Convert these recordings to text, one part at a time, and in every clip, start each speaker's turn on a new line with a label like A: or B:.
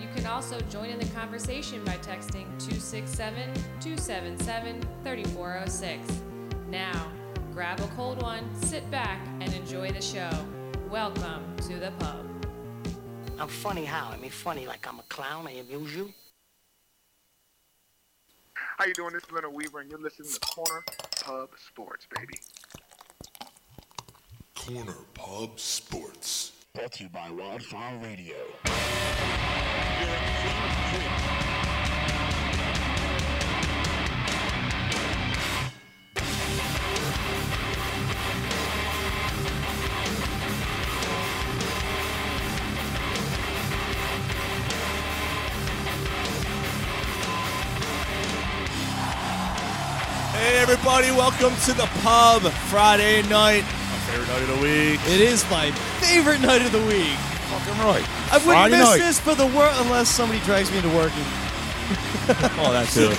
A: You can also join in the conversation by texting 267 277 3406. Now, grab a cold one, sit back, and enjoy the show. Welcome to the pub.
B: I'm funny how? I mean, funny like I'm a clown. I amuse you.
C: How you doing? This is Leonard Weaver, and you're listening to Corner Pub Sports, baby.
D: Corner Pub Sports. Brought to you by Wildfire Radio.
E: Hey everybody, welcome to the pub Friday night.
F: My favorite night of the week.
E: It is my favorite night of the week.
F: Fucking right.
E: I wouldn't
F: Friday
E: miss
F: night.
E: this for the world unless somebody drags me into working.
F: Oh, that too.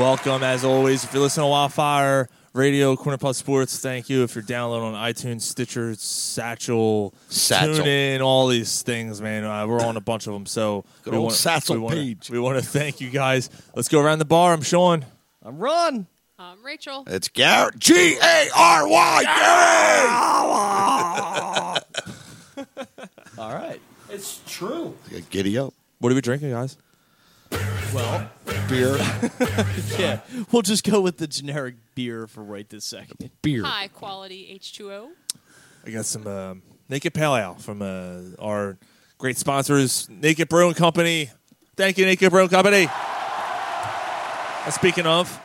F: Welcome, as always. If you're listening to Wildfire Radio, Corner Pub Sports, thank you. If you're downloading on iTunes, Stitcher, Satchel,
G: Satchel.
F: TuneIn, all these things, man. Uh, we're on a bunch of them. So
G: Good old Satchel
F: we wanna,
G: page.
F: We want to thank you guys. Let's go around the bar. I'm Sean.
E: I'm Ron.
A: Um, Rachel.
G: It's Garrett. G A R Y.
E: All right.
G: Garrett. Giddy up.
F: What are we drinking, guys?
G: Beer.
E: Yeah. We'll just go with the generic beer for right this second.
G: Beer.
A: High quality H2O.
F: I got some um Naked Pale Ale from uh, our great sponsors, Naked Brewing Company. Thank you, Naked Brewing Company. And speaking of,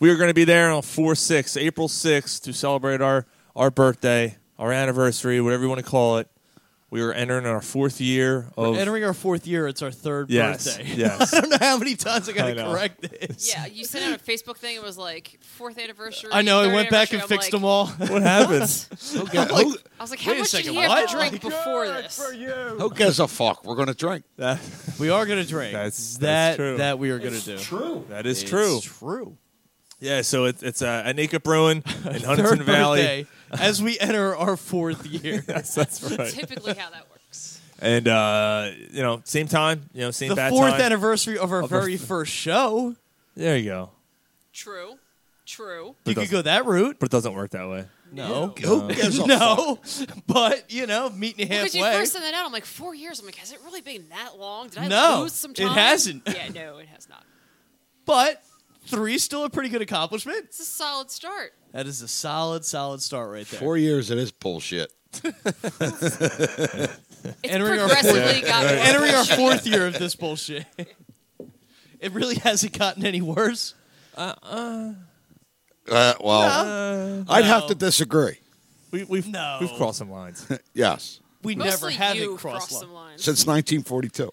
F: we are going to be there on 4 6, April 6th, to celebrate our, our birthday, our anniversary, whatever you want to call it. We are entering our fourth year of.
E: Entering our fourth year, it's our third
F: yes.
E: birthday. I
F: Yes.
E: don't know how many times I
F: I
E: gotta
F: know.
E: correct this.
H: Yeah, you sent out a Facebook thing. It was like fourth anniversary.
E: I know, I
H: third
E: went back
H: anniversary.
E: and
H: I'm
E: fixed
H: like-
E: them all.
F: what happens?
E: I'm like,
H: I was like,
E: Wait
H: how
E: a
H: much
E: second,
H: did he have
E: what?
H: to drink before this?
G: Who gives a fuck? We're gonna drink.
F: That-
E: we are gonna drink.
F: That's- that's
E: that
F: true.
E: that we are gonna do. True.
F: that is
E: It's
F: true.
E: True.
F: Yeah, so it, it's uh, at Naked Brewing in
E: Third
F: Huntington Valley.
E: birthday as we enter our fourth year.
F: Yes, that's right.
H: Typically, how that works.
F: And uh, you know, same time, you know, same
E: the
F: bad
E: fourth
F: time.
E: anniversary of our
F: our
E: very first show.
F: there you go.
H: True, true.
E: You
F: doesn't-
E: could go that route.
F: But it doesn't work that way.
E: No.
G: Who gives a fuck?
E: No. But, you know, meeting
H: Because you
E: halfway.
H: first sent that out, I'm like, four years. I'm like, has it really been that long? Did I
E: No,
H: lose some
E: it
H: time?
E: hasn't.
H: Yeah, no, it has not.
E: But three's still a pretty good accomplishment.
H: It's a solid start.
E: That is a solid, solid start right there.
G: Four years of this bullshit.
H: It's
E: Entering our
H: progressively got worse.
E: Entering our fourth year of this bullshit. It really hasn't gotten any worse.
G: Uh, well, I'd have to disagree.
F: We, we've
E: No.
F: we've crossed some lines.
G: Yes,
E: We
H: Mostly
E: never have
H: you
E: it crossed
H: crossed
E: line.
H: some lines.
G: since 1942.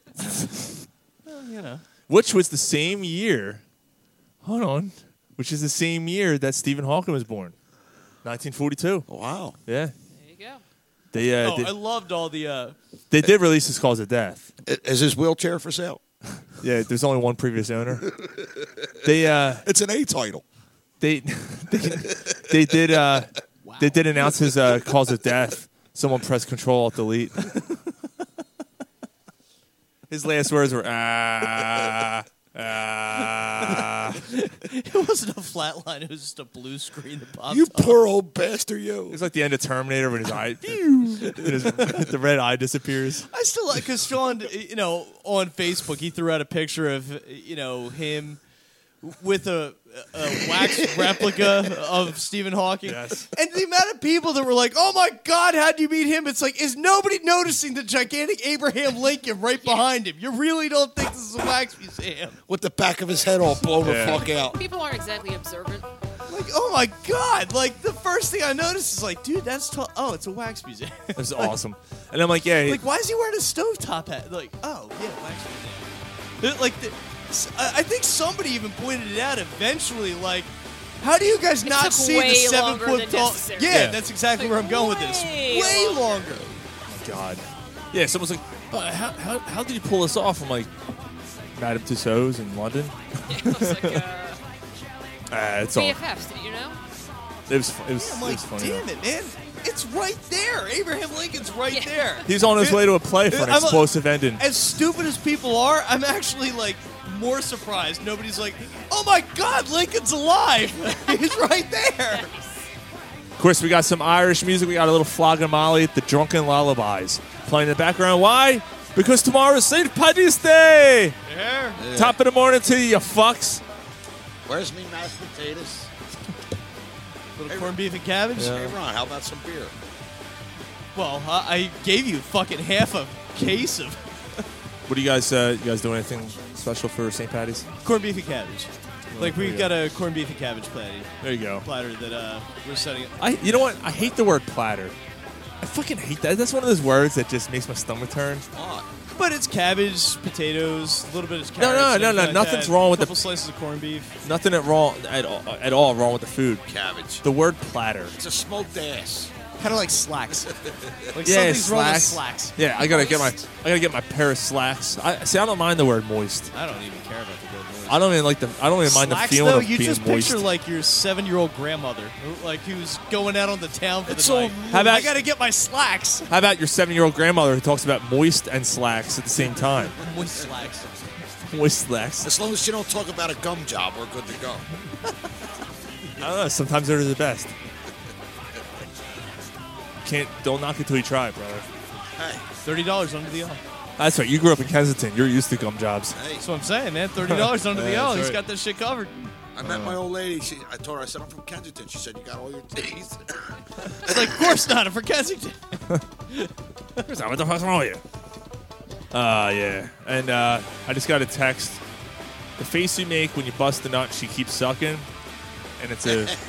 E: You know.
F: Which was the same year. Hold on. Which is the same year that Stephen Hawking was born, 1942.
G: Wow.
F: Yeah,
H: There you go.
F: they uh,
E: Oh,
F: did,
E: I loved all the uh,
F: they did release his cause of death.
G: I- Is his wheelchair for sale?
F: Yeah, there's only one previous owner. they uh,
G: It's an A title.
F: they they, they did uh, they did announce his uh, cause of death. Someone pressed Control Alt Delete. his last words were ah. ah."
E: It wasn't a flat line. It was just a blue screen that popped
G: You
E: up.
G: poor old bastard, you.
F: It's like the end of Terminator when his eye, and his- the red eye disappears.
E: I still like because Sean, you know, on Facebook, he threw out a picture of you know him with a, a wax replica of Stephen Hawking.
F: Yes.
E: And the amount of people that were like, "Oh my God, how'd you meet him?" It's like, is nobody noticing the gigantic Abraham Lincoln right behind him? You really don't think this is a wax museum?
G: With the back of his head all blown the fuck out.
H: People aren't exactly observant.
E: Like, oh my God! Like the first thing I noticed is like, dude, that's tall. Oh, it's a wax museum.
F: It was awesome. And I'm like, yeah,
E: Like, why is he wearing a stovetop hat? Like, oh yeah, wax museum. They're Like, the, s- I I think somebody even pointed it out eventually. Like, how do you guys not
H: took
E: see the
H: way
E: seven
H: longer
E: foot
H: than
E: tall?
H: necessary.
E: Yeah,
F: Yeah.
E: that's exactly
H: Like,
E: where I'm going with this.
H: way
E: Way
H: longer.
E: longer.
F: God. Yeah, someone's like, uh, how, how, how did you pull this off? I'm like, Madame Tussauds in London.
H: It looks like uh,
F: Ah, it's all. It
H: BFFs, did you know?
F: was, fu- it was, it was
E: I'm like,
F: funny.
E: damn it, man, it's right there. Abraham Lincoln's right
H: Yeah.
E: there.
F: He's on his
E: It-
F: way to a play for an
E: I'm a-
F: explosive ending.
E: As stupid as people are, I'm actually like more surprised. Nobody's like, oh my God, Lincoln's alive. He's right there.
F: Of course, we got some Irish music. We got a little flogging Molly, the Drunken Lullabies playing in the background. Why? Because tomorrow's St. Paddy's Day.
E: Yeah.
F: Top of the morning to you, you fucks.
G: Where's me mashed potatoes?
E: Little corned beef and cabbage.
G: Hey Ron, how about some beer?
E: Well, I, I gave you fucking half a case of
F: What do you guys? Uh, you guys doing anything special for St. Patty's?
E: corned beef and cabbage. Like
F: there
E: we've
F: you
E: got a corned beef and cabbage platter,
F: There you go.
E: platter that uh, we're setting. up.
F: I, you know what? I hate the word platter. I fucking hate that. That's one of those words that just makes my stomach turn.
E: But it's cabbage, potatoes, a little bit of
F: No,
E: carrots.
F: no, no,
E: everything
F: no,
E: like
F: nothing's
E: that,
F: wrong with the-
E: couple slices of corned beef.
F: Nothing at wrong at all, at all wrong with the food.
G: Cabbage.
F: The word platter.
G: It's a smoked ass.
E: Kind of like slacks. like
F: Yeah,
E: something's wrong with
F: slacks.
E: slacks.
F: Yeah, I gotta get my I gotta get my pair of slacks. I see. I don't mind the word moist.
E: I don't even care about the good noise.
F: I don't even like the. I don't even mind
E: Slacks,
F: the feeling
E: though,
F: of
E: you
F: being
E: just
F: moist.
E: picture like your seven-year-old grandmother, who- like who's going out on the town for
G: It's
E: the
G: so
E: night.
G: mean.
F: How about-
E: I gotta get my slacks.
F: How about your seven-year-old grandmother who talks about moist and slacks at the same time?
E: Moist slacks.
F: moist slacks.
G: As long as you don't talk about a gum job, we're good to go.
F: I don't know. Sometimes they're the best. Can't. Don't knock it till you try, brother.
G: Hey,
E: Thirty dollars under the arm.
F: That's right. You grew up in Kensington. You're used to gum jobs.
G: hey.
E: That's what I'm saying, man. Thirty dollars under the
F: Yeah,
E: L.
F: that's
E: He's
F: right.
E: got this shit covered.
G: I met my old lady. She, I told her, I said, I'm from Kensington. She said, you got all your teeth.
E: It's like, of course not. I'm from Kensington.
F: What the fuck's wrong with you? Uh, yeah. And uh, I just got a text. The face you make when you bust a nut, she keeps sucking. And it's a.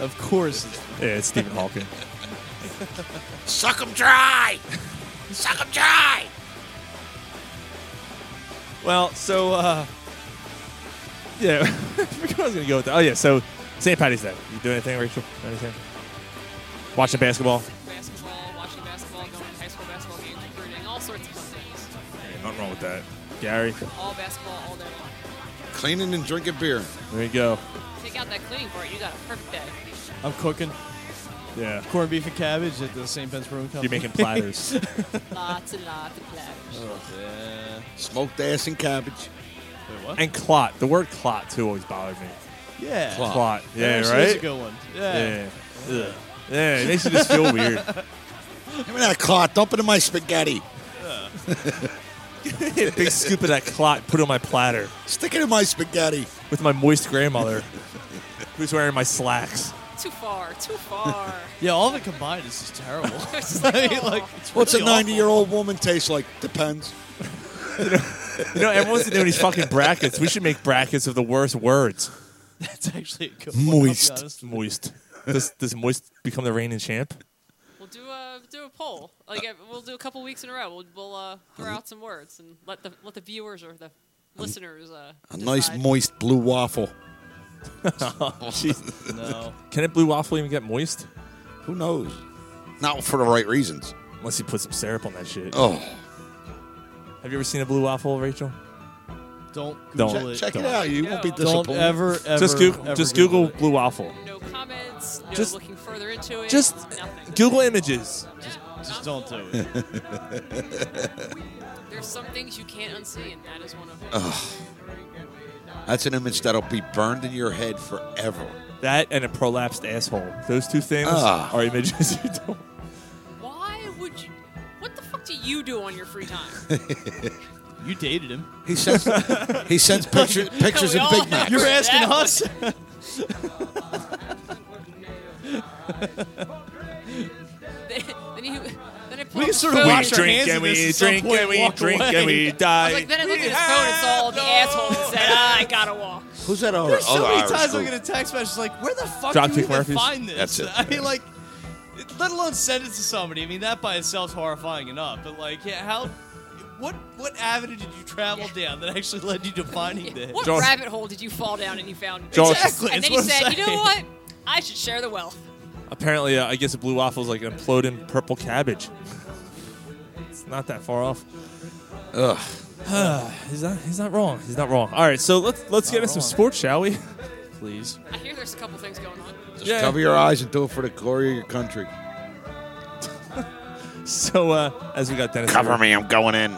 E: Of course.
F: yeah, it's Stephen Hawking.
G: Suck 'em dry. Suck 'em dry.
F: Well, so uh, yeah, I forgot I was gonna go with that. Oh yeah, so St. Patty's Day. You do anything, Rachel? Anything? Watching basketball?
H: Basketball, watching basketball, going to high school basketball games, recruiting, all sorts of fun things.
F: nothing wrong with that. Gary,
H: All basketball, all day long.
G: Cleaning and drinking beer.
F: there you go.
H: Take out that cleaning part, you got a perfect day.
E: I'm cooking
F: Yeah,
E: corned beef and cabbage at the St. Ben's Brewing Company.
F: you're making platters.
H: Lots and lots of platters.
E: Yeah.
G: Smoked ass and cabbage.
E: Wait, what?
F: and clot. The word clot too always bothered me.
E: yeah.
G: Clock.
F: Clot. Yeah,
E: That actually is a
F: right.
E: good one. Yeah.
F: Yeah. Ugh. Yeah, it makes you just feel weird.
G: Give me that clot. Dump it in my spaghetti.
F: Big scoop of that clot, put it on my platter
G: Stick it in my spaghetti.
F: with my moist grandmother, who's wearing my slacks.
H: Too far, too far.
E: Yeah, all of it combined is just terrible.
H: It's just
E: I
H: like,
E: mean,
H: oh.
E: like, it's
G: What's a
E: really awful.
G: 90 year old woman taste like? Depends.
F: You know, everyone's doing these fucking brackets. We should make brackets of the worst words.
E: That's actually a good
G: Moist.
E: One, I'll be honest.
F: Moist. Does does Moist become the reigning champ?
H: We'll do a do a poll. Like uh, we'll do a couple weeks in a row. We'll, we'll uh, throw out some words and let the let the viewers or the listeners. Uh,
G: A nice
H: decide.
G: moist blue waffle.
E: no.
F: Can a blue waffle even get moist?
G: Who knows? Not for the right reasons.
F: Unless you put some syrup on that shit.
G: Oh,
F: Have you ever seen a blue waffle, Rachel?
E: Don't
F: Don't.
E: Google it.
G: check it
F: Don't.
G: out. You won't be
H: Don't
E: Don't
G: disappointed.
E: ever, ever,
F: just Google,
E: ever
F: just Google
E: it.
F: blue waffle.
H: No comments. No
F: Just-
H: looking further into it.
F: Just
H: nothing. Um,
F: Google images.
H: Just,
E: Just don't do it.
H: There's some things you can't unsee, and that is one of them.
E: Uh-huh.
G: That's an image that'll be burned in your head forever.
F: That and a prolapsed asshole. Those two things
G: Ah.
F: are images you don't.
H: Why would you? What the fuck do you do on your free time?
E: You dated him.
G: He sends he sends pictures pictures
H: We
G: of
H: all
G: Big
H: have
G: Macs.
E: You're asking
H: That
E: us.
H: then you. Then I pull
E: We
H: up
E: can
H: the
E: sort of
H: phone,
E: watch
H: it's-
E: our hands at this at some point and walk away.
F: die.
H: Like then I look at his phone, it's all the assholes that said, ah, "I gotta walk."
G: Who's that? Other,
E: There's so
G: other
E: many
G: Irish
E: times
G: group?
E: I get a text message like, "Where the fuck
F: Dropkick
E: do you even
F: Murphys.
E: find this?"
G: That's it.
E: I mean, like, it, let alone send it to somebody. I mean, that by itself's horrifying enough. But like, yeah, how? what what avenue did you travel down that actually led you to finding this?
H: What
F: Josh-
H: rabbit hole did you fall down and you found?
F: Josh-
E: Exactly,
H: And
E: that's
H: then
E: what
H: you
E: I'm
H: said, you know
E: saying.
H: what? I should share the wealth.
F: Apparently, uh, I guess a blue waffle is like an imploding purple cabbage. it's not that far off.
G: Ugh.
F: He's not. He's not wrong. He's not wrong. All right, so let's let's get into some
E: wrong.
F: sports, shall we?
E: Please.
H: I hear there's a couple things going on.
G: Just
F: Yeah.
G: cover your eyes and do it for the glory of your country.
F: So uh, as we got Dennis,
D: Cover me, I'm going in.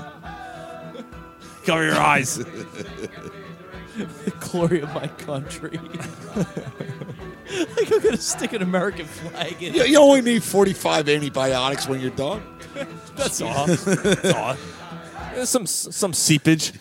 F: Cover your eyes.
E: The glory of my country. like I'm gonna stick an American flag in.
G: You, you only need 45 antibiotics when you're done.
F: That's all. That's all. There's some some seepage.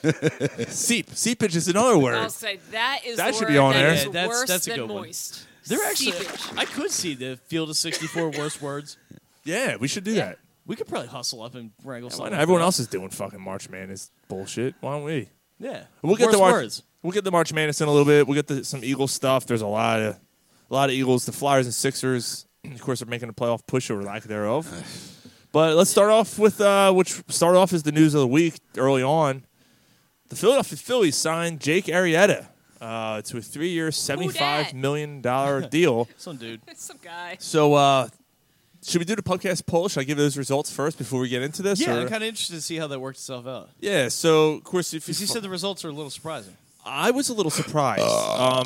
F: Seep. Seepage is another
H: I'll
F: word.
H: say that is
F: That
H: the
F: should
H: word
F: be on
H: that
F: there.
H: is
E: Yeah, that's-
H: worse
E: that's a
H: than
E: good one.
H: moist.
E: They're actually.
H: Seepage.
E: I could see the field of 64 worst words.
F: Yeah, we should do that.
E: We could probably hustle up and wrangle
F: Why
E: something.
F: not? Everyone else is doing fucking March Madness bullshit. Why don't we?
E: Yeah.
F: We'll get
E: worst
F: the March.
E: words.
F: We'll get the March Madness in a little bit. We'll get the, some Eagle stuff. There's a lot of a lot of Eagles. The Flyers and Sixers, of course, are making a playoff push or lack thereof. but let's start off with uh, which start off as the news of the week early on. The Philadelphia Phillies signed Jake Arrieta uh, to a three-year, seventy-five million dollar deal.
E: Some dude.
H: It's some guy.
F: So, uh, should we do the podcast poll? Should I give those results first before we get into this?
E: Yeah,
F: or-
E: I'm kind of interested to see how that worked itself out.
F: yeah. So, of course, if
E: Because you said the results are a little surprising.
F: I was a little surprised, um,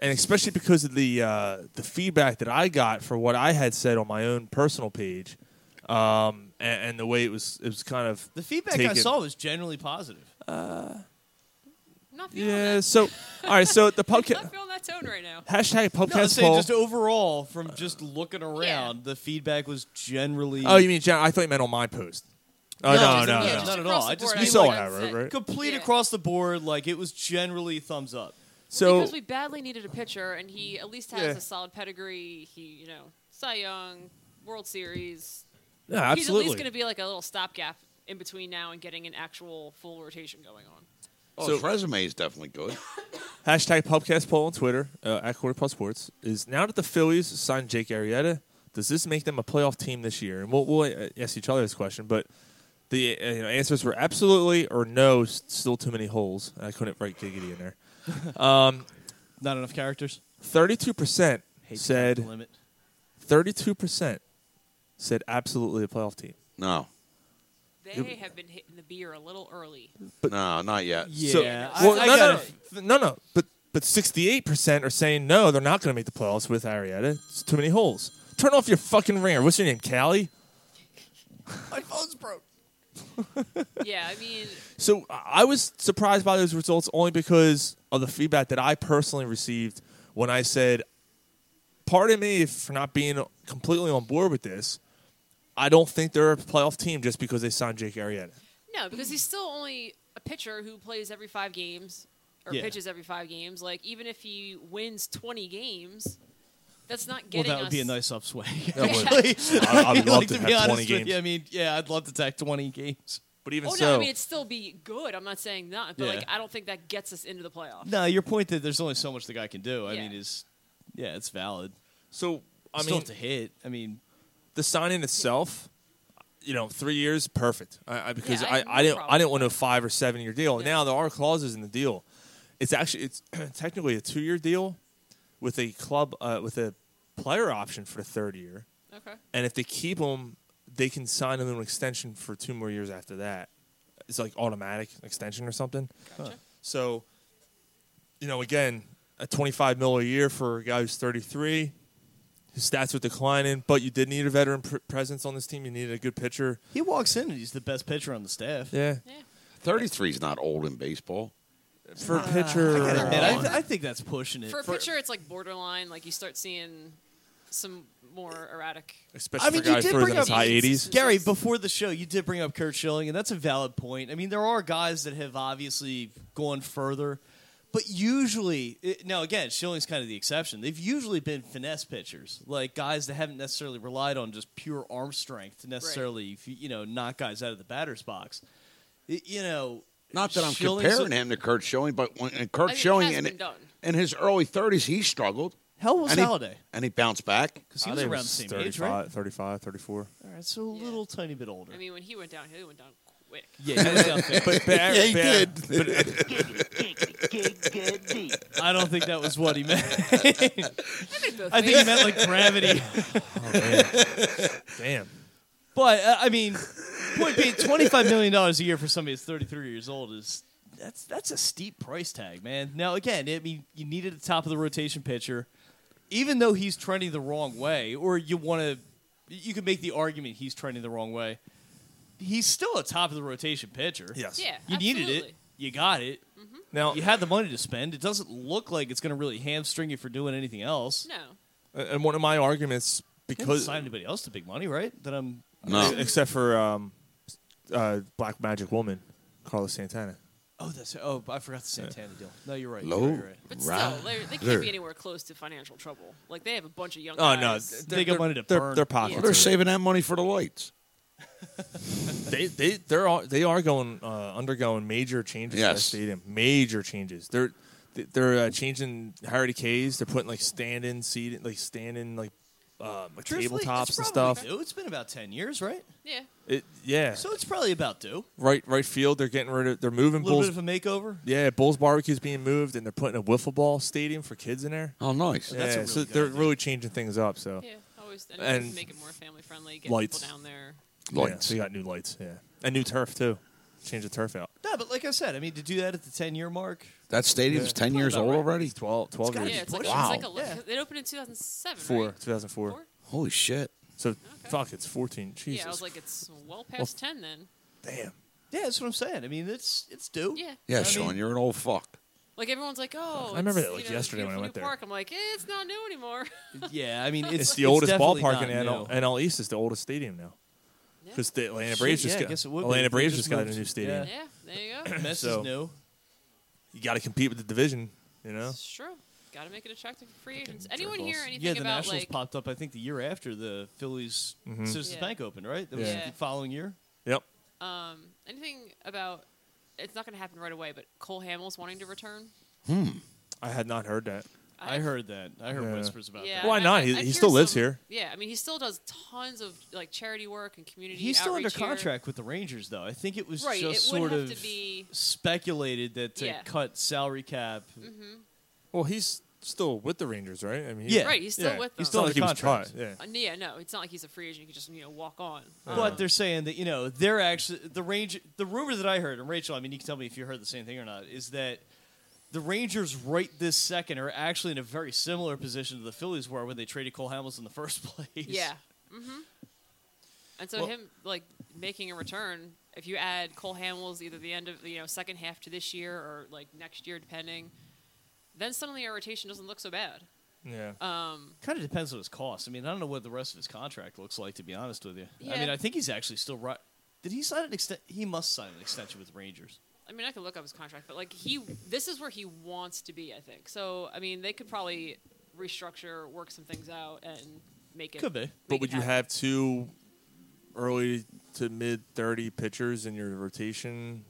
F: and especially because of the uh, the feedback that I got for what I had said on my own personal page, um, and, and the way it was it was kind of
E: The feedback I
F: taken-
E: saw was generally positive.
H: Not feeling
F: Yeah.
H: that.
F: So all right. So the
H: Not
F: podcast
H: feeling that tone right now.
F: hashtag
E: No, I'm
F: podcast
E: saying
F: poll.
E: just overall, from just looking around, the feedback was generally
F: Oh, you mean Jan- I thought you meant on my post. Oh
E: No,
F: no
E: just-
F: no
E: yeah,
F: no.
E: just- not at
H: across
E: all.
H: the
E: I just-
H: board,
F: you
H: I
F: saw
H: think
F: what I
H: that's
F: wrote,
H: it.
F: right?
E: complete
H: Yeah.
E: across the board. Like it was generally thumbs up.
F: So
H: because we badly needed a pitcher, and he at least has
F: Yeah.
H: a solid pedigree. He, you know, Cy Young, World Series.
F: yeah,
H: He's at least
F: absolutely.
H: going to be like a little stopgap in between now and getting an actual full rotation going on.
G: Oh,
F: So-
G: his resume is definitely good.
F: Hashtag podcast poll on Twitter uh, at Quarter Plus Sports is now that the Phillies signed Jake Arrieta, does this make them a playoff team this year? And we'll, we'll uh, ask each other this question, but the uh, you know, answers were absolutely or no. s- Still too many holes. I couldn't write giggity in there.
E: Not enough characters.
F: Thirty-two percent
E: Hate the
F: said.
E: limit.
F: Thirty-two percent said absolutely a playoff team.
G: No,
H: They have been hitting the beer a little early.
G: no, not yet.
E: Yeah,
F: So-
E: I,
F: well,
E: I
F: no, no, no,
E: gotta-
F: no, no, But but sixty-eight percent are saying no. They're not going to make the playoffs with Arrieta. It's too many holes. Turn off your fucking ringer. What's your name, Callie?
E: My phone's broke.
H: yeah, I mean,
F: So I I was surprised by those results only because of the feedback that I personally received when I said, "Pardon me if- for not being completely on board with this. I don't think they're a playoff team just because they signed Jake Arrieta."
H: no, because he's still only a pitcher who plays every five games or
E: Yeah.
H: pitches every five games. Like, even if he wins 20 games, that's not
E: Well,
H: getting
E: that would be a
H: us-
E: nice upswing.
F: That would.
E: actually.
F: I- I would love
E: like,
F: to
E: to,
F: have
E: be
F: 20
E: honest with
F: games.
E: you, I mean, yeah, I'd love to tack 20 games.
F: But even
H: Oh
F: so,
H: no, I mean it'd still be good. I'm not saying not, but
E: Yeah.
H: like I don't think that gets us into the playoffs.
E: No, your point that there's only so much the guy can do. I
H: Yeah.
E: mean, is yeah, it's valid.
F: so I
E: Still
F: mean,
E: have to hit. I mean,
F: the signing itself, you know, three years, perfect. I, I because
H: Yeah,
F: I, I,
H: I have no
F: didn't I
H: problem
F: didn't
H: with
F: want a five or seven year deal.
H: Yeah.
F: Now there are clauses in the deal. It's actually it's technically a two year deal with a club uh, with a player option for the third year,
H: Okay.
F: and if they keep him, they can sign him to an extension for two more years after that. It's like automatic extension or something. So, you know, again, a 25 mil a year for a guy who's 33. His stats were declining, but you did need a veteran pr- presence on this team. You needed a good pitcher.
E: he walks in and he's the best pitcher on the staff.
F: Yeah,
H: Yeah.
G: 33 is not old in baseball.
F: for a pitcher.
E: Man, I, th- I think that's pushing it.
H: For a pitcher, it's like borderline. Like you start seeing some more erratic.
F: especially
E: I mean,
F: for a guy
E: you did
F: throws
E: bring
F: in his
E: up-
F: high 80s.
E: Gary, before the show, you did bring up Kurt Schilling, and that's a valid point. I mean, there are guys that have obviously gone further, but usually, it, now again, Schilling's kind of the exception. They've usually been finesse pitchers, like guys that haven't necessarily relied on just pure arm strength to necessarily, f- you know, knock guys out of the batter's box. Y- you know,
G: Not that I'm
E: Schilling's a-
G: comparing him to Kurt Schilling, but when and Kurt
H: I mean, it
G: Schilling
H: has
G: in,
H: been done.
G: in his early 30s, he struggled.
E: How old was
G: and he-
E: Holiday?
G: and he bounced back.
E: Because he was around the same age, right?
F: 35, 34.
E: All right, so a
H: Yeah.
E: little tiny bit older.
H: I mean, when he went down, he went down quick.
E: Yeah, he was out there.
F: But, but,
G: Yeah, he
F: but-
G: did.
E: I don't think that was what he meant.
H: Both
E: I think he meant like gravity. Oh,
F: Damn.
E: But uh, I mean, point being, twenty-five million dollars a year for somebody that's thirty-three years old is that's that's a steep price tag, man. Now again, I mean, you needed a top of the rotation pitcher, even though he's trending the wrong way, or you want to, you could make the argument he's trending the wrong way. He's still a top of the rotation pitcher.
F: Yes.
H: Yeah,
E: you needed it.
H: absolutely.
E: You got it.
F: Now,
E: You had the money to spend. It doesn't look like it's going to really hamstring you for doing anything else.
H: No.
F: and one of my arguments
E: You didn't
F: because e,
E: sign anybody else to big money, right? That I'm.
G: No.
F: except for um, uh, Black Magic Woman, Carlos Santana.
E: Oh, that's. Oh, I forgot the Santana deal. No, you're right.
G: Low.
E: You're right, you're right.
H: But
G: Right.
H: still, they they can't
G: There.
H: be anywhere close to financial trouble. Like they have a bunch of young
F: Oh no,
H: guys.
E: They got money to
F: their,
E: burn.
F: Their pockets.
G: They're
F: are-
G: saving that money for the lights.
F: They they they're all, they are going uh, undergoing major changes at the
G: Yes.
F: stadium. Major changes. They're they're uh, changing Harry K's. They're putting like stand-in seating, like stand-in like uh, like
E: Truthfully,
F: tabletops
E: it's
F: and
E: probably
F: stuff.
E: due. It's been about ten years, right?
H: Yeah.
F: It, yeah,
E: So it's probably about due.
F: right right field. They're getting rid of. They're
E: A
F: moving
E: little
F: Bulls.
E: bit of a makeover.
F: yeah, Bulls barbecue's being moved, and they're putting a wiffle ball stadium for kids in there.
G: Oh, nice.
F: yeah,
E: that's a really
F: so
E: good
F: they're
E: idea.
F: really changing things up. So
H: Yeah. Always and,
F: And
H: make it more family friendly. Get
F: lights.
H: people down there.
F: yeah, so you got new lights. Yeah, and new turf too. Change the turf out.
E: No, but like I said, I mean, to do that at the ten year mark,
G: That stadium's 10 years
E: About
G: old
E: right.
G: already?
F: 12, 12
E: gotta
F: years.
E: be
H: Yeah, it's like,
G: Wow.
H: it's like a,
E: Yeah.
H: it opened in 2007.
F: Four,
H: Right?
F: two thousand four.
H: Four?
G: Holy shit.
F: So fuck, it's fourteen. Jesus,
H: Yeah, I was like, it's well past 10 then.
F: damn.
E: yeah, that's what I'm saying. I mean, it's it's due.
H: Yeah.
G: Yeah,
E: I
G: Sean,
E: mean-
G: you're an old fuck.
H: Like everyone's like, oh,
F: I remember
H: it's,
F: that, like,
H: you know,
F: yesterday when I
H: beautiful
F: went
H: new
F: there.
H: Park. I'm like, eh, it's not new anymore.
E: yeah. I mean, it's,
F: It's the oldest
E: definitely
F: ballpark
E: not
F: in NL,
E: new.
F: NL East. It's the oldest stadium now
H: Yeah.
F: because the Atlanta
E: Shit,
F: Braves just
E: yeah, I
F: got
E: guess it would be.
F: Atlanta
E: They
F: Braves
E: just
F: just got a
E: moved.
F: new stadium.
E: Yeah.
H: yeah, there you go.
E: Mess
F: so-
E: is new.
F: You got to compete with the division, you know.
H: It's true. Got to make it attractive for free agents. Anyone
F: Turtles.
H: hear anything
E: Yeah, the
H: about
E: Nationals
H: like?
E: popped up. I think the year after the Phillies
F: Mm-hmm.
E: Citizens
H: Yeah.
E: Bank opened, right? That was
H: Yeah.
E: the following year.
F: Yep.
H: Um, anything about? It's not going to happen right away, but Cole Hamels wanting to return.
F: I had not heard that.
E: I heard that. I heard
F: Yeah.
E: whispers about
H: Yeah,
E: that.
F: Why
H: I-
F: not?
H: I-
F: He-
H: I
F: he
H: hear
F: still lives
H: some-
F: here.
H: Yeah, I mean, he still does tons of like charity work and community.
E: He's still under
H: outreach here.
E: contract with the Rangers, though. I think it was
H: Right,
E: just
H: it would
E: sort
H: have
E: of
H: to be-
E: speculated that to
H: Yeah.
E: cut salary cap.
F: Well, he's still with the Rangers, right? I mean,
E: Yeah.
H: Right, he's still with them.
F: He's still like
E: Under
F: he was caught.
E: contract.
F: Yeah.
H: Uh, yeah, no, it's not like he's a free agent. He can just you know walk on.
F: Uh,
E: But they're saying that you know they're actually the range. The rumor that I heard, and Rachel, I mean, you can tell me if you heard the same thing or not, is that the Rangers right this second are actually in a very similar position to the Phillies were when they traded Cole Hamels in the first place.
H: Yeah. hmm And so
F: Well-
H: him like making a return. If you add Cole Hamels either the end of you know second half to this year or like next year, depending, then suddenly our rotation doesn't look so bad.
F: Yeah.
E: uh,
H: Um,
E: Kind of depends on his cost. I mean, I don't know what the rest of his contract looks like, to be honest with you. I
H: Yeah.
E: mean, I think he's actually still right. Did he sign an extent? He must sign an extension with the Rangers.
H: I mean, I can look up his contract, but like he, this is where he wants to be, I think. So I mean, they could probably restructure, work some things out, and make it
E: Could be.
F: But
H: make
F: would
H: it
F: you
H: happen.
F: have two early to mid thirty pitchers in your rotation?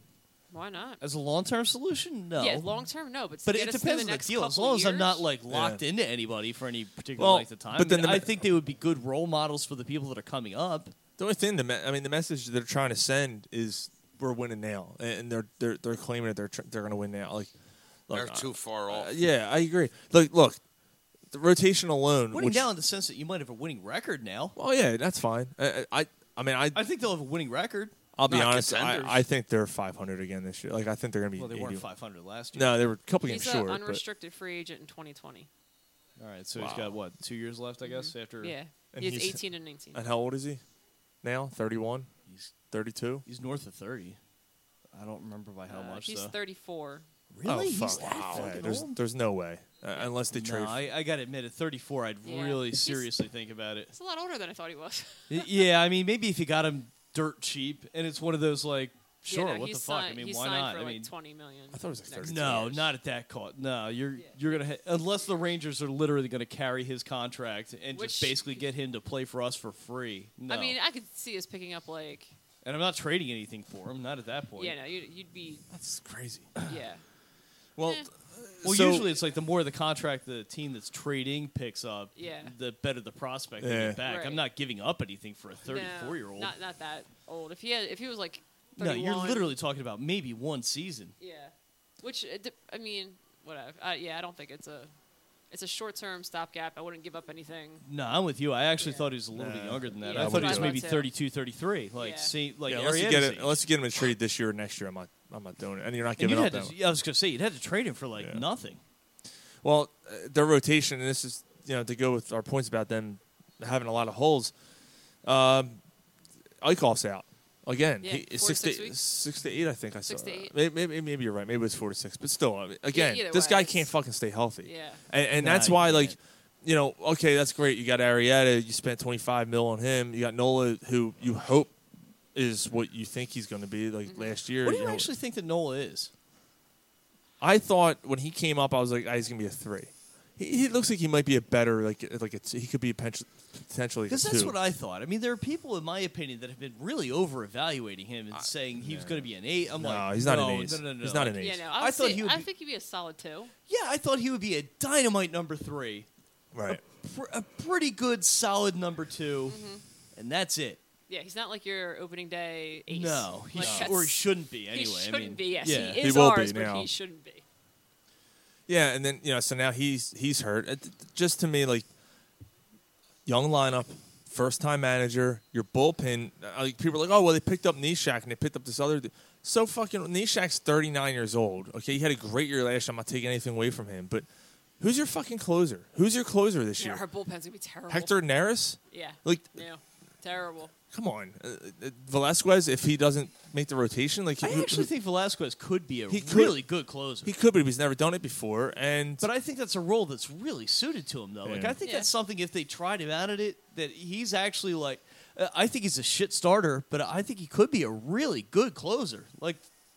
H: Why not?
E: As a long term solution, no.
H: Yeah, long term, no, but to
E: but
H: get
E: it
H: us through
E: depends
H: the
E: on the
H: next
E: deal. As
H: couple
E: long as I'm
H: years-
E: not like locked into anybody for any particular
F: Well,
E: length of time.
F: but then
E: I mean,
F: the
E: I
F: ma-
E: think they would be good role models for the people that are coming up.
F: The only thing, the me- I mean, the message they're trying to send is we're winning now, and and they're they're they're claiming that they're tr- they're going to win now. Like, look,
G: They're too far
F: uh,
G: off.
F: yeah, I agree. Look, look, the rotation alone.
E: Winning
F: which-
E: now in the sense that you might have a winning record now.
F: Well, yeah, that's fine. I, I, I- I mean, I,
E: I think they'll have a winning record.
F: I'll be
G: not
F: honest. I,
G: contenders.
F: I think they're 500 again this year. Like, I think they're going to be.
E: Well, they
F: 80.
E: weren't 500 last year.
F: No, they were a couple games
H: He's
F: short.
H: an
F: but-
H: unrestricted free agent in 2020.
E: All right, so he's got what two years left, I guess. After
H: Mm-hmm. Yeah,
F: And
H: he's
F: he's-
H: 18 and 19.
F: and how old is he now? 31,
E: he's
F: 32.
E: he's north of 30. I don't remember by how
H: Uh,
E: much.
H: he's
E: though.
H: 34.
F: Oh, fuck. Yeah, there's, there's no way uh, unless they trade.
E: No, I, I gotta admit, at 34, I'd
H: Yeah.
E: really
H: He's-
E: seriously think about it.
H: It's a lot older than I thought he was.
E: Y- yeah, I mean, maybe if you got him dirt cheap, and it's one of those like,
H: Yeah,
E: sure,
H: no,
E: what the
H: he's
E: fuck?
H: signed-
E: I mean,
H: he's
E: why
H: signed
E: not?
H: For
E: I
H: like
E: mean,
H: 20 million.
F: I thought it was like
H: next
F: 32
E: no,
H: years.
E: not at that cost. No, you're
H: Yeah.
E: you're gonna ha- unless the Rangers are literally gonna carry his contract and just
H: Which-
E: basically get him to play for us for free. No,
H: I mean, I could see us picking up like.
E: and I'm not trading anything for him. Not at that point.
H: Yeah, no, you'd, you'd be.
F: That's crazy.
H: Yeah.
F: Well,
H: Eh.
E: Well,
F: So-
E: usually it's like the more the contract the team that's trading picks up,
H: Yeah.
E: the better the prospect they
F: Yeah.
E: get back.
H: Right.
E: I'm not giving up anything for a
H: No,
E: 34 year old.
H: Not not that old. If he had, if he was like
E: No,
H: 31.
E: you're literally talking about maybe one season.
H: Yeah, which it de- I mean, whatever. Uh, yeah, I don't think it's a it's a short term stopgap. I wouldn't give up anything.
E: No, I'm with you. I actually
H: Yeah.
E: thought he was a little bit
F: Nah.
E: younger than that.
H: Yeah,
E: I thought he
F: I
E: was
F: would
E: maybe
H: too.
E: 32, 33. Like,
H: Yeah.
E: see, like
F: yeah, unless you
E: Arrieta's
F: get it,
E: age.
F: unless you get him a trade this year or next year, I'm not, I'm not doing it. And you're not
E: And
F: giving
E: you'd
F: up
E: had
F: that.
E: to, I was gonna say you'd had to trade him for like
F: Yeah.
E: nothing.
F: Well, uh, their rotation, and this is you know to go with our points about them having a lot of holes. Um, Eichhoff's out again.
H: Yeah,
F: He-
H: four to
F: six,
H: six
F: to eight,
H: weeks?
F: six to eight, I think I saw.
H: Six to eight.
F: Maybe, maybe, maybe you're right. Maybe it was four to six, but still, I mean, again,
H: either
F: this
H: way,
F: guy
H: it's-
F: can't fucking stay healthy.
H: Yeah.
F: and, and
E: Nah,
F: that's
E: he
F: why,
E: can't.
F: like, you know, okay, that's great. You got Arietta. You spent 25 mil on him. You got Nola, who you hope is what you think he's going to be. Like
H: Mm-hmm.
F: last year,
E: What do you
F: know,
E: actually think that Nola is?
F: I thought when he came up, I was like, ah, he's gonna be a three. He, he looks like he might be a better like like a t- he could be a pen- potentially
E: Because
F: a
E: that's
F: two.
E: what I thought. I mean, there are people, in my opinion, that have been really over evaluating him and saying he was going to be an eight. I'm
F: no,
E: like,
F: he's not
E: no,
F: an ace.
E: No, no, no,
F: He's not
E: Like,
F: an ace.
H: Yeah, no,
E: I
H: I, would
E: thought
H: say-
E: he would
H: I
E: be-
H: think he'd be a solid two.
E: Yeah, I thought he would be a dynamite number three,
F: Right.
E: pr- a pretty good, solid number 2
F: Mm-hmm.
E: and that's it.
H: Yeah, he's not like your opening day ace.
E: No, he
H: Like,
E: sh-
H: that's-
E: or he shouldn't be anyway.
H: he
E: I
H: shouldn't
E: mean,
H: be. Yes,
E: yeah.
H: he
F: He
H: is
F: will be
H: ours, but
F: now.
H: he shouldn't be.
F: Yeah, and then you know, so now he's he's hurt. It, just to me, like young lineup, first time manager, your bullpen. uh, Like people are like, oh well, they picked up Nishak and they picked up this other. dude." So fucking Nishak's thirty nine years old. Okay, he had a great year last. year. I'm not taking anything away from him, but who's your fucking closer? Who's your closer this
H: Yeah,
F: year?
H: our bullpen's gonna be terrible.
F: Hector Neris.
H: Yeah.
F: Like
H: no, terrible.
F: come on, uh, uh, Velasquez. If he doesn't make the rotation, like
E: I
F: who-
E: actually
F: who-
E: think Velasquez could be a
F: He could.
E: really good closer.
F: he could, but he's never done it before. And
E: But I think that's a role that's really suited to him, though. Like,
F: Yeah.
E: I think
H: Yeah.
E: that's something if they tried him out at it, that he's actually like, uh, I think he's a shit starter, but I think he could be a really good closer. Like,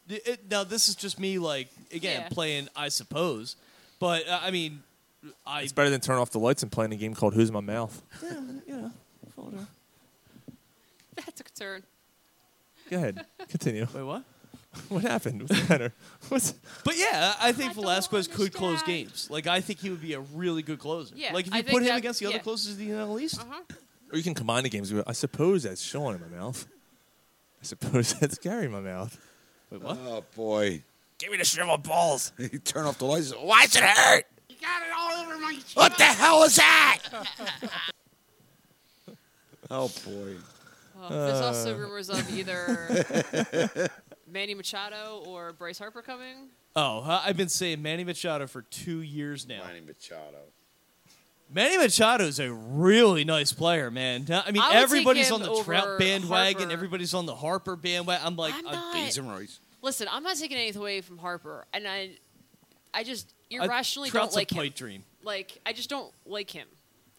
E: it, it- now this is just me, like, again,
H: Yeah.
E: playing, I suppose. But, uh, I mean, I,
F: it's better than turn off the lights and playing a game called Who's My Mouth.
E: you know, whatever.
H: That took a turn.
F: Go ahead, continue.
E: wait, what?
F: what happened? What's the matter? What's
E: But yeah, I I think
H: I don't
E: Velasquez could close
H: understand.
E: games. Like, I think he would be a really good closer.
H: Yeah,
E: like, if
H: I
E: you
H: think
E: put him
H: that-
E: against the other
H: yeah. Uh-huh.
E: closers in the NL East,
F: or you can combine the games. I suppose that's Sean in my mouth. I suppose that's Gary in my mouth.
E: wait, what?
G: Oh boy,
F: Give me the shriveled balls.
G: he turned off the lights. Why does it hurt?
C: You got it all over my
G: What the hell is that? oh boy.
E: Uh.
H: Well, there's also rumors of either Manny Machado or Bryce Harper coming.
E: Oh, huh, I've been saying Manny Machado for two years now.
G: Manny Machado.
E: Manny Machado is a really nice player, man. I mean,
H: I would take
E: everybody's
H: him
E: on the
H: over
E: Trout bandwagon.
H: Harper.
E: Everybody's on the Harper bandwagon. I'm like,
H: I'm
E: uh,
H: not-
G: Beans and rice.
H: Listen, I'm not taking anything away from Harper, and I, I just
E: I-
H: irrationally
E: Trout's
H: don't like
E: a
H: him.
E: pipe dream.
H: Like I just don't like him.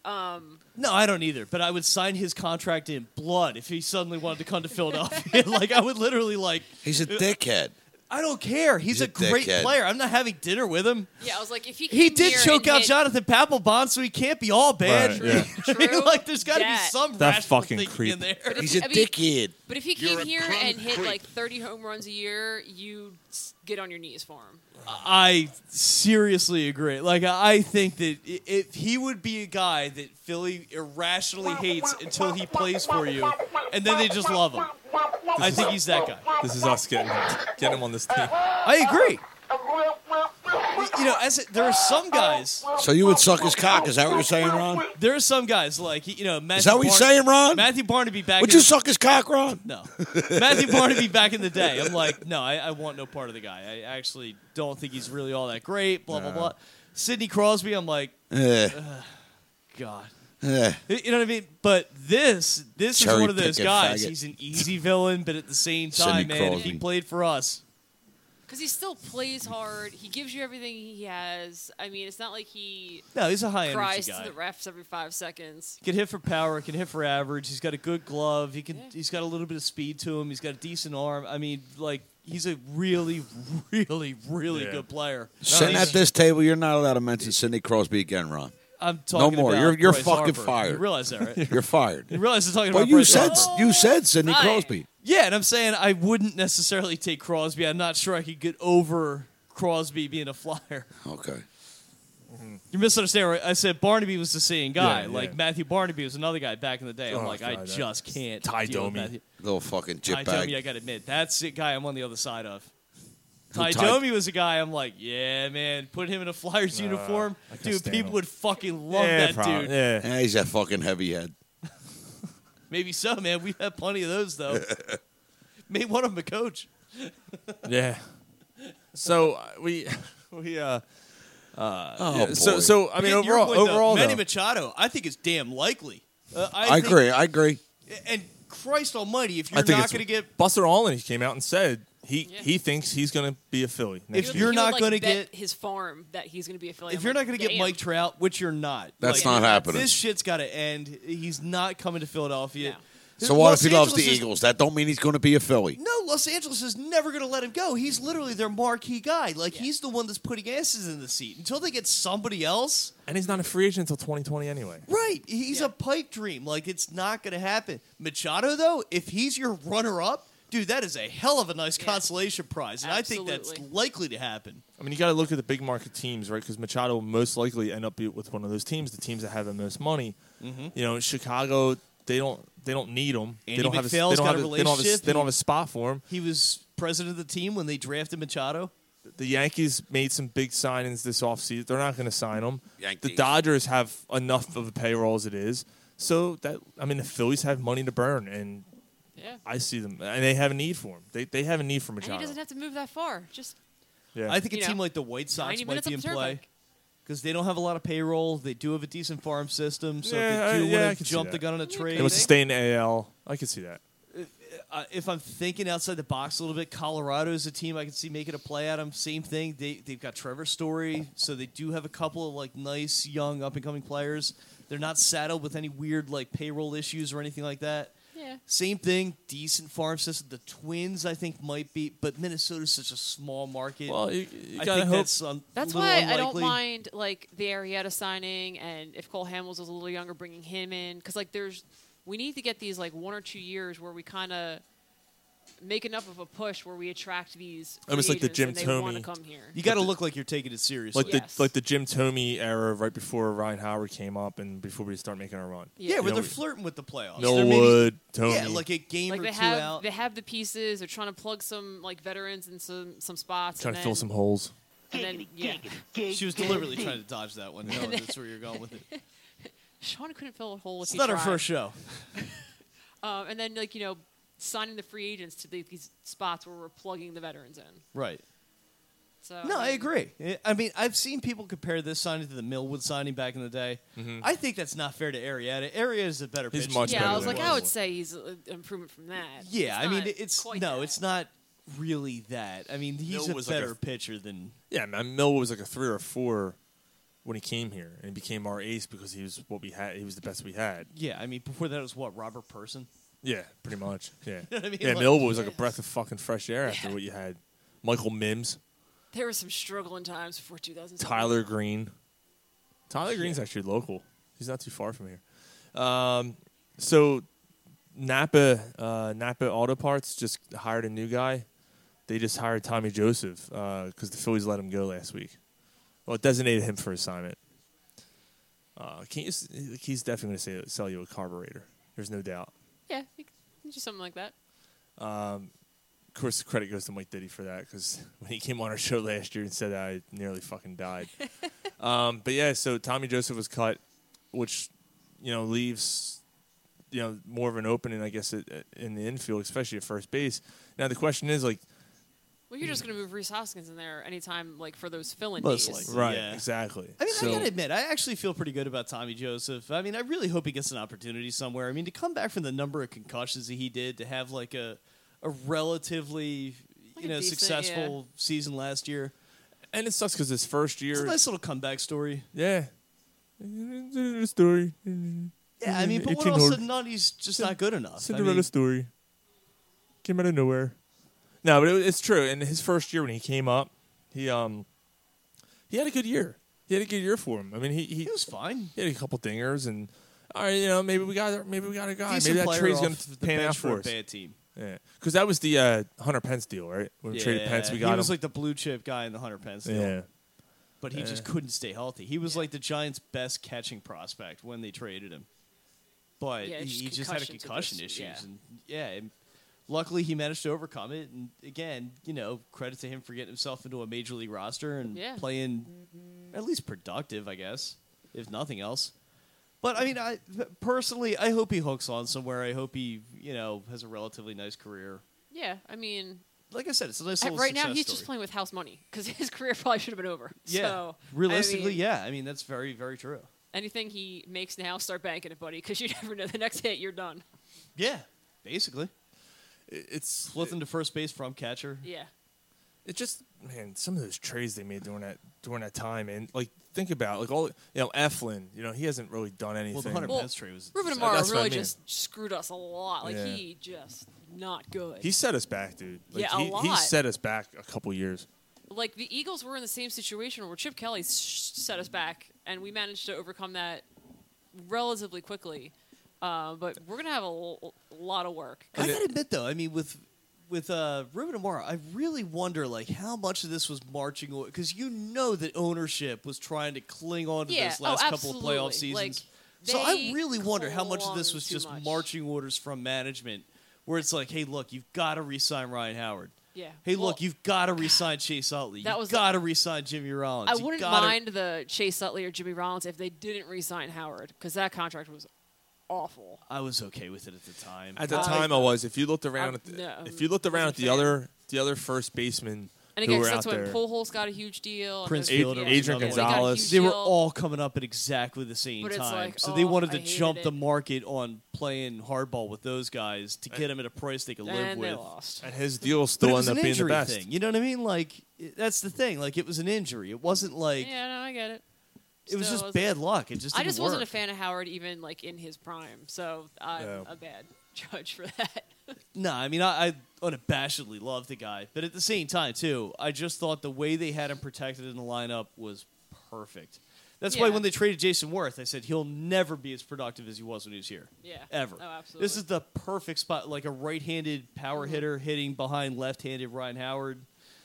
E: No, I don't either. But I would sign his contract in blood if he suddenly wanted to come to Philadelphia. like I would literally like,
G: He's a dickhead.
E: I don't care. He's,
G: He's
E: a,
G: a
E: great
G: dickhead.
E: player. I'm not having dinner with him.
H: Yeah, I was like, if he
E: He
H: came
E: did
H: here
E: choke
H: and
E: out
H: hit-
E: Jonathan Papelbon, so he can't be all bad.
F: Right, yeah.
E: I mean,
H: True
E: like, there's got to be
H: that.
E: some
F: That
E: rational
F: fucking
E: thinking
F: creep.
E: in there.
G: He's a
H: I mean-
G: dickhead.
H: But if he
D: You're
H: came
D: a
H: here
D: crumb
H: and hit
D: creep.
H: like 30 home runs a year, you s- get on your knees for him.
E: I seriously agree. Like I think that i- if he would be a guy that Philly irrationally hates until he plays for you, and then they just love him. I think he's that guy.
F: This is us getting getting him on this team.
E: I agree. You know, as a, there are some guys,
G: So you would suck his cock? Is that what you're saying, Ron?
E: there are some guys like you know. Matthew
G: Is that what you're
E: Barn-
G: saying, Ron?
E: Matthew Barnaby back.
G: Would
E: in
G: you
E: the-
G: suck his cock, Ron?
E: No, Matthew Barnaby back in the day. I'm like, no, I, I want no part of the guy. I actually don't think he's really all that great. Blah blah blah. Sidney Crosby. I'm like,
F: Uh,
G: Eh,
E: God.
G: eh.
E: You know what I mean? But this this is
G: Cherry
E: one of those
G: pick a
E: guys.
G: faggot.
E: He's an easy villain, but at the same
G: Sidney
E: time, man, if
G: Crosby.
E: he played for us,
H: Because he still plays hard. He gives you everything he has. I mean, it's not like he
E: no, he's a high
H: cries
E: energy guy.
H: to the refs every five seconds.
E: Can hit for power, can hit for average. He's got a good glove. He can. He's got a little bit of speed to him. He's got a decent arm. I mean, like he's a really, really, really
F: Yeah.
E: good player.
G: Sitting at this table, you're not allowed to mention Sidney Crosby again, Ron.
E: I'm talking
G: more.
E: about
G: You're- you're
E: Bryce
G: fucking
E: Harper.
G: fired.
E: You realize that, right?
G: You're
E: you
G: fired.
E: realize I'm talking
G: But
E: about
G: you
E: Bryce
G: said
E: Harper.
G: you said Sidney
H: Right.
G: Crosby.
E: Yeah, and I'm saying I wouldn't necessarily take Crosby. I'm not sure I could get over Crosby being a flyer.
G: Okay.
E: You misunderstand. Right? I said Barnaby was the same guy.
F: Yeah, yeah.
E: Like Matthew Barnaby was another guy back in the day. I'm
F: Oh,
E: like, I
F: God, that-
E: just can't.
F: Ty
E: deal with
F: Domi.
E: Matthew.
G: Little fucking
E: Ty
G: jip
E: Domi, I
G: bag.
E: gotta admit, that's the guy I'm on the other side of. Ty
G: Ty-
E: Domi was a guy I'm like, yeah, man, put him in a Flyers uniform,
F: I can't
E: dude.
F: stand
E: People
F: him.
E: would fucking love
F: yeah,
E: that
F: prob-
E: dude.
F: Yeah.
G: Yeah, he's a fucking heavy head.
E: Maybe so, man. We've had plenty of those though. Made one of them a coach.
F: Yeah. So uh, we we uh
G: Oh, boy.
F: so so I mean
E: Get your
F: overall
E: point, though.
F: overall
E: Manny
F: though,
E: Machado, I think it's damn likely. Uh, I,
G: I
E: think-
G: agree. I agree.
E: And Christ Almighty, if
F: I
E: you're
F: think
E: not
F: it's-
E: going to get
F: Buster Allen he came out and said he
H: Yeah.
F: he thinks he's going to be a Philly next
E: If
F: year.
E: you're
H: He would,
E: not
H: like,
E: gonna
H: bet
E: get-
H: his farm that he's going to be a Philly.
E: if
H: I'm
E: you're not
H: like,
E: going to get
H: damn.
E: Mike Trout, which you're not,
G: That's
E: like,
G: not happening.
E: This shit's got to end. He's not coming to Philadelphia.
H: No.
G: So what
E: Los
G: if he loves the
E: Angeles is-
G: Eagles? That don't mean he's going to be a Philly.
E: No, Los Angeles is never going to let him go. He's literally their marquee guy. Like he's the one that's putting asses in the seat. Until they get somebody else,
F: and he's not a free agent until 2020 anyway.
E: right? He's
H: Yeah.
E: a pipe dream. Like it's not going to happen. Machado though, if he's your runner-up, dude, that is a hell of a nice
H: Yeah.
E: consolation prize, and I think that's
H: Absolutely.
E: likely to happen.
F: I mean, you got to look at the big market teams, right? Because Machado will most likely end up be- with one of those teams, the teams that have the most money. You know, Chicago, they don't they don't need him.
E: Mm-hmm. Andy
F: they don't have a, they
E: McPhail's
F: don't
E: got
F: have
E: a
F: they don't have a,
E: relationship.
F: they don't have a spot for him.
E: He was president of the team when they drafted Machado.
F: The Yankees made some big signings this offseason. They're not going to sign him. The
G: Yankees.
F: Dodgers have enough of a payroll as it is. So that I mean, the Phillies have money to burn, and
H: Yeah.
F: I see them, and they have a need for him. They they have a need for
H: And he
F: Machado.
H: doesn't have to move that far. Just
F: yeah,
E: I think a
H: You
E: team
H: know,
E: like the White Sox
H: 90
E: might
H: minutes
E: be
H: up
E: in
H: the
E: play
H: turnpike.
E: because they don't have a lot of payroll. They do have a decent farm system, so
F: Yeah, I-
E: if they do
F: yeah, I
E: want to
F: can see
E: jump
F: that.
E: the gun on a
H: Yeah,
F: it
E: trade,
F: was to stay in the AL. I could see that.
E: uh, if I'm thinking outside the box a little bit, Colorado is a team I can see making a play at them. Same thing. They they've got Trevor Story, so they do have a couple of like nice young up and coming players. They're not saddled with any weird like payroll issues or anything like that.
H: Yeah.
E: Same thing, decent farm system. The Twins, I think, might be, but Minnesota's such a small market.
F: Well, you, you
E: I
F: gotta
E: think
F: hope.
E: that's um,
H: That's
E: little
H: why I don't
E: unlikely.
H: mind like the Arietta signing, and if Cole Hamels was a little younger, bringing him in because like there's we need to get these like one or two years where we kind of make enough of a push where we attract these free
F: Almost like the
H: agents
F: Jim
H: and they want
F: Thomey.
H: to come here.
E: You got to look like you're taking it seriously.
F: like
H: Yes.
F: the like the Jim Tomey era, right before Ryan Howard came up, and before we start making our run.
E: yeah,
F: you
E: where
F: know,
E: they're flirting with the playoffs. They're maybe-
F: Norwood, Tomey.
E: Yeah, like a game
H: like
E: or
H: they
E: two
H: have
E: out.
H: they have the pieces. They're trying to plug some like veterans in some some spots.
F: trying
H: and
F: to fill
H: then-
F: some holes.
H: And then yeah,
E: she was deliberately trying to dodge that one. No, that's where you're going with it.
H: Sean couldn't fill a hole. If
E: It's
H: he
E: not her
H: tried.
E: first show.
H: Um, and then like you know signing the free agents to the, these spots where we're plugging the veterans in.
E: Right.
H: So
E: No, I
H: mean,
E: agree. I- I mean, I've seen people compare this signing to the Millwood signing back in the day. I think that's not fair to Arietta. Arietta's a Mm-hmm. better
F: He's
E: pitcher.
F: much
H: Yeah,
F: better
H: I was
F: than
H: like,
F: it
H: I
F: was.
H: would say he's a- an improvement from that.
E: Yeah, I
H: oh, It's
E: mean,
H: not
E: it's
H: quite
E: no,
H: that.
E: it's not really that. I mean, he's
F: Millwood
E: a
F: was like a-
E: better pitcher than
F: Yeah, man, Mill was like a three or four when he came here, and he became our ace because he was what we had. He was the best we had.
E: yeah. I mean, before that it was what Robert Person.
F: Yeah, pretty much. Yeah,
E: know what I mean?
F: yeah.
E: Like-
F: Mill was like a breath of fucking fresh air after what you had. Michael Mims,
H: There were some struggling times before 2000.
F: Tyler Green. Tyler Green's actually local. He's not too far from here. Um, so Napa uh, Napa Auto Parts just hired a new guy. They just hired Tommy Joseph because the Phillies let him go last week. Well, it designated him for assignment. Uh, can you, s- he's definitely going to sell you a carburetor. There's no doubt.
H: Yeah, you can do something like that.
F: Of course, the credit goes to Mike Diddy for that because when he came on our show last year and said I nearly fucking died. um, but yeah, so Tommy Joseph was cut, which you know leaves you know more of an opening, I guess, at, at- in the infield, especially at first base. Now the question is like,
H: Well, you're just gonna move Reese Hoskins in there anytime, like for those fill-in
E: Most
H: days.
E: likely.
F: right,
E: Yeah.
F: exactly.
E: I mean,
F: So-
E: I gotta admit, I actually feel pretty good about Tommy Joseph. I mean, I really hope he gets an opportunity somewhere. I mean, to come back from the number of concussions that he did, to have like a a relatively
H: Like
E: you
H: a
E: know
H: decent,
E: successful season last year,
F: and it sucks because his first
E: it's
F: year,
E: a nice little comeback story.
F: yeah, story,
E: Yeah, I mean, but when
F: 18
E: all
F: old-
E: said and done, he's just not good enough. I
F: Cinderella
E: mean,
F: story. Came out of nowhere. No, but it, it's true. In his first year when he came up, he um he had a good year. He had a good year for him. I mean, he he,
E: he was fine.
F: he had a couple dingers and all right, you know, maybe we got maybe we got a guy.
E: Decent
F: maybe that
E: player
F: trade's
E: off
F: going
E: the
F: to pan
E: bench
F: out
E: for
F: for
E: a
F: us.
E: bad team.
F: Yeah, because that was the uh, Hunter Pence deal, right? When we traded Pence, we got
E: he was
F: him.
E: like the blue chip guy in the Hunter Pence.
F: yeah,
E: deal. but he just couldn't stay healthy. He was like the Giants' best catching prospect when they traded him, but
H: Yeah,
E: he,
H: just
E: he just had a
H: concussions are
E: concussion issues,
H: just- yeah.
E: and yeah, and luckily he managed to overcome it. And again, you know, credit to him for getting himself into a major league roster and
H: Yeah.
E: playing at least productive, I guess, if nothing else. But I mean, I personally, I hope he hooks on somewhere. I hope he, you know, has a relatively nice career.
H: Yeah, I mean,
E: Like I said, it's a nice
H: at-
E: little
H: right now
E: success
H: he's
E: story.
H: just playing with house money because his career probably should have been over.
E: Yeah,
H: So,
E: realistically,
H: I mean,
E: yeah. I mean, that's very, very true.
H: Anything he makes now, start banking it, buddy, because you never know. The next hit, you're done.
E: Yeah, basically,
F: It- It's
E: flip them to first base from catcher.
H: Yeah.
F: it just man, some of those trades they made during that during that time, and like think about like all you know Eflin, you know he hasn't really done
E: Well, the
F: anything.
E: Hunter
H: Well,
E: Pence trade was
H: Ruben
F: So
H: Amaro
F: that's what I
H: really
F: mean.
H: just screwed us a lot. Like
F: Yeah.
H: he just not good.
F: he set us back, dude. Like,
H: Yeah, a
F: he, he
H: lot.
F: set us back a couple years.
H: like the Eagles were in the same situation where Chip Kelly sh- set us back, and we managed to overcome that relatively quickly. Uh, but we're gonna have a l- lot of work.
E: I gotta admit though, I mean with with uh, Ruben Amaro, I really wonder like how much of this was marching away because you know that ownership was trying to cling on to
H: Yeah,
E: those
H: oh,
E: last couple of playoff
H: absolutely.
E: seasons.
H: Like,
E: so I
H: they
E: really wonder how much of this
H: clung
E: was
H: too
E: just
H: much.
E: marching orders from management, where it's like, hey, look, you've got to resign Ryan Howard.
H: Yeah,
E: Hey,
H: well-
E: look, you've got to resign Chase Utley.
H: That
E: you've
H: was the-
E: got to resign Jimmy Rollins.
H: I
E: You
H: wouldn't
E: gotta-
H: mind the Chase Utley or Jimmy Rollins if they didn't re-sign Howard because that contract was awful.
E: I was okay with it at the time.
F: At the
H: Uh,
F: time, I was. If you looked around,
H: I-
F: at the,
H: no,
F: if you looked around at
H: wasn't
F: the
H: a fan.
F: other the other first baseman
H: And
F: who
H: again,
F: were
H: 'cause
F: out
H: that's when
F: there,
H: Pujols got a huge deal. and
E: Prince
H: those-
E: Fielder
H: yeah,
E: was
F: Adrian
H: they got a
F: Gonzalez.
H: huge
E: they were
H: deal.
E: all coming up at exactly the same
H: But it's
E: time.
H: like,
E: so they
H: oh,
E: wanted
H: I
E: to
H: hated
E: jump the
H: it.
E: market on playing hardball with those guys to get them at a price they could live
H: and
E: with.
H: they lost.
F: and his deal
E: But it
F: still
E: was
F: ended up being
E: an
F: the
E: injury
F: best.
E: thing. You know what I mean? Like it- that's the thing. Like it was an injury. It wasn't like
H: Yeah, no, I get it.
E: it was just
H: still wasn't-
E: bad luck. It just
H: I
E: didn't
H: just wasn't a
E: work.
H: fan of Howard even like in his prime, so I'm
F: Yeah.
H: a bad judge for that.
E: No, I mean I, I unabashedly love the guy, but at the same time too, I just thought the way they had him protected in the lineup was perfect. That's why
H: Yeah.
E: when they traded Jason Worth, I said he'll never be as productive as he was when he was here.
H: Yeah.
E: Ever.
H: Oh, absolutely. Mm-hmm.
E: This is the perfect spot, like a right-handed power hitter hitting behind left-handed Ryan Howard.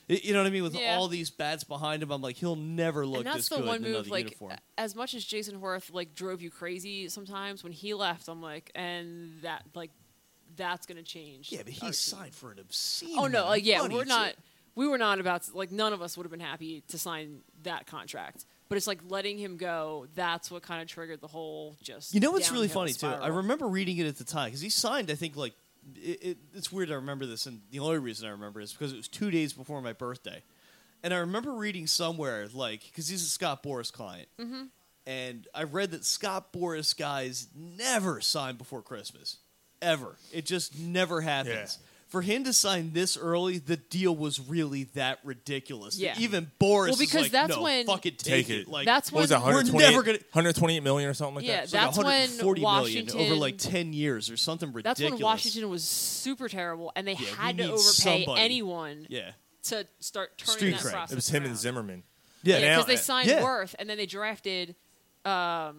E: Y- You know what I mean? With
H: Yeah.
E: all these bats behind him, I'm like, he'll never look
H: and that's
E: this
H: the
E: good
H: one
E: in
H: move
E: another
H: like uh,
E: uniform.
H: as much as jason horth like drove you crazy sometimes when he left i'm like and that like that's gonna change
E: Yeah, but he
H: Our-
E: signed for an obscene.
H: uh, oh
E: amount
H: no
E: of
H: like yeah
E: money,
H: we're
E: too.
H: not we were not about to, like none of us would have been happy to sign that contract but it's like letting him go that's what kind of triggered the whole just
E: You know what's really
H: downhill
E: funny too? I
H: spiral.
E: remember reading it at the time because he signed. I think like it, it, it's weird. I remember this, and the only reason I remember is because it was two days before my birthday, and I remember reading somewhere like because he's a Scott Boris client,
H: Mm-hmm.
E: and I read that Scott Boris guys never sign before Christmas, ever. It just never happens.
F: Yeah.
E: For him to sign this early, the deal was really that ridiculous. that
H: Yeah.
E: Even Boris, is
H: Well, because
E: like,
H: that's
E: "No,
H: when-
E: fucking take,
F: Take
E: it.
F: it.
E: Like
H: That's
F: What was
H: when-
F: that?
E: We're
F: 128,
E: never gonna-
F: 128 million or something like
H: Yeah,
F: that.
E: it's like
H: that's when
E: 140 million over
H: Washington-
E: like 10 years or something ridiculous.
H: that's when washington was super terrible and they
E: we
H: had to
E: need
H: overpay
E: somebody.
H: anyone
E: Yeah.
H: to start turning
E: Street
H: that
E: cred. It
H: process
F: it was him
H: around.
F: and Zimmerman.
E: Yeah. uh,
H: Yeah,
F: now-
H: because they signed
E: yeah.
H: Worth and then they drafted um,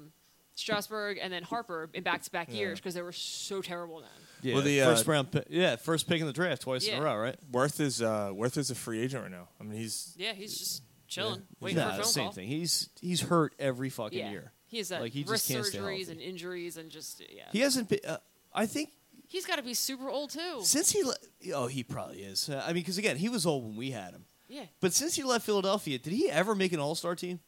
H: Strasburg and then Harper in back to back years because they were so terrible then.
E: yeah.
F: Well, the, uh,
E: first round pi- yeah, first pick in the draft twice in
H: Yeah.
E: a row, right?
F: Worth is uh, Worth is a free agent right now. I mean, he's
H: Yeah, he's just chilling, waiting
E: Nah,
H: for a
E: the
H: phone
E: same
H: call.
E: thing. He's he's hurt every fucking
H: Yeah,
E: year.
H: he has that
E: like he just
H: wrist
E: can't stay
H: surgeries
E: healthy.
H: and injuries and just yeah.
E: He hasn't been uh, I think
H: he's got to be super old too.
E: since he le- oh, he probably is. Uh, I mean cuz again, he was old when we had him.
H: Yeah,
E: But since he left Philadelphia, did he ever make an All-Star team?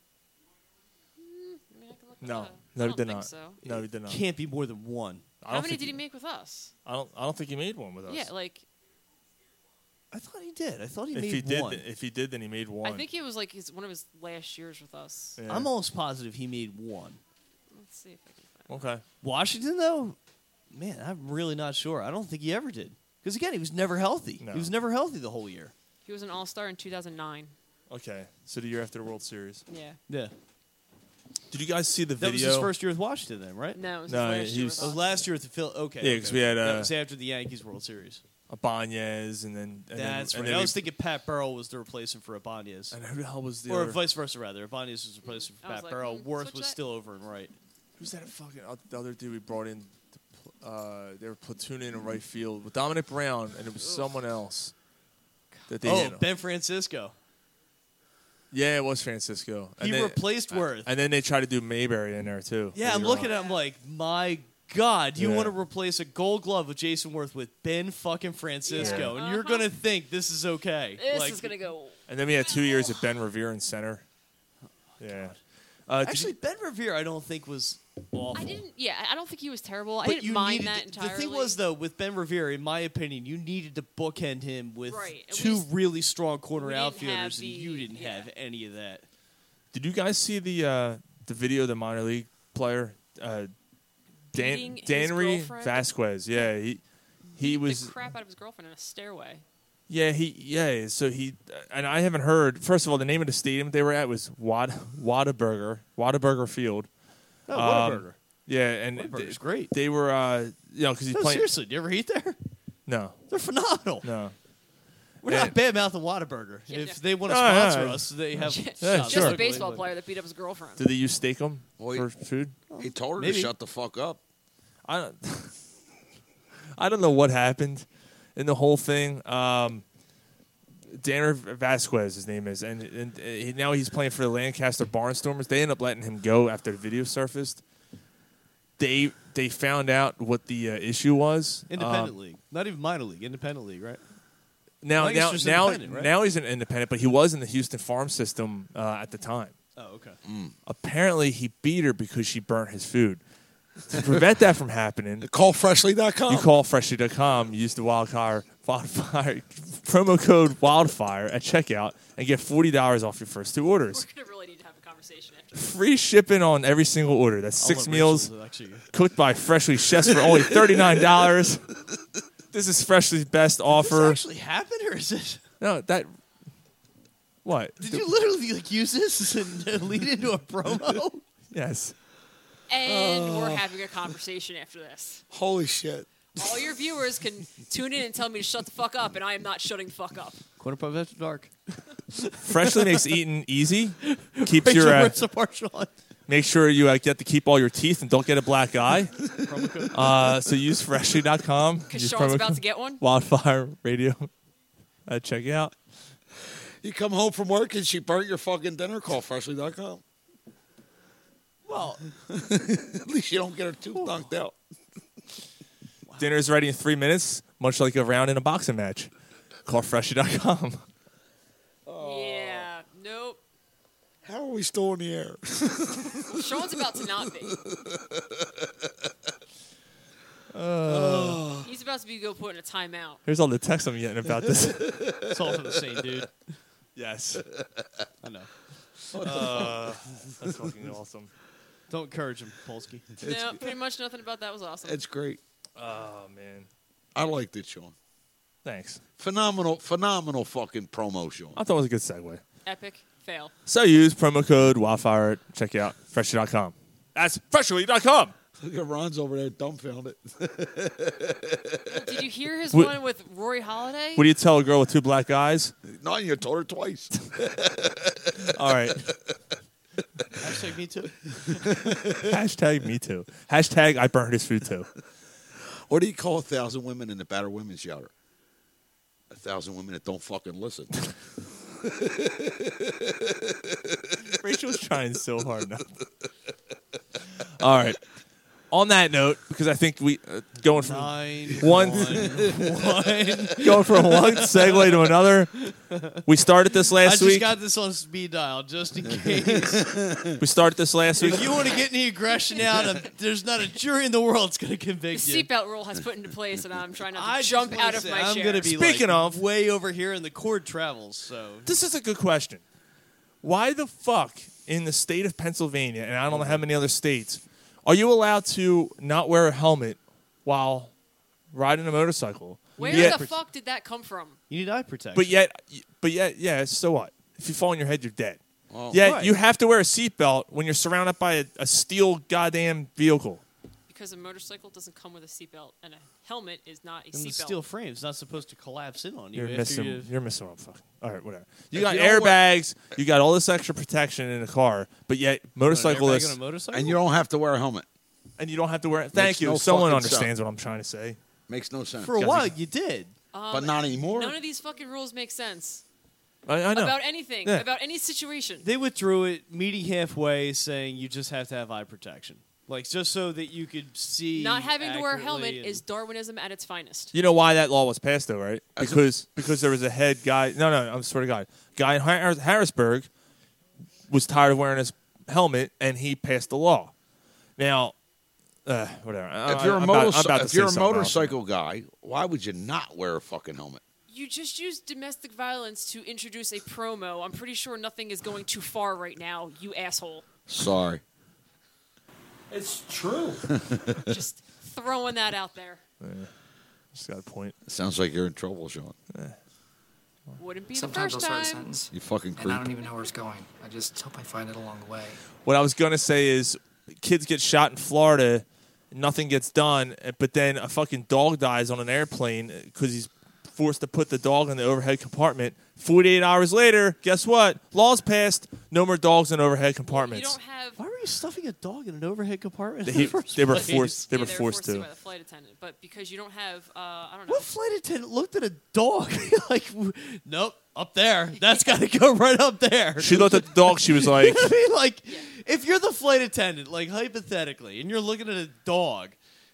H: I mean, I can look that
F: no,
H: up. I
F: no, he
H: don't
F: did
H: think
F: not.
H: So.
F: No, he did not.
E: Can't be more than one.
F: I
H: How
F: don't
H: many
F: think
H: did he make with us?
F: I don't. I don't think he made one with us.
H: Yeah, like
E: I thought he did. I thought he
F: if
E: made
F: he did,
E: one.
F: th- if he did, then he made one.
H: I think it was like his, one of his last years with us.
F: Yeah.
E: I'm almost positive he made one.
H: Let's see if I can find.
F: okay.
E: Washington, though, man, I'm really not sure. I don't think he ever did. Because again, he was never healthy.
F: No.
E: He was never healthy the whole year.
H: He was an All Star in 2009.
F: Okay. So the year after the World Series,
H: Yeah,
E: Yeah,
F: did you guys see the
E: that
F: video?
E: was his first year with Washington, then, right?
H: no, it was his
F: No,
H: last
F: he
H: year
F: was-
H: with
E: It was
H: us.
E: last year with the Phil. Okay,
F: Yeah, 'cause we had,
E: that
F: uh,
E: was after the Yankees World Series.
F: Abanez, and then and then,
E: That's right.
F: And then
E: I was
F: we-
E: thinking Pat Burrell was the replacement for Abanez,
F: And who the hell was the
E: or
F: other?
E: vice versa, rather. Abanez was the replacement for
H: I was
E: Pat
H: like,
E: Burrell.
H: hmm,
E: Worth
H: switch
E: was
H: that.
E: still over and right.
F: Who's that fucking oth- the other dude we brought in? to pl- Uh, they were platooning in right field with Dominic Brown, and it was someone else that they
E: oh,
F: had.
E: Ben Francisco.
F: Yeah, it was Francisco.
E: He replaced Worth.
F: and then they tried to do Mayberry in there too.
E: Yeah, I'm
F: later
E: looking
F: on.
E: at him like, my God, you
F: Yeah.
E: want to replace a gold glove with Jason Worth with Ben fucking Francisco,
H: Yeah.
E: and you're
H: Uh-huh.
E: going to think this is okay.
H: This
E: Like,
H: is gonna go.
F: And then we had two years at Ben
E: Oh.
F: Revere in center. Yeah. Uh, did
E: Actually,
F: you-
E: Ben Revere, I don't think was awful.
H: I didn't. Yeah, I don't think he was terrible. I
E: But
H: didn't
E: you
H: mind
E: needed
H: that
E: to-
H: entirely.
E: The thing was, though, with Ben Revere, in my opinion, you needed to bookend him with
H: Right, and we
E: two
H: just-
E: really strong
H: we
E: corner
H: didn't
E: outfielders,
H: have
E: and you
H: the-
E: didn't
H: yeah.
E: have any of that.
F: did you guys see the uh, the video of the minor league player uh, Dan
H: Beating his
F: Danry
H: girlfriend?
F: Vasquez? Yeah, he he was
H: the crap out of his girlfriend in a stairway.
F: Yeah, he yeah. So he and I haven't heard. First of all, the name of the stadium they were at was Wad Wadaburger Wadaburger Field.
E: No,
F: Um,
E: Oh, Whataburger.
F: Yeah, and
E: Whataburger's
F: they-
E: great.
F: They were uh, you know, because he's
E: No,
F: playing.
E: seriously, did you ever eat there?
F: No,
E: They're phenomenal.
F: no.
E: We're not
F: And-
E: bad mouthing Whataburger.
H: Yeah,
E: if
H: yeah.
E: they want to
F: Oh, yeah,
E: sponsor
F: yeah.
E: us, they have
F: Just
H: Just
F: Sure.
H: a baseball player that beat up his girlfriend.
F: Did they use steakum
G: Well,
F: for
G: he-
F: food?
G: He told her
E: Maybe.
G: to shut the fuck up.
F: I don't. I don't know what happened in the whole thing. Um, Danner Vasquez, his name is, and, and uh, he, now he's playing for the Lancaster Barnstormers. They end up letting him go after the video surfaced. They they found out what the uh, issue was.
E: Independent
F: Um,
E: league, not even minor league, independent league, right?
F: now now
E: Lancaster's
F: now
E: independent, right?
F: now he's an independent, but he was in the Houston farm system uh, at the time.
E: Oh, okay.
F: Apparently, he beat her because she burnt his food. To prevent that from happening,
G: Call freshly.com.
F: You
E: Oh.
F: call freshly.com, use the wildfire, wildfire promo code wildfire at checkout and get $40 off your first two orders.
H: We're gonna really need to have a conversation after.
F: Free shipping on every single order. That's six
E: All my racials
F: meals
E: are Actually,
F: cooked by Freshly chefs for only $39. this is Freshly's best
E: this
F: offer.
E: actually happened, or is it?
F: No, that. What?
E: Did you literally like use this and uh, lead into a promo?
F: Yes.
H: And
E: Oh.
H: we're having a conversation after this.
G: Holy shit.
H: All your viewers can tune in and tell me to shut the fuck up, and I am not shutting the fuck up.
E: Corner pub after dark.
F: Freshly makes eating easy. Keeps
E: Rachel
F: your uh,
E: rips apart Sean.
F: make sure you uh, get to keep all your teeth and don't get a black eye. Uh, so use freshly.com.
H: Because
F: Use
H: Sean's
F: promo
H: about
F: code-
H: to get one.
F: Wildfire Radio. Uh, check it out.
G: You come home from work and she burnt your fucking dinner. Call freshly.com.
E: Well,
G: At least you don't get her tooth knocked out.
F: Dinner's ready in three minutes, much like a round in a boxing match. Call freshly.com.
H: Yeah. Nope.
G: How are we still in the air?
H: Sean's about to not be. He's about to be go put in a timeout.
F: Here's all the texts I'm getting about this.
E: it's all for the same dude.
F: yes. Uh,
E: I know.
F: That's fucking awesome.
E: Don't encourage him, Polsky.
H: No, pretty much nothing about that was awesome.
G: It's great.
F: Oh, man.
G: I liked it, Sean.
F: Thanks.
G: Phenomenal, phenomenal fucking promo, Sean.
F: I thought it was a good segue.
H: Epic fail.
F: So use promo code wildfire at checkout. Freshly.com. That's freshly.com.
G: Look at Ron's over there dumbfounded.
H: Did you hear his
F: What-
H: one with Rory Holiday?
F: What do you tell a girl with two black eyes?
G: Not you told her twice.
F: All right.
E: Hashtag me too.
F: Hashtag me too. Hashtag I burned his food too.
G: What do you call a thousand women in the batter women's yard? A thousand women that don't fucking listen.
F: Rachel's trying so hard not. to. All right. On that note, because I think we uh, going from
E: Nine.
F: One. going from one segue to another. We started this
E: I
F: last
E: just
F: week.
E: got this on speed dial just in case.
F: we started this last week.
E: if you want to get any aggression out, of, there's not a jury in the world that's going to
H: The
E: convict you.
H: seatbelt rule has put into place, and I'm trying not to
E: I just
H: jump
E: wanna
H: out of
E: say,
H: my
E: I'm
H: chair.
E: gonna be
F: Speaking
E: like,
F: of-
E: way over here, and the cord travels. So
F: this is a good question. Why the fuck in the state of Pennsylvania, and I don't know how many other states, are you allowed to not wear a helmet while riding a motorcycle?
H: Where
F: Yet-
H: the fuck did that come from?
E: you need eye protection.
F: But yet, but yet, yeah. So what? If you fall on your head, you're dead.
G: Well,
F: yeah,
E: right.
F: you have to wear a seatbelt when you're surrounded by a, a steel goddamn vehicle.
H: Because a motorcycle doesn't come with a seatbelt, and a helmet is not a
E: and the
H: seatbelt.
E: steel frame's not supposed to collapse in on you.
F: You're
E: after
F: missing.
E: you-
F: You're missing what I'm fucking. All right, whatever. You
G: If
F: got
G: you don't wear-
F: airbags. you got all this extra protection in a car, but yet
E: What, an airbag
F: motorcyclists
E: on a motorcycle.
G: and you don't have to wear a helmet.
F: and you don't have to wear it. Thank
G: Makes
F: you.
G: no
F: Someone
G: fucking
F: understands what I'm trying to say.
G: Makes no sense.
E: for a while you did.
H: Oh,
G: but not anymore.
H: None of these fucking rules make sense.
F: I, I know.
H: about anything,
F: Yeah.
H: about any situation.
E: They withdrew it meeting halfway, saying you just have to have eye protection, like just so that you could see.
H: Not having to wear a helmet
E: accurately and-
H: is Darwinism at its finest.
F: You know why that law was passed, though, right? Because because there was a head guy. No, no, I'm swear to God, guy in Har- Harrisburg was tired of wearing his helmet, and he passed the law. Now, uh, whatever. I-
G: if you're
F: I'm
G: a,
F: about- I'm
G: motor-
F: about to
G: if
F: say
G: you're a
F: something else.
G: motorcycle guy, why would you not wear a fucking helmet?
H: You just used domestic violence to introduce a promo. I'm pretty sure nothing is going too far right now, you asshole.
G: Sorry.
I: It's true.
H: Just throwing that out there.
F: Just got a point.
G: Sounds like you're in trouble, Sean.
H: Wouldn't be
I: Sometimes
H: the
I: I'll
H: first
I: start a
H: time.
I: sentence.
G: You fucking
I: And I
G: creep.
I: don't even know where it's going. I just hope I find it along the way.
F: What I was gonna say is, kids get shot in Florida, nothing gets done, but then a fucking dog dies on an airplane because he's forced to put the dog in the overhead compartment. Forty-eight hours later, guess what? Laws passed. No more dogs in overhead
H: You
F: compartments.
H: don't have.
E: Why were you stuffing a dog in an overhead compartment? in
F: They,
E: the first
F: they were
E: place?
F: forced. They
H: yeah,
F: were forced to.
H: by the flight attendant, but because you don't have, uh, I don't know.
E: What flight attendant looked at a dog like, w- nope, up there. That's got to go right up there.
F: She looked at the dog. She was like,
E: I mean, like, if you're the flight attendant, like hypothetically, and you're looking at a dog,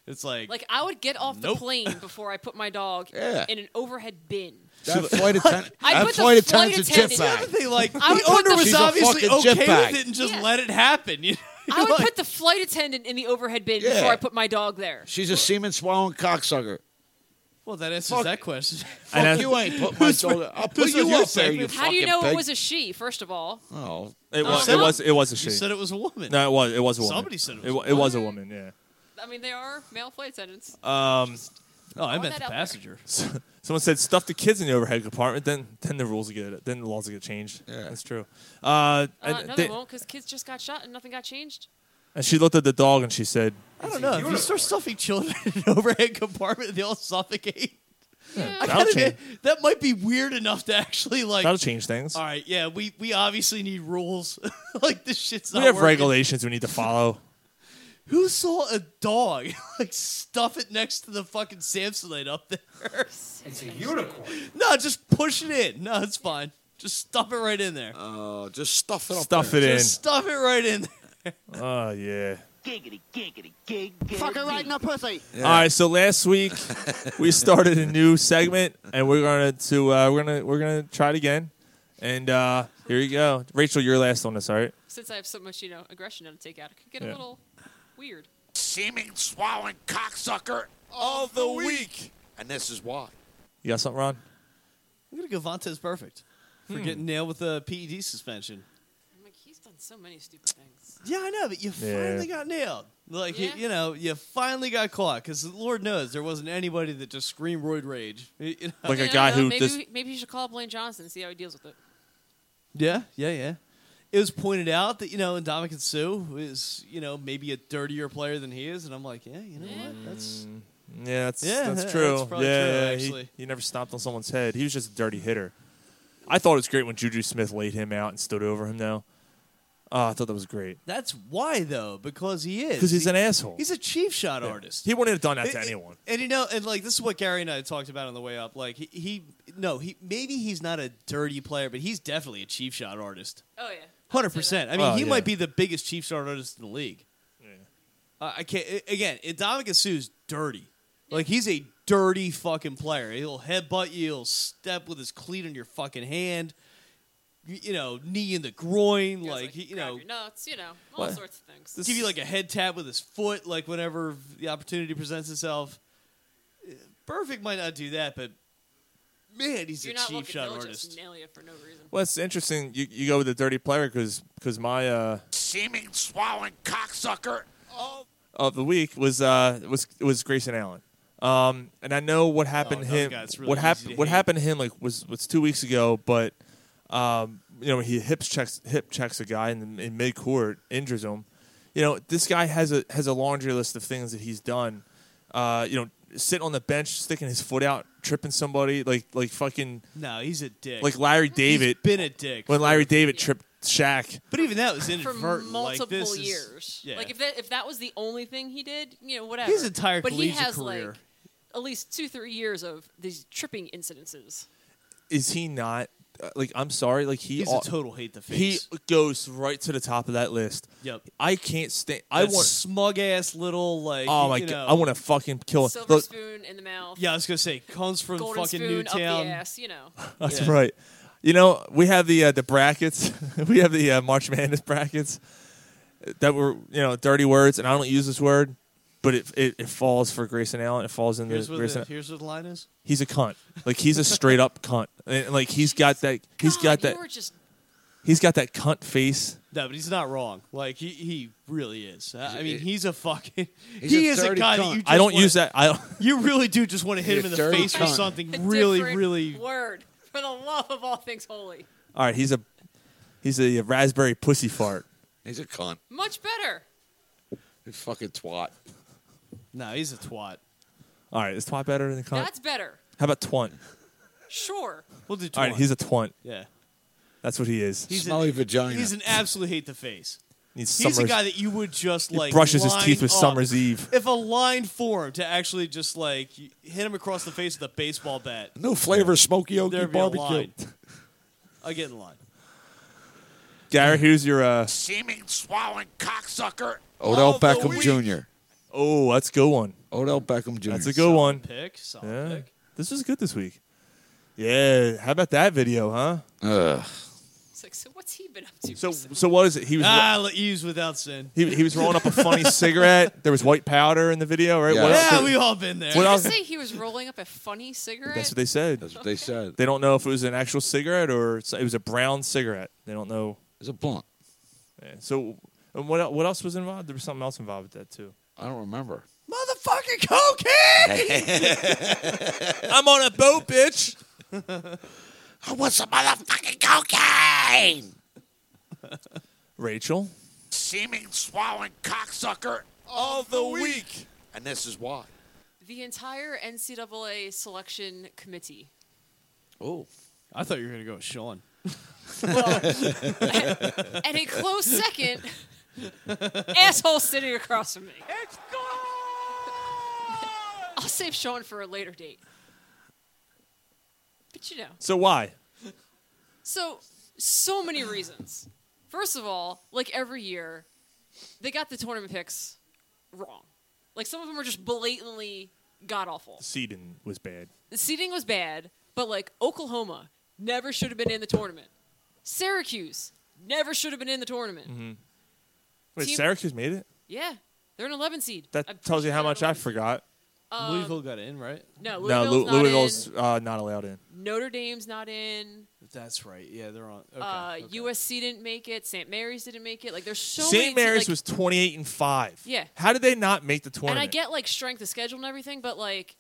E: it's like,
H: Like I would get off
E: Nope.
H: the plane before I put my dog
G: Yeah.
H: in an overhead bin.
G: That flight attendant.
H: I
G: that
H: put the
G: flight
H: flight
G: attendant's a
H: attendant-
G: jetpack.
E: they like
H: I would
E: the
H: put
E: owner
H: the-
E: was
G: She's a
E: obviously
G: fucking
E: okay
G: jetpack.
E: with it and just
H: Yeah.
E: let it happen. You know?
H: I would
E: Like,
H: put the flight attendant in the overhead bin
G: Yeah.
H: before I put my dog there.
G: She's a semen swallowing cocksucker.
E: well, that answers
G: Fuck.
E: that question.
F: and
G: Fuck
F: as-
G: you ain't put my shoulder. I'll put
E: who's with
G: you
E: your
G: up there. You
E: segment?
H: How do you
G: fucking
H: know it
G: pig.
H: was a she? First of all,
G: Oh,
F: it was.
H: Uh,
F: It was. It was a
E: You
F: she.
E: said it was a woman.
F: No, it was. It was a woman.
E: Somebody said it was a
F: wa- It was a woman. Yeah.
H: I mean they are male flight attendants.
E: oh, I
H: Throw
E: meant
H: that
E: the
H: out there.
E: passenger.
F: Someone said stuff the kids in the overhead compartment. Then, then the rules get. Then the laws get changed.
G: Yeah.
F: That's true. Uh,
H: uh,
F: and,
H: no,
F: they-
H: they won't because kids just got shot and nothing got changed.
F: and she looked at the dog and she said,
E: I don't know. If you start stuffing children in an overhead compartment, they all suffocate. I
F: "That'll
E: gotta
F: change.
E: admit, that might be weird enough to actually like.
F: That'll change things.
E: All right, yeah, we we obviously need rules. like this shit's
F: We
E: not
F: have
E: working.
F: regulations we need to follow."
E: Who saw a dog like stuff it next to the fucking Samsonite up there?
I: It's a unicorn.
E: no, just push it in. No, it's fine. Just stuff it right in there.
G: oh, just stuff it up.
F: Stuff
G: there.
F: it in.
E: just stuff it right in. there.
F: Oh yeah.
B: Giggity, giggity, giggity. Fucker right in the pussy.
F: All right. So last week we started a new segment, and we're gonna to uh, we're gonna we're gonna try it again. And uh, here you go, Rachel. You're last on this. All right.
H: Since I have so much, you know, aggression to take out, it could get
F: Yeah.
H: a little weird.
G: Semen swallowing cocksucker of the week. And this is why.
F: You got something, Ron?
E: I'm gonna go Vontez perfect Hmm. for getting nailed with a PED suspension.
H: I'm like, he's done so many stupid things.
E: Yeah, I know, but you
F: Yeah.
E: finally got nailed. Like you,
H: Yeah.
E: you know, you finally got caught because Lord knows there wasn't anybody that just screamed roid rage. You know?
F: Like
H: Yeah,
F: a
H: I
F: guy
H: don't know,
F: who
H: maybe
F: just
H: we- maybe you should call Blaine Johnson and see how he deals with it.
E: Yeah, yeah, yeah. It was pointed out that you know Indomitian Sue is you know maybe a dirtier player than he is, and I'm like, yeah, you know what? That's
F: Mm. Yeah, that's
E: Yeah,
F: that's
E: that's
F: true.
E: probably
F: yeah,
E: true,
F: yeah,
E: actually.
F: He, he never stomped on someone's head. He was just a dirty hitter. I thought it was great when Juju Smith laid him out and stood over him. Though, oh, I thought that was great
E: that's why though because he is
F: because he's an asshole.
E: he's a cheap shot artist.
F: he wouldn't have done that to
E: It- it-
F: anyone.
E: And you know, and like this is what Gary and I talked about on the way up. Like he, he no, he maybe he's not a dirty player, but he's definitely a cheap shot artist.
H: Oh yeah,
E: Hundred percent. I mean,
F: Oh,
E: he
F: yeah.
E: might be the biggest cheap shot artist in the league. Uh, I can't. I- Again, Indominus Sue's dirty. Like he's a dirty fucking player. He'll headbutt you. He'll step with his cleat on your fucking hand. You, you know, knee in the groin.
H: You guys,
E: Like, he you
H: grab
E: know,
H: your nuts, you know, all
F: What?
H: sorts of things.
E: give you like a head tap with his foot. Like whenever the opportunity presents itself. Uh, Perfect might not do that, but man, he's
H: You're
E: a
H: not
E: cheap
H: looking
E: shot
H: they'll
E: artist.
H: Just nail you for no reason.
F: Well, it's interesting. You you go with a dirty player because my uh,
D: Seeming swallowing cocksucker.
F: of the week was uh was was Grayson Allen. Um, and I know what happened to
E: another
F: him.
E: guy that's really
F: what
E: easy
F: happened?
E: to
F: What
E: hate.
F: happened to him? Like was was two weeks ago, but um, you know he hips checks hip checks a guy in, in mid court, injures him. You know this guy has a has a laundry list of things that he's done. Uh, you know, sitting on the bench, sticking his foot out, tripping somebody, like like fucking
E: No, he's a dick.
F: like Larry David.
E: been a dick.
F: When Larry David tripped Shaq,
E: But even that was
H: for
E: inadvertent.
H: multiple
E: like, this is-
H: years.
E: yeah.
H: Like if that if that was the only thing he did, you know, whatever.
E: His entire
H: but he
E: collegiate
H: has
E: career.
H: like at least two three years of these tripping incidences.
F: is he not uh, like I'm sorry, like he
E: He's
F: au-
E: a total hate the face.
F: he goes right to the top of that list.
E: Yep.
F: I can't stand. I
E: That
F: want.
E: smug ass little like.
F: Oh my
E: you know-
F: god! I want to fucking kill him.
H: Silver
F: Look,
H: spoon in the mouth.
E: Oh, Yeah, I was gonna say comes from
H: golden
E: fucking
H: spoon up the
E: Newtown.
H: ass. You know.
F: that's
E: yeah.
F: right. You know we have the uh, the brackets. we have the uh, March Madness brackets that were you know dirty words, and I don't use this word, but it it, it falls for Grayson Allen. It falls in
E: Here's
F: the
E: what
F: Grayson.
E: the, here's what the line is.
F: he's a cunt. Like he's a straight up cunt. And, like he's got that. He's got
H: God,
F: that.
H: You were just
F: He's got that cunt face.
E: No, but he's not wrong. Like he, he really is. I, I mean, he's a fucking.
G: He's
E: he
G: a
E: is a
G: dirty
E: guy that
G: cunt.
E: you. Just
F: I don't
E: wanna-
F: use that. I don't.
E: You really do just want to hit
G: He's
E: him in
G: a
E: the
G: dirty
E: face for
G: cunt.
E: something
H: a
E: really,
H: different
E: really.
H: word for the love of all things holy.
F: All right, he's a he's a raspberry pussy fart.
G: He's a cunt.
H: Much better.
G: He's a fucking twat.
E: No, he's a twat.
F: All right, is twat better than cunt?
H: That's better.
F: How about twunt?
H: Sure.
E: We'll do twat.
F: All right, he's a twunt.
E: yeah.
F: That's what he is.
E: He's
G: Smelly
E: an,
G: vagina.
E: He's an absolute hate the face.
F: He's,
E: He's a
F: Summer's-
E: guy that you would just
F: he
E: like
F: brushes his
E: line
F: teeth with
E: up.
F: Summer's Eve.
E: If a line formed to actually just like hit him across the face with a baseball bat,
G: no flavor, smoky oaky
E: there'd be a
G: barbecue.
E: line. I get in line.
F: Gary, here's your. uh
D: Seeming swallowing cocksucker.
G: Odell
E: Of the
G: Beckham
E: week.
G: Jr.
F: Oh, that's a good one.
G: Odell Beckham Jr.
F: That's a good one.
E: Pick, solid
F: Yeah,
E: pick.
F: this was good this week. Yeah, how about that video, huh?
G: Ugh.
H: It's like, so what's he been up to?
F: So,
H: recently?
F: so what is it? He was
E: Ah, let you use without sin.
F: he, he was rolling up a funny cigarette. There was white powder in the video, right?
G: Yeah.
F: What else
E: Yeah,
F: did-
E: we all been there.
F: What
H: Did you
F: else-
H: say he was rolling up a funny cigarette?
F: That's what they said.
G: That's what they said.
F: They don't know if it was an actual cigarette or it's- it was a brown cigarette. They don't know.
G: It's a blunt.
F: Yeah, So, and what el- what else was involved? There was something else involved with that too.
G: I don't remember.
E: Motherfucking cocaine!
F: I'm on a boat, bitch.
G: I want some motherfucking cocaine.
F: Rachel
D: Seeming swallowing cocksucker.
F: of the week.
G: And this is why.
H: the entire NCAA selection committee.
G: Oh,
E: I thought you were gonna go with Sean.
H: And a close second, asshole sitting across from me. It's gone! I'll save Sean for a later date. But you know.
F: So why?
H: So, so many reasons. First of all, like every year, they got the tournament picks wrong. Like some of them are just blatantly god awful.
F: Seeding was bad.
H: The seating was bad, but like Oklahoma never should have been in the tournament. Syracuse never should have been in the tournament.
F: Mm-hmm. Wait,
H: Team-
F: Syracuse made it.
H: Yeah, they're an 11 seed.
F: That
H: I'm
F: tells
H: pretty
F: you how
H: sure
F: much
H: they're
F: I
H: 11 seed.
F: forgot.
E: Louisville got in, right?
F: no,
H: No, Louisville's,
F: Lu-
H: not
F: Louisville's
H: in.
F: uh, not allowed in.
H: Notre Dame's not in.
E: That's right. Yeah, they're on. Okay,
H: uh,
E: okay.
H: USC didn't make it. St. Mary's didn't make it. Like there's so many.
F: St.
H: te-
F: Mary's
H: like-
F: was 28 and five.
H: Yeah.
F: How did they not make the
H: And
F: tournament?
H: I get like strength of schedule and everything, but like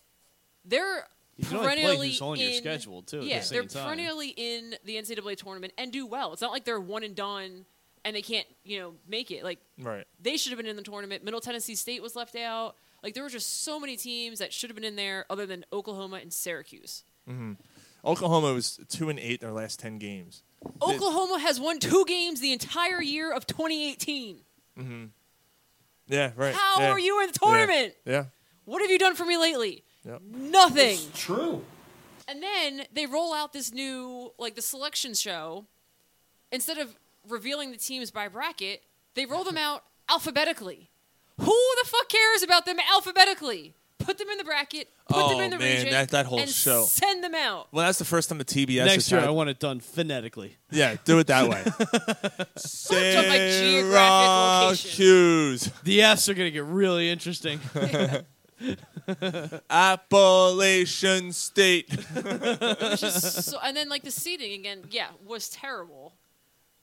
H: they're
E: You can only play
H: perennially
E: who's on your
H: in-
E: schedule, too, at
H: Yeah,
E: the
H: they're
E: same time.
H: perennially in the NCAA tournament and do well. It's not like they're one and done and they can't you know make it. Like
F: right.
H: they should have been in the tournament. Middle Tennessee State was left out. Like there were just so many teams that should have been in there, other than Oklahoma and Syracuse.
F: Oklahoma was two and eight in their last 10 games.
H: Oklahoma has won two games the entire year of 2018.
F: Yeah. Right.
H: How
F: yeah.
H: are you in the
F: Yeah.
H: tournament?
F: Yeah.
H: What have you done for me lately?
F: Yep.
H: Nothing.
I: It's true.
H: And then they roll out this new, like the selection show. Instead of revealing the teams by bracket, they roll them out alphabetically. Who the fuck cares about them alphabetically? Put them in the bracket, put
F: Oh,
H: them in the
F: man,
H: region,
F: that- that whole
H: and
F: show.
H: send them out.
F: Well, that's the first time the TBS has
E: Next year,
F: had-
E: I want it done phonetically.
F: Yeah, do it that way.
H: Just like geographic location.
F: Syracuse,
E: The F's are gonna get really interesting.
F: Appalachian State.
H: It was just so, and then like the seating again, yeah, was terrible.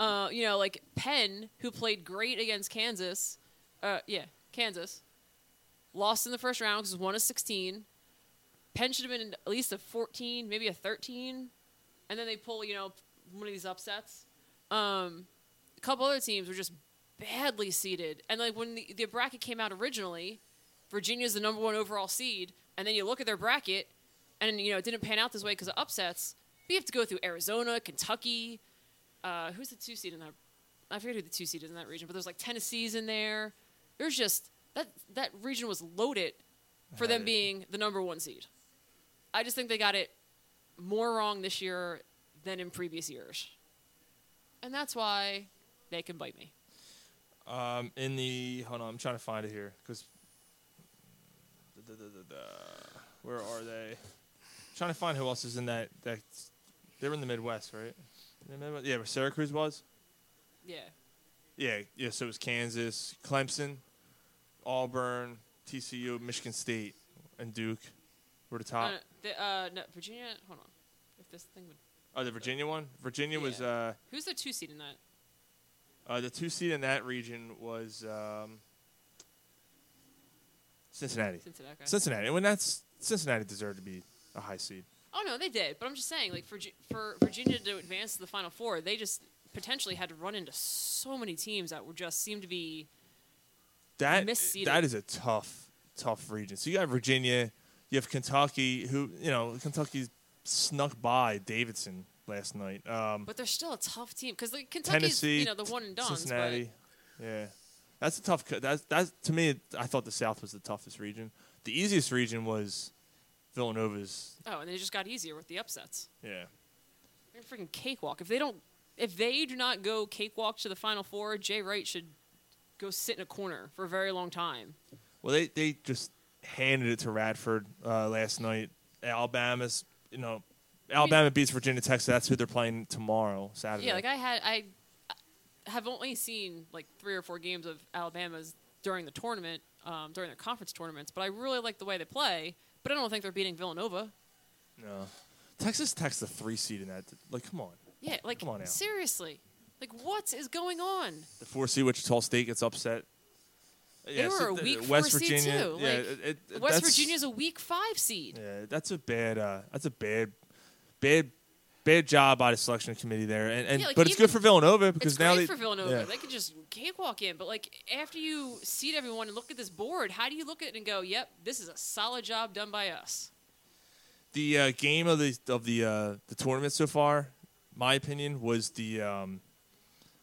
H: Uh, you know, like Penn, who played great against Kansas, uh, yeah, Kansas, lost in the first round because it was one of sixteen. Penn should have been in at least a fourteen, maybe a thirteen, and then they pull you know one of these upsets. Um, a couple other teams were just badly seeded, and like when the, the bracket came out originally, Virginia's the number one overall seed, and then you look at their bracket, and you know it didn't pan out this way because of upsets. But you have to go through Arizona, Kentucky. Uh, who's the two seed in that? I forget who the two seed is in that region, but there's like Tennessee's in there. There's just that that region was loaded for them being the number one seed. I just think they got it more wrong this year than in previous years. And that's why they can bite me.
F: Um, in the hold on, I'm trying to find it here because where are they? trying to find who else is in that that they were in the Midwest, right? In the Midwest? Yeah, where Syracuse was.
H: Yeah.
F: Yeah, yeah. So it was Kansas, Clemson, Auburn, TCU, Michigan State, and Duke were the top.
H: Uh, the, uh, no, Virginia, hold on. If this thing would.
F: oh, the Virginia one. Virginia was
H: Yeah.
F: uh,
H: Who's the two seed in that?
F: uh, the two seed in that region was um, Cincinnati.
H: Cincinnati. okay.
F: Cincinnati. When that's Cincinnati deserved to be a high seed.
H: Oh no, they did. But I'm just saying, like for Gi- for Virginia to advance to the Final Four, they just potentially had to run into so many teams that were just seemed to be.
F: That
H: Misseeded.
F: that is a tough tough region. So you got Virginia, you have Kentucky, who you know Kentucky snuck by Davidson last night. Um,
H: But they're still a tough team because like Kentucky's,
F: Tennessee,
H: you know, the one and done.
F: Cincinnati, yeah, that's a tough. co- That's that's to me. I thought the South was the toughest region. The easiest region was Villanova's.
H: Oh, and they just got easier with the upsets.
F: Yeah,
H: They're freaking cakewalk. If they don't, if they do not go cakewalk to the Final Four, Jay Wright should go sit in a corner for a very long time.
F: Well, they, they just handed it to Radford uh, last night. Alabama's, you know, Alabama beats Virginia Tech, so that's who they're playing tomorrow, Saturday.
H: Yeah, like I had, I have only seen like three or four games of Alabama's during the tournament, um, during their conference tournaments. But I really like the way they play. But I don't think they're beating Villanova.
F: no. Texas Tech's the three seed in that. Like, come on.
H: Yeah, like
F: Come on now.
H: seriously, like what is going on?
F: The four seed Wichita State gets upset.
H: they
F: Yeah,
H: were
F: so
H: a
F: the-
H: weak
F: West
H: four
F: Virginia.
H: seed too.
F: Yeah,
H: like,
F: it- it- it-
H: West
F: that's-
H: Virginia's a weak five seed.
F: Yeah, that's a bad. Uh, that's a bad, bad, bad job by the selection committee there. And, and
H: Yeah, like,
F: but it's
H: even-
F: good for Villanova because
H: It's
F: now
H: great
F: they
H: for Villanova.
F: yeah.
H: They could just cakewalk in. But like after you seed everyone and look at this board, how do you look at it and go, "Yep, this is a solid job done by us"?
F: The uh, game of the of the uh, the tournament so far, my opinion was the um,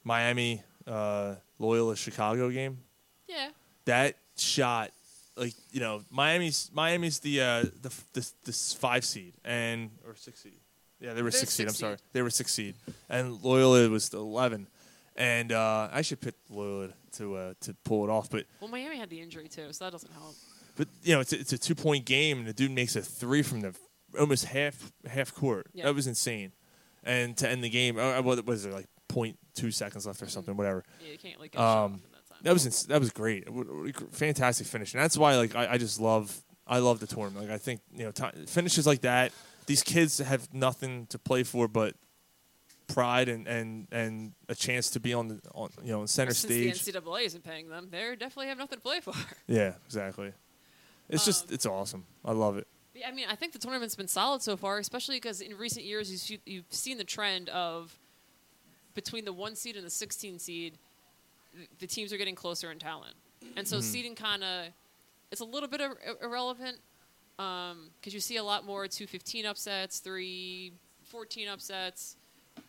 F: Miami uh, Loyola Chicago game.
H: Yeah,
F: That shot, like you know, Miami's Miami's the uh, the the, the five seed and or six seed. Yeah, they were
H: They're
F: six seed. I'm
H: six
F: sorry,
H: seed.
F: they were six seed, and Loyola was the eleven. And uh, I should pick Loyola to uh, to pull it off, but
H: Well, Miami had the injury too, so that doesn't help.
F: but you know, it's a, it's a two point game, and the dude makes a three from the almost half half court.
H: Yeah.
F: That was insane. And to end the game, uh, what was there like 0.2 seconds left or something? Whatever.
H: Yeah, you can't like. Get a shot
F: Um,
H: off in that time.
F: That was ins- that was great. What- what a Fantastic finish, and that's why like I, I just love I love the tournament. Like I think you know ti finishes like that. These kids have nothing to play for but pride and and and a chance to be on the on you know in center
H: Since
F: stage.
H: the NCAA isn't paying them, they definitely have nothing to play for. But,
F: yeah, exactly. It's just it's awesome. I love it.
H: yeah, I mean, I think the tournament's been solid so far, especially because in recent years you've, see- you've seen the trend of between the one seed and the 16 seed, th- the teams are getting closer in talent, and so seeding kind of it's a little bit ir- irrelevant because you see a lot more 215 upsets, 314 upsets.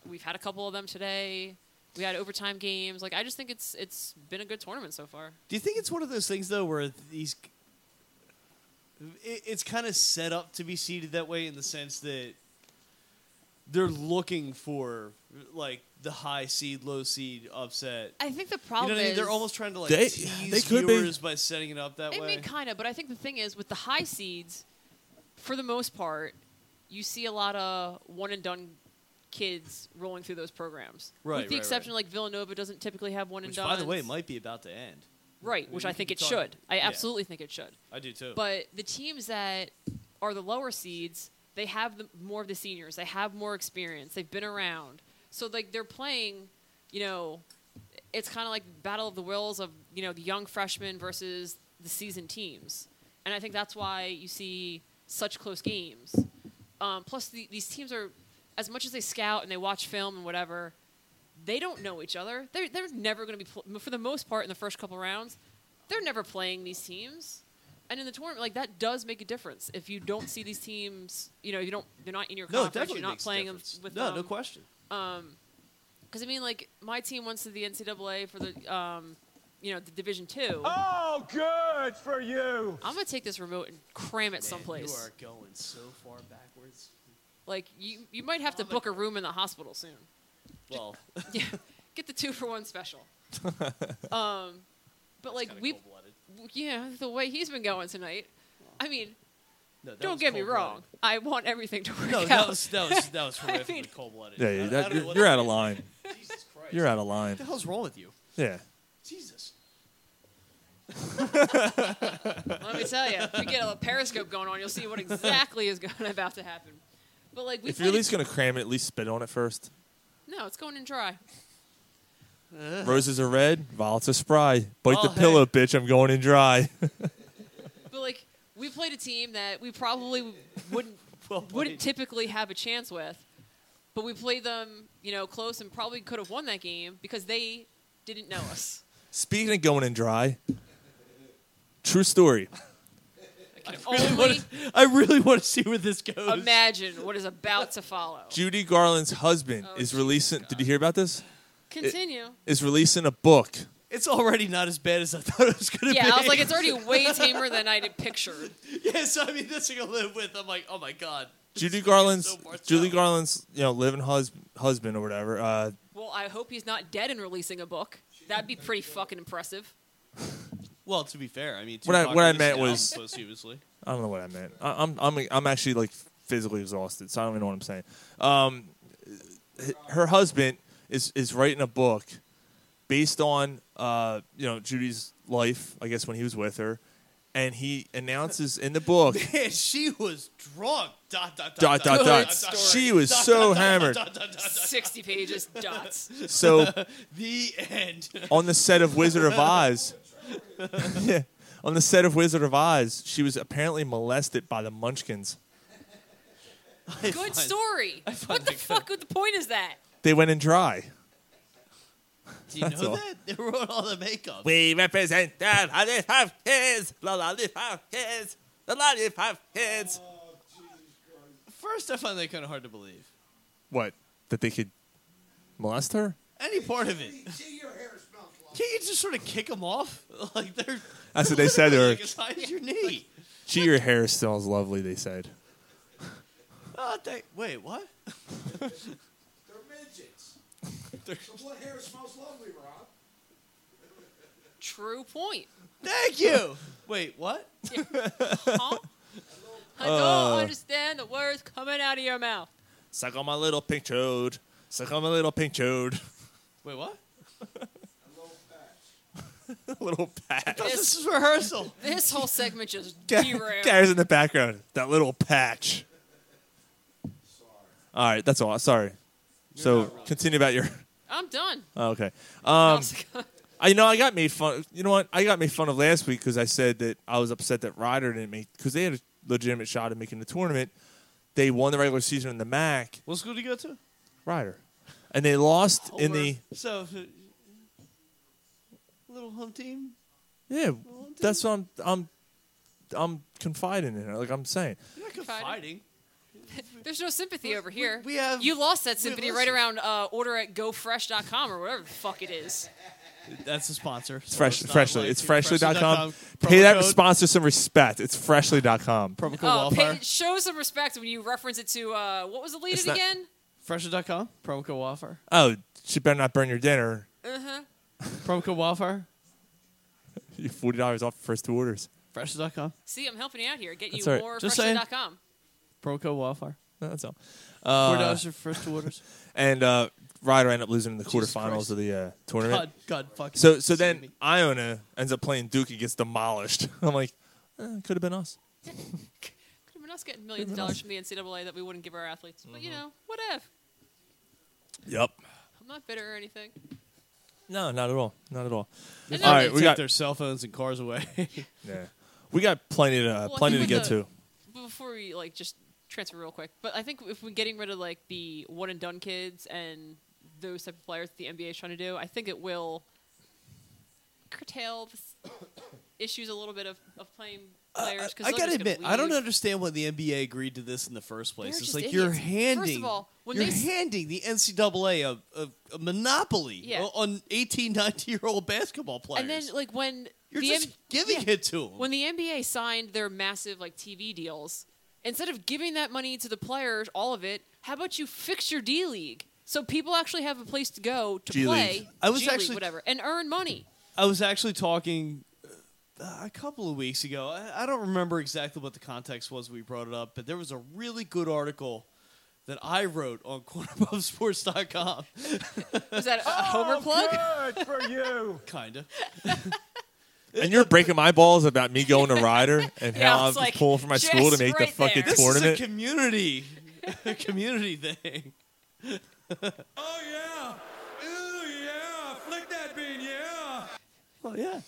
H: We've had a couple of them today. We had overtime games. Like I just think it's it's been a good tournament so far.
E: Do you think it's one of those things though where these it, it's kind of set up to be seeded that way in the sense that they're looking for like the high seed, low seed upset.
H: I think the
E: You know
H: problem
E: what I mean?
H: is
E: They're almost trying to like
F: They-
E: tease
F: they could be.
E: viewers by setting it up that
H: I
E: way.
H: mean, kind of, but I think the thing is with the high seeds, for the most part, you see a lot of one and done kids rolling through those programs.
E: Right,
H: With the
E: right,
H: exception, like Villanova doesn't typically have one and
E: which,
H: done.
E: by the way, might be about to end.
H: right,
E: we-
H: which
E: we
H: I think
E: could
H: it
E: talk-
H: should. I
E: yeah.
H: absolutely think it should.
E: I do too.
H: But the teams that are the lower seeds, they have the, more of the seniors. They have more experience. They've been around. So like they're playing, you know, it's kind of like battle of the wills of you know the young freshmen versus the seasoned teams, and I think that's why you see such close games. Um, plus, the, these teams are, as much as they scout and they watch film and whatever, they don't know each other. They're, they're never going to be, pl- for the most part, in the first couple rounds, they're never playing these teams. And in the tournament, like that does make a difference. If you don't see these teams, you know, you don't, they're not in your
E: no, it
H: conference,
E: definitely
H: you're not
E: makes a
H: playing
E: difference.
H: with
E: no,
H: them.
E: no question.
H: Because I mean, like my team went to the NCAA for the, um, you know, the Division Two.
I: Oh, good for you.
H: I'm gonna take this remote and cram it someplace.
E: You are going so far backwards.
H: Like you, you might have to book a room in the hospital soon.
E: Well,
H: Yeah, get the two for one special. um, but like we,
E: cold-blooded.
H: yeah, the way he's been going tonight. I mean,
E: No, that
H: don't
E: was
H: get me
E: cold-blooded.
H: wrong. I want everything to work
E: No,
H: out.
E: that was that was that was
H: I
E: horrifically
H: mean-
E: cold blooded.
F: Yeah, yeah, that- you're, you're out of line.
E: Jesus Christ.
F: You're out of line.
E: What the hell's wrong with you?
F: Yeah.
E: Jesus.
H: Let me tell you, if you get a periscope going on, you'll see what exactly is going about to happen. But like we,
F: If you're at
H: played-
F: least gonna cram it, at least spit on it first.
H: no, it's going in dry.
F: Roses are red, violets are spry. Bite
E: Uh-huh. Oh,
F: the
E: hey.
F: pillow, bitch. I'm going in dry.
H: But like we played a team that we probably wouldn't
E: Well,
H: wouldn't typically have a chance with, but we played them, you know, close and probably could have won that game because they didn't know us.
F: Speaking of going in dry, true story.
H: I can
E: I,
H: only
E: wanna- I really want to see where this goes.
H: imagine what is about to follow.
F: Judy Garland's husband
H: Oh,
F: is
H: Jesus
F: releasing. Did you hear about this?
H: Continue.
F: Is releasing a book.
E: It's already not as bad as I thought it was going to be.
H: yeah, I was like, it's already way tamer than I had pictured.
E: yeah, so I mean, this thing I live with. I'm like, oh my god.
F: Judy Garland's
E: so far
F: Judy
E: south.
F: Garland's you know living hus- husband or whatever. Uh,
H: Well, I hope he's not dead and releasing a book. That'd be pretty fucking impressive.
E: Well, to be fair, I mean,
F: What I-
E: Tupac
F: what I
E: released
F: meant
E: an album
F: was-
E: posthumously.
F: I don't know what I meant. I, I'm I'm I'm actually like physically exhausted, so I don't even know what I'm saying. Um, h- her husband is is writing a book based on uh you know Judy's life, I guess when he was with her, and he announces in the book.
E: And she was drunk. Dot dot
F: Dot dot dot. She was so hammered.
E: dot, dot, dot, dot.
H: 60 pages, dots.
F: So
E: The end.
F: on the set of Wizard of Oz. yeah. On the set of Wizard of Oz, she was apparently molested by the Munchkins.
H: Good story. What the fuck? What the point is that?
F: They went in dry.
E: Do you
F: That's
E: know
F: all.
E: that they wrote all the makeup?
F: We represent the lollipop kids, the lollipop kids, the lollipop kids.
E: First, I found that kind of hard to believe.
F: What? That they could molest her?
E: Any part of it. Can't you just sort of kick them off? Like they're
F: That's what they said to her.
E: like as high as your knee.
F: Gee, your hair smells lovely, they said.
E: Oh, they, wait, what?
J: They're midgets. so what hair smells lovely, Rob?
H: True point.
E: Thank you. Wait, what?
H: Huh? I
E: Uh.
H: don't understand the words coming out of your mouth.
F: Suck on my little pink toad. Suck on my little pink toad.
E: Wait, what?
F: little pack.
E: Oh, this is rehearsal.
H: This whole segment just derailed.
F: Gary's in the background. That little patch. All right, that's all. Sorry. so continue about your.
H: I'm done.
F: Oh, okay.
H: I
F: Um,
H: was like,
F: I you know I got made fun. You know what? I got made fun of last week because I said that I was upset that Ryder didn't make because they had a legitimate shot at making the tournament. They won the regular season in the MAC.
E: What school do you go to?
F: Ryder, and they lost in the
E: so uh, little home team.
F: yeah. That's what I'm I'm I'm confiding in. it, Like I'm saying,
E: You're not confiding.
H: Confiding. There's no sympathy over here.
E: we have-
H: you lost
E: we
H: that
E: have
H: sympathy right
E: listeners.
H: around uh, order at gofresh.com or whatever the fuck it is.
E: That's the sponsor.
F: it's fresh, freshly. It's freshly.com.
E: com.
F: Pay that sponsor some respect. It's freshly.com.
E: Promo code
H: Uh,
E: Wildfire.
H: pay, show some respect when you reference it to uh, what was the lead
F: It's
H: it
F: not-
H: again?
E: Freshly.com. Promo code Wildfire.
F: Oh, she better not burn your dinner.
H: Uh-huh.
E: Promo code Wildfire.
F: You forty dollars off the first two orders.
E: Freshly.com.
H: See, I'm helping you out here. Get you
F: That's all right.
H: more
E: Just saying.
H: freshly.com.
E: Promo code Wildfire.
F: No, that's all.
E: Four
F: Uh,
E: dollars for first two orders.
F: and uh, Ryder ended up losing in the
E: Jesus
F: quarterfinals
E: Christ.
F: of the uh, tournament.
E: God, God, fucking.
F: So so
E: save
F: then
E: me.
F: Iona ends up playing Duke and gets demolished. I'm like, eh, could have been us.
H: Could have been us getting millions of dollars from the NCAA that we wouldn't give our athletes. But, you
E: Mm-hmm.
H: know, whatever.
F: Yep.
H: I'm not bitter or anything.
F: No, not at all. Not at all.
H: And
F: All
H: then-
F: right,
E: They
F: we
E: took
F: got-
E: their cell phones and cars away.
F: Yeah. We got plenty to uh,
H: Well,
F: plenty to
H: even
F: get
H: the-
F: to.
H: before we like just transfer real quick, but I think if we're getting rid of like the one and done kids and those type of players that the NBA is trying to do, I think it will curtail the s- issues a little bit of, of playing players. 'cause
E: I
H: they're
E: gotta
H: just gonna
E: admit, I don't
H: leave.
E: understand why the NBA agreed to this in the first place.
H: They're
E: it's
H: just
E: like you're
H: idiots. First of
E: handing,
H: all, when
E: you're
H: they s-
E: handing the NCAA a, a, a monopoly
H: Yeah.
E: o- on 18, 19 year old basketball players.
H: And then like when
E: you're
H: the
E: just
H: M-
E: giving
H: yeah.
E: it to them.
H: when the NBA signed their massive like TV deals, Instead of giving that money to the players, all of it, how about you fix your D League so people actually have a place to go to
E: G
H: play?
E: League. I was
H: G League,
E: actually-
H: whatever and earn money.
E: I was actually talking uh, a couple of weeks ago. I, I don't remember exactly what the context was we brought it up, but there was a really good article that I wrote on cornerbobsports.com.
H: Is that a
E: Oh,
H: Homer plug?
I: Good for you.
E: kind of.
F: And you're breaking my balls about me going to Ryder and
E: Yeah,
F: how
E: I
F: I'm
E: was like,
F: pulling for my school to
E: just
F: make
E: right
F: the fucking
E: there. This is a
F: tournament.
E: community, a community thing.
J: Oh yeah. Ooh yeah. Flick that bean, yeah.
E: Well, yeah.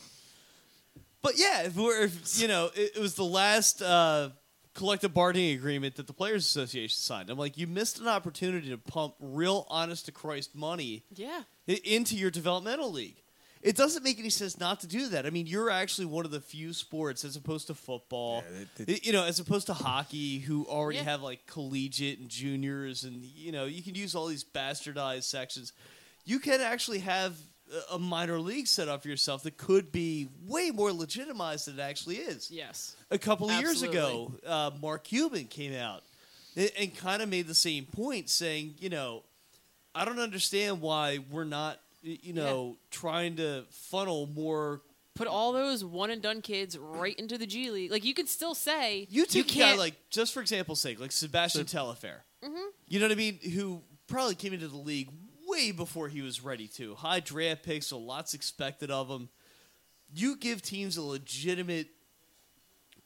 E: But yeah, if we're if, you know, it, it was the last uh, collective bargaining agreement that the players' association signed. I'm like, you missed an opportunity to pump real, honest to Christ money
H: Yeah.
E: i- into your developmental league. It doesn't make any sense not to do that. I mean, you're actually one of the few sports, as opposed to football, i- you know, as opposed to hockey, who already
H: Yeah.
E: have like collegiate and juniors, and you know, you can use all these bastardized sections. You can actually have a- a minor league set up for yourself that could be way more legitimized than it actually is.
H: Yes.
E: A couple of years ago, uh, Mark Cuban came out and, and kind of made the same point, saying, you know, I don't understand why we're not, y- you know, trying to funnel more.
H: Put all those one and done kids right into the G League. Like you can still say
E: You take a guy
H: can't
E: like, just for example's sake, like Sebastian Telefair.
H: Mhm.
E: You know what I mean? Who probably came into the league way before he was ready to. High draft picks, so lots expected of him. You give teams a legitimate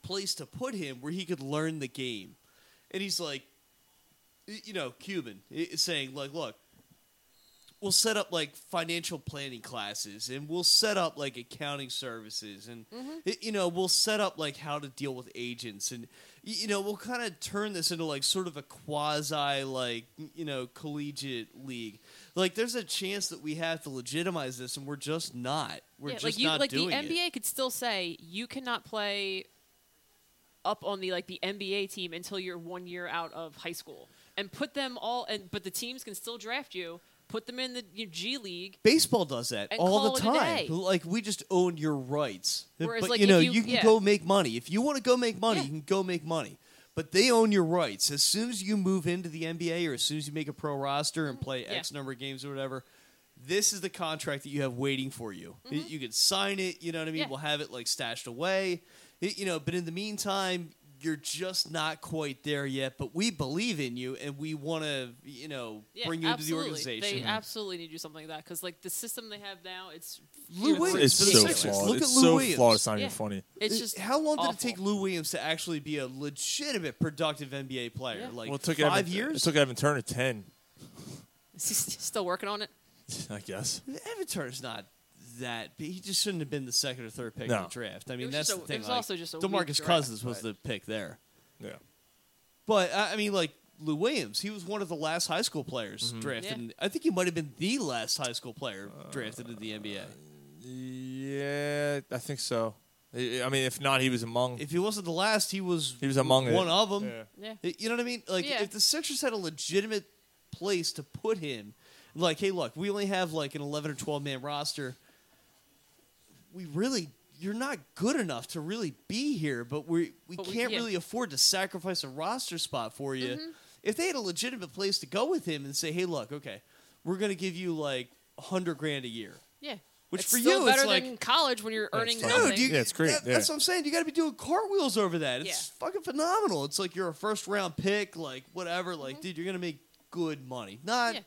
E: place to put him where he could learn the game. And he's like, y- you know, Cuban i- saying, like, look, we'll set up like financial planning classes and we'll set up like accounting services and
H: Mm-hmm.
J: Mhm.
E: y- you know we'll set up like how to deal with agents and y- you know we'll kind of turn this into like sort of a quasi like y- you know collegiate league like there's a chance that we have to legitimize this and we're just not we're
H: Yeah,
E: just
H: like you,
E: not
H: like
E: doing
H: the
E: it
H: NBA could still say you cannot play up on the like the NBA team until you're one year out of high school, and put them all. And but the teams can still draft you, put them in the you know, G League.
E: baseball does that
H: And
E: all the
H: call it a
E: time.
H: day.
E: Like we just own your rights.
H: Whereas,
E: but
H: like,
E: you know,
H: if
E: you,
H: you-
E: can
H: yeah.
E: go make money. If you want to go make money, you can go make money. But they own your rights. As soon as you move into the NBA or as soon as you make a pro roster and play X number of games or whatever, this is the contract that you have waiting for you. Y- You can sign it, you know what I mean?
H: Mm-hmm. Yeah.
E: We'll have it like stashed away. Y- You know, but in the meantime, you're just not quite there yet, but we believe in you and we want to, you know,
H: Yeah,
E: bring you
H: absolutely.
E: into the organization.
H: They absolutely need to do something like that because like the system they have now, it's
E: Lou
H: uniform.
E: Williams.
F: It's
E: for the
F: so
E: Sixers.
F: flawed.
E: Look
F: It's
E: at Lou
F: so
E: Williams.
F: flawed, it's not even Yeah. funny.
H: It's
E: It-
H: just
E: Uh, how long did it
H: awful.
E: take Lou Williams to actually be a legitimate, productive NBA player? Like
F: well, it took
E: five
F: Evan,
E: years.
F: It took Evan Turner ten,
H: Is he st- still working on it?
F: I guess.
E: Evan Turner's not that. But he just shouldn't have been the second or third pick
F: No.
E: in the draft. I
H: It
E: mean,
H: was
E: that's
H: just
E: the
H: a-
E: thing.
H: it was
E: like,
H: also just a weak
E: DeMarcus
H: draft,
E: Cousins was the pick there.
F: Yeah.
E: But I I mean, like Lou Williams, he was one of the last high school players
F: Mhm.
E: drafted.
H: Yeah.
E: in- I think he might have been the last high school player drafted in the NBA.
F: Yeah, I think so. I I mean, if not, he was among.
E: If he wasn't the last, he was
F: he was among
E: one
F: it.
E: of them.
H: Yeah.
E: You know what I mean? Like
H: Yeah.
E: if the Sixers had a legitimate place to put him, like, hey, look, we only have like an eleven or twelve man roster. We really, you're not good enough to really be here, but we we
H: But we-
E: can't
H: yeah.
E: really afford to sacrifice a roster spot for you.
H: Mhm.
E: If they had a legitimate place to go with him and say, hey, look, okay, we're gonna give you like hundred grand a year.
H: Yeah.
E: Which
H: It's
E: for
H: still
E: you,
H: better
E: it's like
H: than college when you're earning
E: Dude,
H: nothing.
E: you-
F: Yeah, it's great,
E: that-
F: yeah.
E: That's what I'm saying. You got to be doing cartwheels over that. It's fucking phenomenal. It's like you're a first round pick, like whatever. Like, dude, you're gonna make good money. Not,
H: Mm-hmm. Yeah.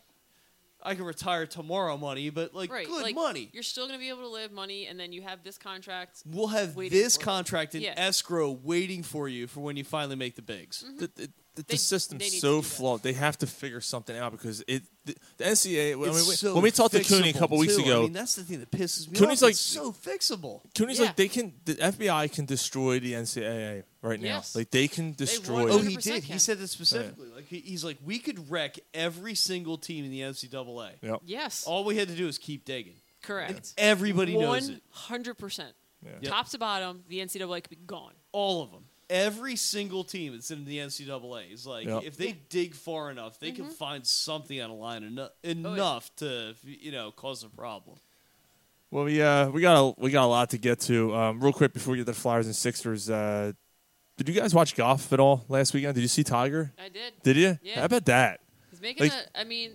E: I can retire tomorrow money, but like
H: right.
E: good
H: like,
E: money.
H: You're still going to be able to live money, and then you have this contract.
E: We'll have
H: waiting
E: this
H: for you.
E: contract in
H: Yeah.
E: escrow waiting for you for when you finally make the bigs.
H: Mm-hmm.
F: The, the, the
H: They-
F: system's
H: they need to
F: so
H: do that.
F: flawed. They have to figure something out because it. The, the NCAA. I
E: It's
F: mean, we-
E: so
F: when we talked to Cooney a
E: fixable,
F: couple weeks
E: too.
F: ago,
E: I mean, that's the thing that pisses me
F: Cooney's
E: off.
F: like-
E: it's so fixable.
F: Cooney's
H: Yeah.
F: like they can. The FBI can destroy the NCAA right now.
H: Yes.
F: Like they can destroy.
E: Oh, he
H: 100%
E: did. He
H: can.
E: said that specifically. Like he, he's like, we could wreck every single team in the NCAA.
F: Yep.
H: Yes.
E: All we had to do is keep digging.
H: Correct.
E: Everybody knows it.
H: 100%.
F: Yeah.
H: Top to bottom, the NCAA could be gone.
E: All of them. Every single team that's in the NCAA is like,
F: Yep.
E: if they dig far enough, they
H: Mm-hmm.
E: can find something on a line eno-
H: Oh,
E: enough to, you know, cause a problem.
F: Well, we uh, we got a we got a lot to get to. Um, real quick before we get to the Flyers and Sixers, uh, Did you guys watch golf at all last weekend? Did you see Tiger?
H: I did.
F: Did you?
H: Yeah.
F: How about that?
H: He's making
F: Like-
H: a. I mean,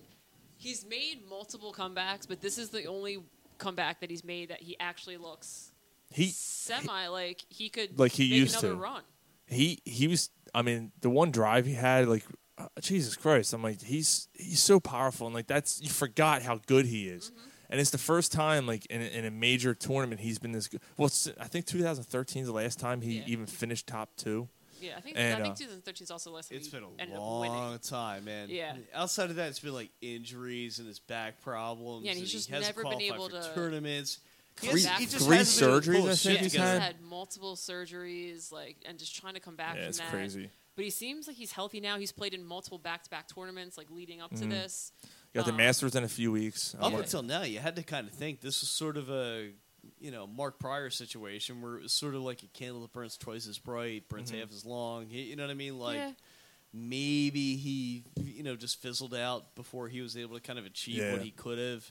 H: he's made multiple comebacks, but this is the only comeback that he's made that he actually looks
F: He
H: semi like he could
F: like he
H: make
F: used
H: another
F: to.
H: run.
F: He he was. I mean, the one drive he had, like uh, Jesus Christ, I'm like he's he's so powerful, and like that's you forgot how good he is.
E: Mm-hmm.
F: And it's the first time, like in, a- in a major tournament, he's been this good. Well, it's, I think 2013 is the last time he even finished top two.
H: Yeah, I think
F: And,
H: I think
F: uh,
H: 2013 is also less.
E: It's been a
H: ended up winning.
E: long time, man.
H: Yeah.
E: Outside of that, it's been like injuries and his back problems.
H: Yeah, and
E: and
H: he's just
E: he hasn't
H: never been
E: qualified
H: able
E: for
H: to
E: tournaments. He
H: come
E: has-
H: back
E: he just
H: from
F: Three
E: hasn't been able to
F: surgeries,
E: pull
F: I
E: his
F: think
E: shit
F: he's
H: He's
E: together.
F: had.
H: had multiple surgeries, like, and just trying to come back
F: Yeah,
H: from
F: it's
H: that.
F: crazy.
H: But he seems like he's healthy now. He's played in multiple back-to-back tournaments, like leading up to
F: Mhm.
H: this.
F: Got the
H: Um,
F: Masters in a few weeks. I'm
E: Up
F: like-
E: until now, you had to kind of think this was sort of a, you know, Mark Pryor situation where it was sort of like a candle that burns twice as bright, burns
F: Mhm.
E: half as long. You you know what I mean? Like
H: Yeah.
E: maybe he, you know, just fizzled out before he was able to kind of achieve
F: Yeah.
E: what he could have.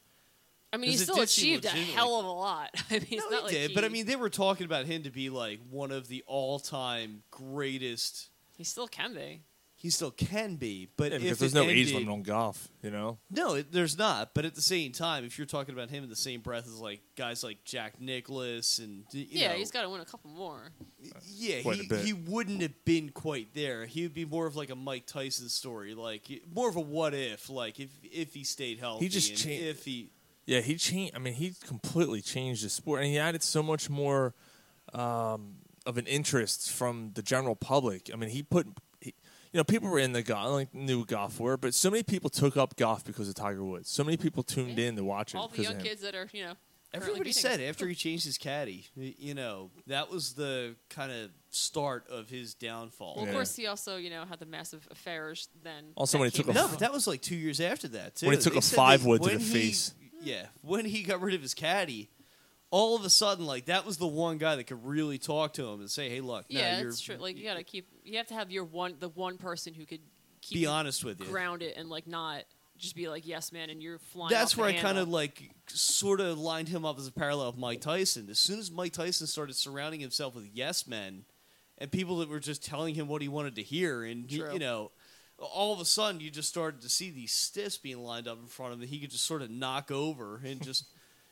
H: I mean, he
E: 'Cause it
H: still
E: did seem
H: achieved a
E: legitimately-
H: hell of a lot. I mean, it's
E: No,
H: not like
E: he did, but I
H: he-
E: mean, they were talking about him to be like one of the all-time greatest.
H: he still can be.
E: He still can be, but
F: Yeah,
E: if
F: because there's
E: it
F: no age
E: ended-
F: limit on golf, you know.
E: No, it, there's not. But at the same time, if you're talking about him in the same breath as like guys like Jack Nicholas and you
H: yeah,
E: know,
H: he's got to win a couple more.
E: yeah,
F: quite a
E: he,
F: bit.
E: he wouldn't have been quite there. He would be more of like a Mike Tyson story, like more of a what if, like if if he stayed healthy,
F: just
E: and
F: changed-
E: if he
F: Yeah, he changed. I mean, he completely changed the sport, and he added so much more um, of an interest from the general public. I mean, he put, he, you know, people were in the golf, like knew golf were, but so many people took up golf because of Tiger Woods. So many people tuned in to watch it
H: All the
F: because
H: young
F: of him.
H: kids that are, you know, currently
E: Everybody
H: beating
E: said
H: us.
E: after he changed his caddy, y- you know, that was the kind of start of his downfall.
H: Well, of
F: Yeah.
H: course, he also, you know had the massive affairs then.
F: Also, when
H: that
F: he took
H: came
F: a-
E: No,
H: out.
E: but that was like two years after that too.
F: When he took
E: They
F: a
E: said
F: five
E: that
F: wood to
E: when
F: the
E: he-
F: face.
E: Yeah, when he got rid of his caddy, all of a sudden, like that was the one guy that could really talk to him and say, "Hey, look, no,
H: yeah,
E: you're,
H: that's true. Like you gotta keep, you have to have your one, the one person who could keep
E: be
H: you
E: honest with you."
H: ground it and like not just be like yes man and you're flying
E: That's
H: off the
E: where I kind of
H: handle.
E: like sort of lined him up as a parallel of Mike Tyson. As soon as Mike Tyson started surrounding himself with yes men and people that were just telling him what he wanted to hear, and he-
H: True.
E: you know, all of a sudden you just started to see these stiffs being lined up in front of him that he could just sort of knock over and just.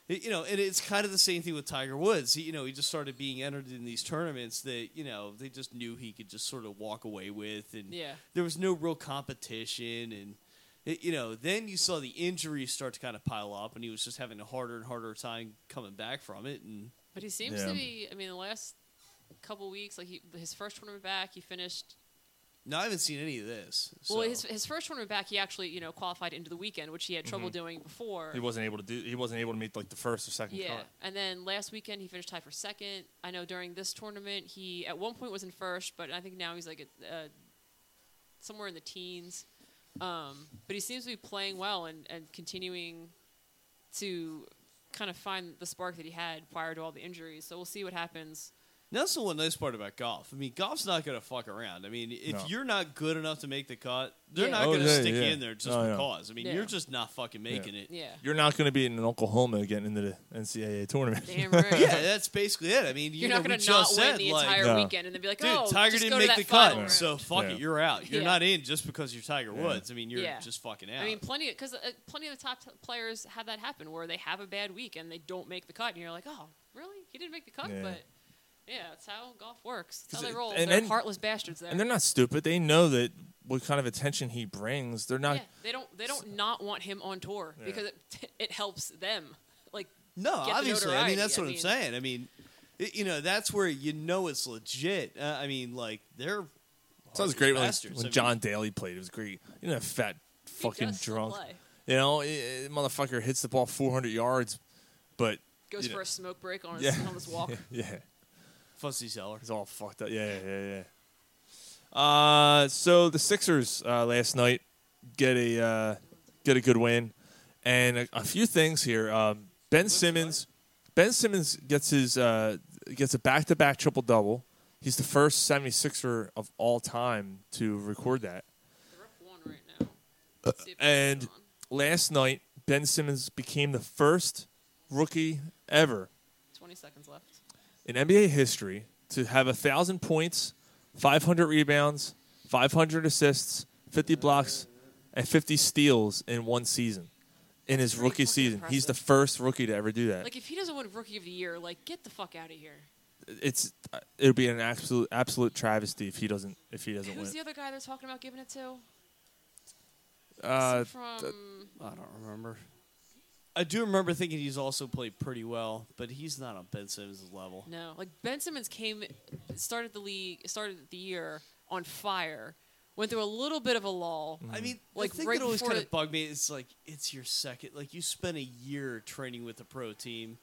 E: You know, and it's kind of the same thing with Tiger Woods. He, you know, he just started being entered in these tournaments that you know they just knew he could just sort of walk away with, and
H: Yeah.
E: there was no real competition and it- you know then you saw the injuries start to kind of pile up and he was just having a harder and harder time coming back from it and
H: but he seems
F: Yeah.
H: to be i mean the last couple weeks like he, his first tournament back he finished
E: no i haven't seen any of this so.
H: well his, his first tournament back he actually you know qualified into the weekend which he had trouble
E: Mm-hmm.
H: doing before
F: He wasn't able to do. He wasn't able to meet like the first or second
H: yeah
F: cut.
H: and then last weekend he finished tied for second i know during this tournament he at one point was in first but i think now he's like at, uh, somewhere in the teens um, but he seems to be playing well and, and continuing to kind of find the spark that he had prior to all the injuries so we'll see what happens
E: Now, that's the one nice part about golf i mean golf's not going to fuck around i mean if
F: No.
E: you're not good enough to make the cut they're
H: Yeah.
E: not
F: Oh,
E: going to
F: yeah,
E: stick you
F: yeah.
E: in there just
F: Oh, yeah.
E: because i mean
H: Yeah.
E: you're just not fucking making it
H: yeah
F: You're not going to be in Oklahoma getting into the NCAA tournament.
H: Damn right.
E: yeah that's basically it i mean you
H: you're
E: know,
H: not
E: going
H: going to
E: to
H: not win
E: said,
H: the
E: like,
H: entire
F: No.
H: weekend and then be like
E: Dude,
H: oh
E: Tiger
H: just
E: didn't
H: go to
E: make
H: that
E: the
H: final
E: cut,
H: round."
E: so fuck
F: Yeah.
E: it. You're out. You're
H: Yeah.
E: not in just because you're Tiger
F: Yeah.
E: Woods. I mean, you're
H: Yeah.
E: just fucking out.
H: I mean, plenty because uh, plenty of the top t- players have that happen where they have a bad week and they don't make the cut, and you're like, oh, really? He didn't make the cut,
F: Yeah.
H: but yeah, that's how golf works.
F: 'Cause
H: That's how they
F: it-
H: roll.
F: and
H: they're
F: then-
H: heartless bastards there.
F: And they're not stupid. They know that what kind of attention he brings. They're not.
H: yeah, they don't. They don't not want him on tour
F: Yeah.
H: because it, it helps them. Like
E: No,
H: get the
E: obviously. I mean,
H: notoriety.
E: that's
H: I
E: what I'm
H: mean-
E: saying. I mean, i- you know, that's where you know it's legit. Uh, I mean, like they're
F: Sounds great when, like,
E: bastards. I
F: when
E: mean-
F: John Daly played. It was great. You know, that fat fucking
H: does still
F: drunk.
H: play.
F: You know, eh, eh, motherfucker hits the ball 400 yards, but
H: goes
F: you
H: for
F: know,
H: a smoke break on
F: Yeah.
H: his on his walk.
F: yeah,
E: fussy seller.
F: he's all fucked up. Yeah, yeah, yeah. yeah. Uh, so the Sixers uh, last night get a uh, get a good win, and a, a few things here. Um, ben Simmons, Ben Simmons gets his uh, gets a back to back triple double. He's the first 76er of all time to record that.
H: They're up one right now. Let's see if it's
F: Uh, And
H: on.
F: last night, Ben Simmons became the first rookie ever
H: twenty seconds left.
F: in NBA history to have a thousand points, 500 rebounds, 500 assists, 50 blocks, and 50 steals in one season. In his rookie season, he's the first rookie to ever do that.
H: Like if he doesn't win Rookie of the Year, like get the fuck out of here.
F: It's it would be an absolute absolute travesty if he doesn't if he doesn't
H: Who's the
F: win.
H: other guy they're talking about giving it to?
F: Uh,
H: From
F: th-
E: I don't remember. I do remember thinking he's also played pretty well, but he's not on Ben Simmons' level.
H: no, like Ben Simmons came, started the league, started the year on fire, went through a little bit of a lull.
E: I mean,
H: like
E: the thing
H: right
E: that always
H: before
E: kind
H: the-
E: of bugged me is like it's your second. Like you spent a year training with the pro team.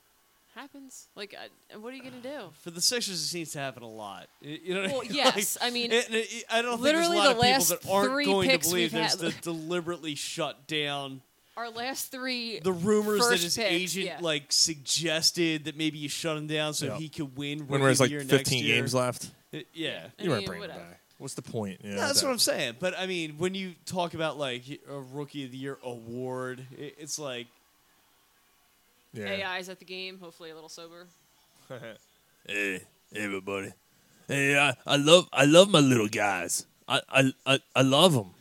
H: happens. Like, I, and what are you gonna do?
E: For the Sixers, it seems to happen a lot. Y- You know. what I
H: Well,
E: mean?
H: yes, I mean,
E: it- it- I don't
H: literally
E: think there's a lot
H: the
E: of people
H: last
E: that aren't
H: three
E: going to
H: picks
E: believe
H: we've
E: this
H: had-
E: to deliberately shut down
H: Our last three.
E: the rumors that
H: first
E: his
H: picks,
E: agent
H: yeah.
E: like suggested that maybe you shut him down so
F: Yeah.
E: he could win.
F: when
E: rookie
F: there's like
E: of the year
F: 15
E: next year.
F: games left,
E: Uh, yeah,
H: I
F: you weren't bringing
H: mean,
F: him
H: Eh, whatever.
F: back. What's the point? Yeah,
E: No, that's
F: that-
E: what I'm saying. But I mean, when you talk about like a rookie of the year award, i- it's like
F: yeah.
H: AI's at the game. Hopefully, a little sober.
F: Hey, everybody. Hey, I, I love I love my little guys. I I, I, I love them.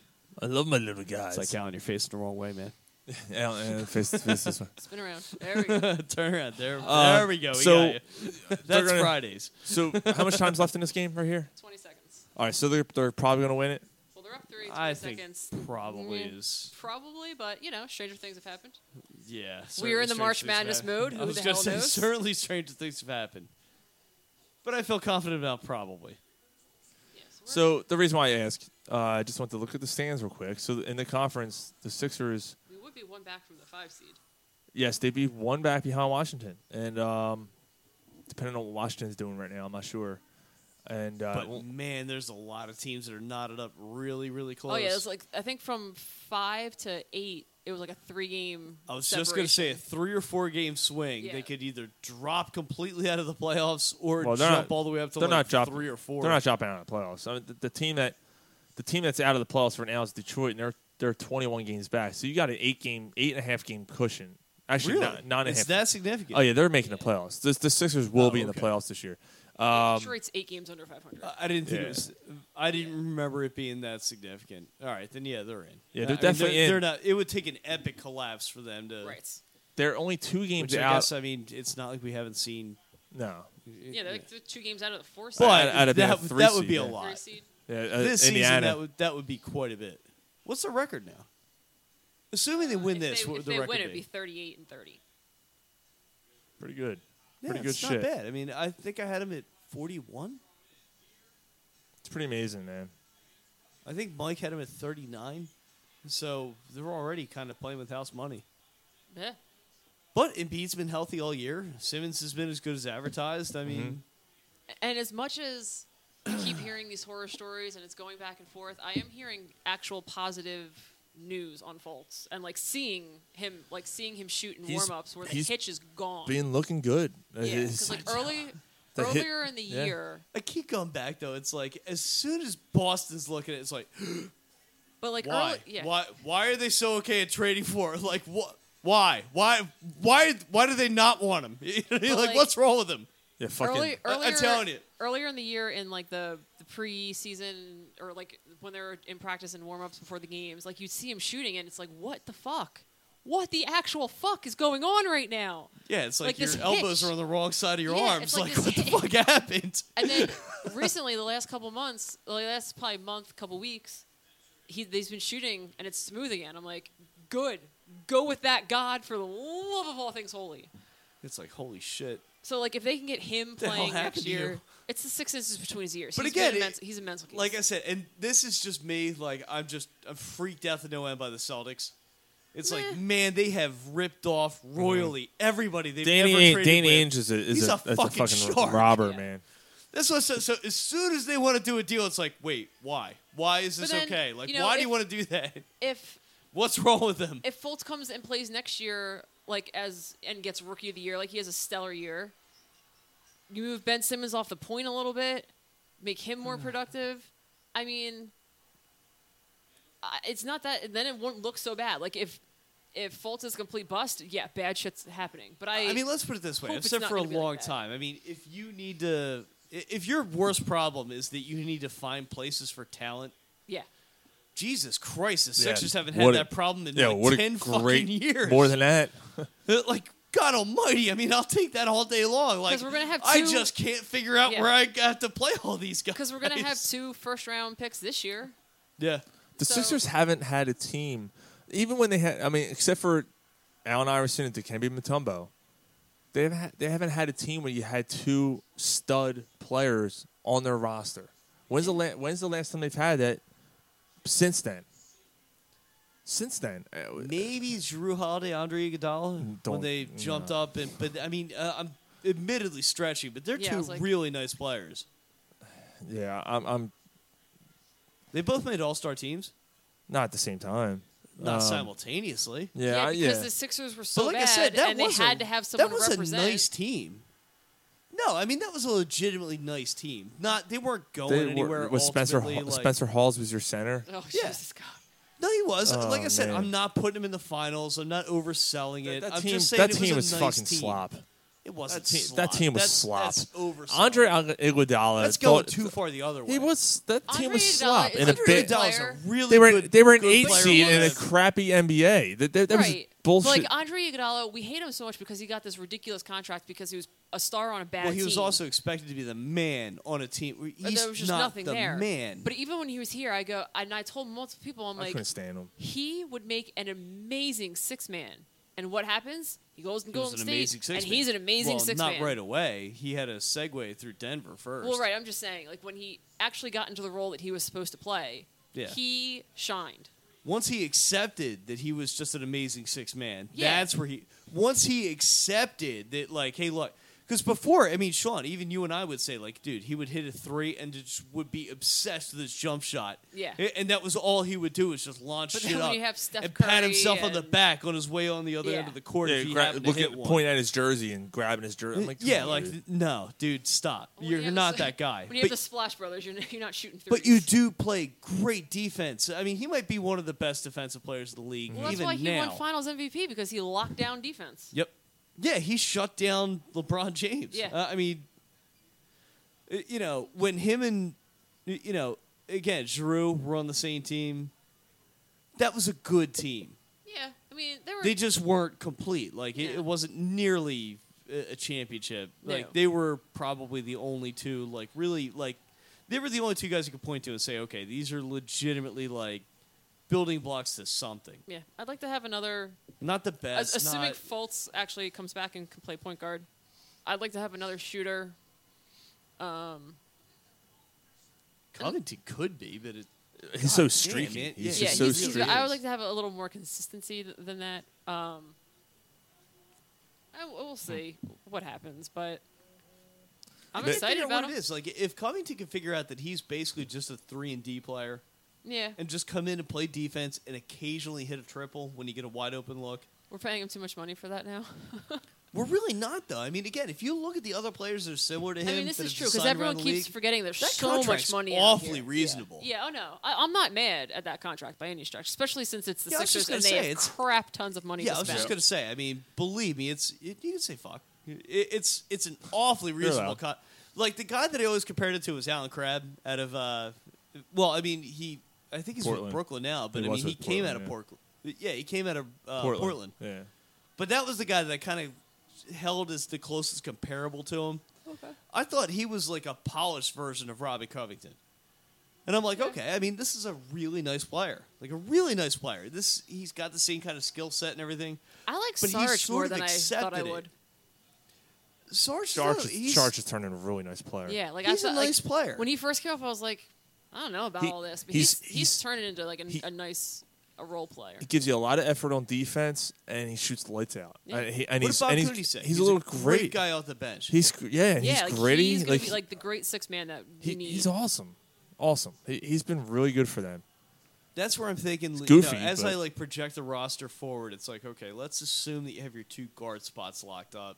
F: I love my little guys.
E: it's like Alan, you're facing the wrong way, man.
F: Yeah, yeah, face- face this one.
H: Spin around. There we go.
E: Turn around there.
F: Uh,
E: there we go. We
F: so-
E: got you. That's
F: gonna-
E: Fridays.
F: So, how much time's left in this game right here?
H: Twenty seconds.
F: All right, so they're they're probably gonna win it.
H: Well, they're up three. 20
E: I think
H: seconds.
E: probably
H: Yeah.
E: is.
H: Probably, but you know, stranger things have happened.
E: Yeah.
H: We were
E: certainly
H: in the March
E: stranger things have happened.
H: Madness mode.
E: I
H: Who
E: was
H: the
E: gonna
H: hell
E: say,
H: knows?
E: certainly stranger things have happened. But I feel confident about probably.
H: Yes. we're-
F: So the reason why I ask, uh, I just want to look at the stands real quick. So in the conference, the Sixers,
H: we would be one back from the five seed.
F: yes, they'd be one back behind Washington, and um, depending on what Washington's doing right now, I'm not sure. And uh,
E: But man, there's a lot of teams that are knotted up really, really close.
H: Oh yeah, it was like I think from five to eight, it was like a three game.
E: I was just going to say a three or four game swing.
H: Yeah.
E: They could either drop completely out of the playoffs or
F: Well, they're
E: jump
F: not-
E: all the way up to
F: they're
E: like
F: not dropping.
E: three or four.
F: They're not dropping out of the playoffs. I mean, the, the team that the team that's out of the playoffs right now is Detroit, and they're they're 21 games back. So you got an eight game, eight and a half game cushion. Actually,
E: really.
F: not nine and a
E: it's
F: half.
E: that significant.
F: Oh yeah, they're making the playoffs. The, the Sixers will
E: Oh,
F: be in the
E: okay.
F: playoffs this year.
H: Detroit's eight games under
E: um,
H: 500.
E: I- uh, I didn't think
F: Yeah.
E: it was. I didn't remember it being that significant. All right, then yeah, they're in.
F: Yeah,
E: I
F: they're
E: mean,
F: definitely
E: they're,
F: in.
E: They're not. It would take an epic collapse for them to.
H: right.
F: They're only two games
E: Which I
F: out.
E: guess I mean it's not like we haven't seen.
F: no,
H: Yeah, they're like th- two games out of the four seed.
F: But
E: But
F: out of the
E: that, would-
F: three
E: that would
F: seed,
E: be a
F: yeah.
H: Three
E: lot.
H: seed.
F: yeah, uh,
E: This season
F: Indiana.
E: that would that would be quite a bit. What's the record now? Assuming they win
H: Uh,
E: this,
H: if they,
E: what would
H: if
E: the
H: they
E: record
H: win, it'd
E: be?
H: be 38 and 30.
F: pretty good.
E: Yeah,
F: pretty good
E: it's
F: shit.
E: Not bad. I mean, I think I had him at forty-one.
F: It's pretty amazing, man.
E: I think Mike had him at thirty-nine. So they're already kind of playing with house money.
H: Yeah.
E: But Embiid's been healthy all year. Simmons has been as good as advertised. I mean,
H: And as much as we keep hearing these horror stories and it's going back and forth, I am hearing actual positive news on Fultz and like seeing him, like seeing him shoot in
F: He's-
H: warm ups where the
F: he's
H: hitch is gone.
F: Been looking good. Uh,
H: yeah,
F: it's-
H: because like early,
F: The hit-
H: earlier in the
F: yeah.
H: year,
E: I keep going back though. It's like as soon as Boston's looking at it, it's like
H: but like
E: why,
H: early, yeah,
E: why, why are they so okay at trading for? it? Like what? Why? Why? Why? Why do they not want him? You know, like,
H: like-
E: what's wrong with him?
F: yeah, fucking.
H: Early,
E: I- I'm
H: earlier,
E: telling you.
H: Earlier in the year, in like the, the preseason or like when they're in practice and warm ups before the games, like you'd see him shooting, and it's like, what the fuck? What the actual fuck is going on right now?
E: Yeah, it's like,
H: Like,
E: your
H: this
E: elbows
H: hitch.
E: are on the wrong side of your
H: Yeah,
E: arms.
H: it's like
E: Like,
H: this
E: what the
H: hitch.
E: fuck happened?
H: And then recently, the last couple months, like last probably month, couple weeks, he they've been shooting, and it's smooth again. I'm like, good, go with that, God, for the love of all things holy.
E: It's like holy shit.
H: So like, if they can get him
E: the hell
H: playing
E: happened
H: next
E: to you?
H: year, it's the six inches between his ears.
E: But
H: He's been
E: again,
H: a
E: it-
H: mens- he's a mental case.
E: Like uh, I said, and this is just me. Like I'm just I'm freaked out to no end by the Celtics. It's
H: Meh.
E: like man, they have ripped off royally everybody they've
F: Mm-hmm. Danny
E: ever
F: Ainge,
E: traded
F: Danny
E: with.
F: Ainge is a, is
E: He's
F: a,
E: a
F: is a
E: fucking
F: fucking
E: shark.
F: robber,
H: Yeah.
F: man.
E: That's what I said. So as soon as they want to do a deal, it's like, wait, why? Why is this
H: then,
E: okay? Like,
H: you know,
E: why do
H: if-
E: you want to do that?
H: if
E: What's wrong with them?
H: if Fultz comes and plays next year, like as and gets rookie of the year, like he has a stellar year. You move Ben Simmons off the point a little bit, make him
E: Hmm.
H: more productive. I mean, I- it's not that. Then it won't look so bad. Like if if Fultz is a complete bust, yeah, bad shit's happening. But I,
E: I mean, let's put it this way.
H: hope
E: I've
H: it's
E: said
H: not
E: for a
H: gonna be like
E: long
H: that.
E: time. I mean, if you need to I- If your worst problem is that you need to find places for talent,
H: Yeah.
E: Jesus Christ, the
F: Yeah,
E: Sixers haven't
F: what
E: had
F: a-
E: that problem in
F: yeah,
E: like
F: what a
E: ten
F: great-
E: fucking years.
F: More than that.
E: like God Almighty, I mean, I'll take that all day long. Like
H: 'Cause we're gonna have
E: I
H: two-
E: just can't figure out
H: Yeah.
E: where I got to play all these guys
H: Because we're going to have two first round picks this year.
E: Yeah.
F: The
H: So-
F: Sixers haven't had a team, even when they had. I mean, except for Allen Iverson and Dikembe Mutombo, they haven't. Had, they haven't had a team where you had two stud players on their roster. When's the la- When's the last time they've had that? Since then. Since then, Uh,
E: Maybe Drew Holiday, Andre Iguodala, when
F: Don't-
E: they jumped up, and but I mean, uh, I'm admittedly stretching, but they're
H: Yeah, I
E: two
H: was like-
E: really nice players.
F: yeah, I'm, I'm
E: They both made All Star teams,
F: not at the same time.
E: not
F: Um,
E: simultaneously.
F: Yeah, I-
H: because
F: yeah.
H: the Sixers were
E: But
F: Oh,
H: so
E: like
H: bad,
E: I said, that
H: and they
E: was
H: had
E: a,
H: to have someone
E: that was
H: represent.
E: a nice team. No, I mean that was a legitimately nice team. Not they weren't going
F: They were-
E: anywhere.
F: was Spencer
E: ultimately,
F: Hall-
E: like,
F: Spencer Halls was your center.
H: Oh,
E: Yeah.
H: Jesus God.
E: No, he was.
F: Oh,
E: like I said,
F: man.
E: I'm not putting him in the finals. I'm not overselling it.
F: That, that
E: I'm
F: team,
E: just saying
F: that
E: it
F: team
E: was, a nice
F: fucking
E: team.
F: slop.
E: It wasn't
F: That team,
E: slop.
F: that team was
E: that's,
F: slop.
E: That's overselling.
F: Andre Iguodala.
E: That's going
F: thought-
E: too far the other way.
F: He was that
H: Andre
F: team was
H: Iguodala
F: slop
H: is
F: in a
H: Andre
F: bit.
H: Iguodala-
E: Iguodala's a
H: player.
E: really
F: They were
E: good.
F: they were an
E: good
F: eight
E: player
F: seed
E: on
F: in a
E: the-
F: crappy NBA. That, that, that was
H: right.
F: bullshit.
H: Like Andre Iguodala, we hate him so much because he got this ridiculous contract because he was a star on a bad
E: Well, he was
H: team.
E: also expected to be the man on a team. where
H: And
E: He's
H: there was just
E: not
H: nothing
E: the
H: there.
E: man.
H: But even when he was here, I go and I told multiple people, I'm
F: I
H: like,
F: couldn't stand him.
H: he would make an amazing six man. And what happens? He goes and
E: He was
H: Golden
E: an
H: State,
E: amazing six
H: and he's an amazing
E: well,
H: six
E: not
H: man.
E: right away. He had a segue through Denver first.
H: Well, right. I'm just saying, like when he actually got into the role that he was supposed to play,
E: Yeah.
H: he shined.
E: Once he accepted that he was just an amazing six man,
H: Yeah.
E: that's where he. Once he accepted that, like, hey, look, because before, I mean, Sean, even you and I would say, like, dude, he would hit a three and just would be obsessed with his jump shot.
H: Yeah.
E: A- And that was all he would do is just launch
H: But
E: shit
H: then when
E: up
H: you have Steph
E: and pat
H: Curry
E: himself on the
H: and-
E: back on his way on the other
H: Yeah.
E: end of the court
F: Yeah,
E: if he
F: gra-
E: happened to
F: looking-
E: hit one.
F: pointing at his jersey and grabbing his jersey. I'm like,
E: yeah,
F: come
E: like uh,
F: on, dude.
E: no, dude, stop.
H: When
E: you're you're
H: you have
E: not
H: the-
E: that guy.
H: When you have
E: But,
H: the Splash Brothers, you're, you're not shooting. 30s.
E: but you do play great defense. I mean, he might be one of the best defensive players in the league
H: Well, that's
E: even
H: why he
E: now.
H: won Finals MVP because he locked down defense.
E: Yep. Yeah, he shut down LeBron James.
H: Yeah.
E: Uh, I mean, y- you know, when him and, y- you know, again, Drew were on the same team, that was a good team.
H: Yeah, I mean there were.
E: They just weren't complete. Like, it,
H: Yeah.
E: it wasn't nearly uh, a a championship. Like,
H: No.
E: they were probably the only two, like, really, like, they were the only two guys you could point to and say, okay, these are legitimately, like, building blocks to something.
H: yeah, I'd like to have another.
E: Not the best.
H: as- assuming
E: not-
H: Fultz actually comes back and can play point guard, I'd like to have another shooter. Um,
E: Covington could be, but it.
F: he's so
E: damn,
F: streaky.
E: man.
F: he's
E: Yeah,
F: just
E: he's-
F: so
E: he's-
F: streaky.
H: I would like to have a little more consistency th- than that. Um, I, we'll see what happens, but I'm
E: Can't
H: excited
E: figure out
H: about
E: what
H: him.
E: it is. Like if Covington can figure out that he's basically just a three and D player
H: Yeah,
E: and just come in and play defense and occasionally hit a triple when you get a wide open look.
H: we're paying him too much money for that now.
E: We're really not though. I mean, again, if you look at the other players that are similar to
H: I
E: him,
H: mean, this
E: that
H: is
E: have
H: true because
E: signed
H: everyone
E: around the
H: keeps
E: league,
H: forgetting there's
E: that
H: so much
E: contract's
H: money. out
E: Awfully
H: here.
E: reasonable.
H: Yeah. Oh no, I, I'm not mad at that contract by any stretch, especially since it's the
E: Yeah, I was
H: Sixers
E: just
H: and
E: gonna
H: they
E: say,
H: have
E: it's-
H: crap tons of money
E: Yeah,
H: to
E: I was
H: spend.
E: just gonna say. I mean, believe me, it's it, you can say fuck. It, it's it's an awfully reasonable
F: allowed.
E: cut. Like the guy that I always compared it to was Alan Crabb out of. Uh, well, I mean, he I think he's
F: Portland.
E: with Brooklyn now, but
F: He
E: I mean,
F: was
E: he
F: with
E: came
F: Portland,
E: out of
F: yeah.
E: Portland. Yeah, he came out of uh,
F: Portland.
E: Portland.
F: Yeah.
E: But that was the guy that I kind of held as the closest comparable to him.
H: Okay.
E: I thought he was like a polished version of Robbie Covington. And I'm like,
H: Yeah.
E: okay, I mean, this is a really nice player. Like a really nice player. This he's got the same kind of skill set and everything.
H: I like
E: But he
H: Sarge
E: sort
H: more
E: of
H: than I thought I
E: accepted it.
H: would.
E: Sarge,
F: Charge,
E: though, he's,
F: Charge has turned into a really nice player.
H: Yeah, like
E: he's
H: I
E: a
H: thought, like,
E: nice player.
H: When he first came up, I was like, I don't know about
F: He-
H: all this, but
F: he's-
H: he's he's,
F: he's-
H: turning into like a,
F: he-
H: a nice a role player.
F: He gives you a lot of effort on defense, and he shoots the lights out.
H: Yeah.
F: And, he, and
E: what
F: he's
E: about
F: and he's,
E: Cooney say?
F: he's, a little
E: great. guy off the bench.
F: He's gr- yeah, and
H: yeah,
F: he's
H: like,
F: gritty.
H: He's gonna
F: like,
H: be like the great six man that we
F: he-
H: need.
F: he's awesome, awesome. He, he's been really good for them.
E: That's where I'm thinking. you know,
F: goofy,
E: as
F: but-
E: I like project the roster forward, it's like okay, let's assume that you have your two guard spots locked up.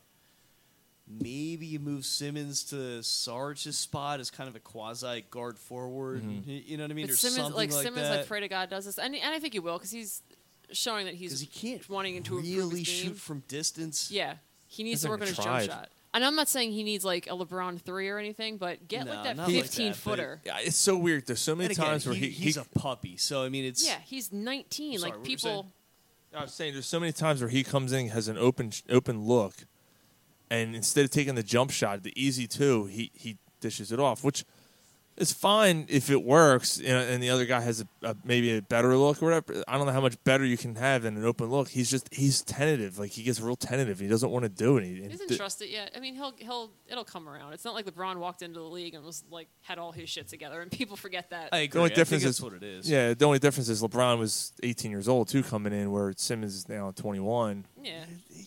E: Maybe you move Simmons to Sarge's spot as kind of a quasi guard forward.
F: Mm-hmm.
E: y- You know what I mean?
H: but
E: or
H: Simmons,
E: something
H: like,
E: like,
H: Simmons,
E: that.
H: like pray to God does this, and, and I think he will because he's showing that
E: because
H: he's
E: he can't
H: wanting to improve
E: really
H: his game.
E: shoot from distance.
H: Yeah, he needs to
F: Hasn't
H: work on his
F: tried.
H: jump shot. And I'm not saying he needs like a LeBron three or anything, but get
E: No,
H: like that
E: not like
H: 15
E: that, but-
H: footer.
F: Yeah, it's so weird. There's so many
E: And again,
F: times where
E: he-
F: he,
E: he's a puppy, so I mean it's
H: yeah, he's 19.
E: Sorry,
H: like
E: what were you
H: people,
F: I was saying there's so many times where he comes in has an open sh- open look, and instead of taking the jump shot, the easy two, he he dishes it off, which is fine if it works, you know, and the other guy has a, a maybe a better look or whatever. I don't know how much better you can have than an open look. He's just he's tentative, like he gets real tentative. He doesn't want to do it. He,
H: he doesn't trust it yet. I mean, he'll he'll it'll come around. It's not like LeBron walked into the league and was like had all his shit together, and people forget that.
E: I
F: The
E: agree.
F: only
E: I
F: difference
E: think that's
F: is
E: what it is.
F: Yeah, the only difference is LeBron was 18 years old too, coming in where Simmons is now 21.
H: Yeah,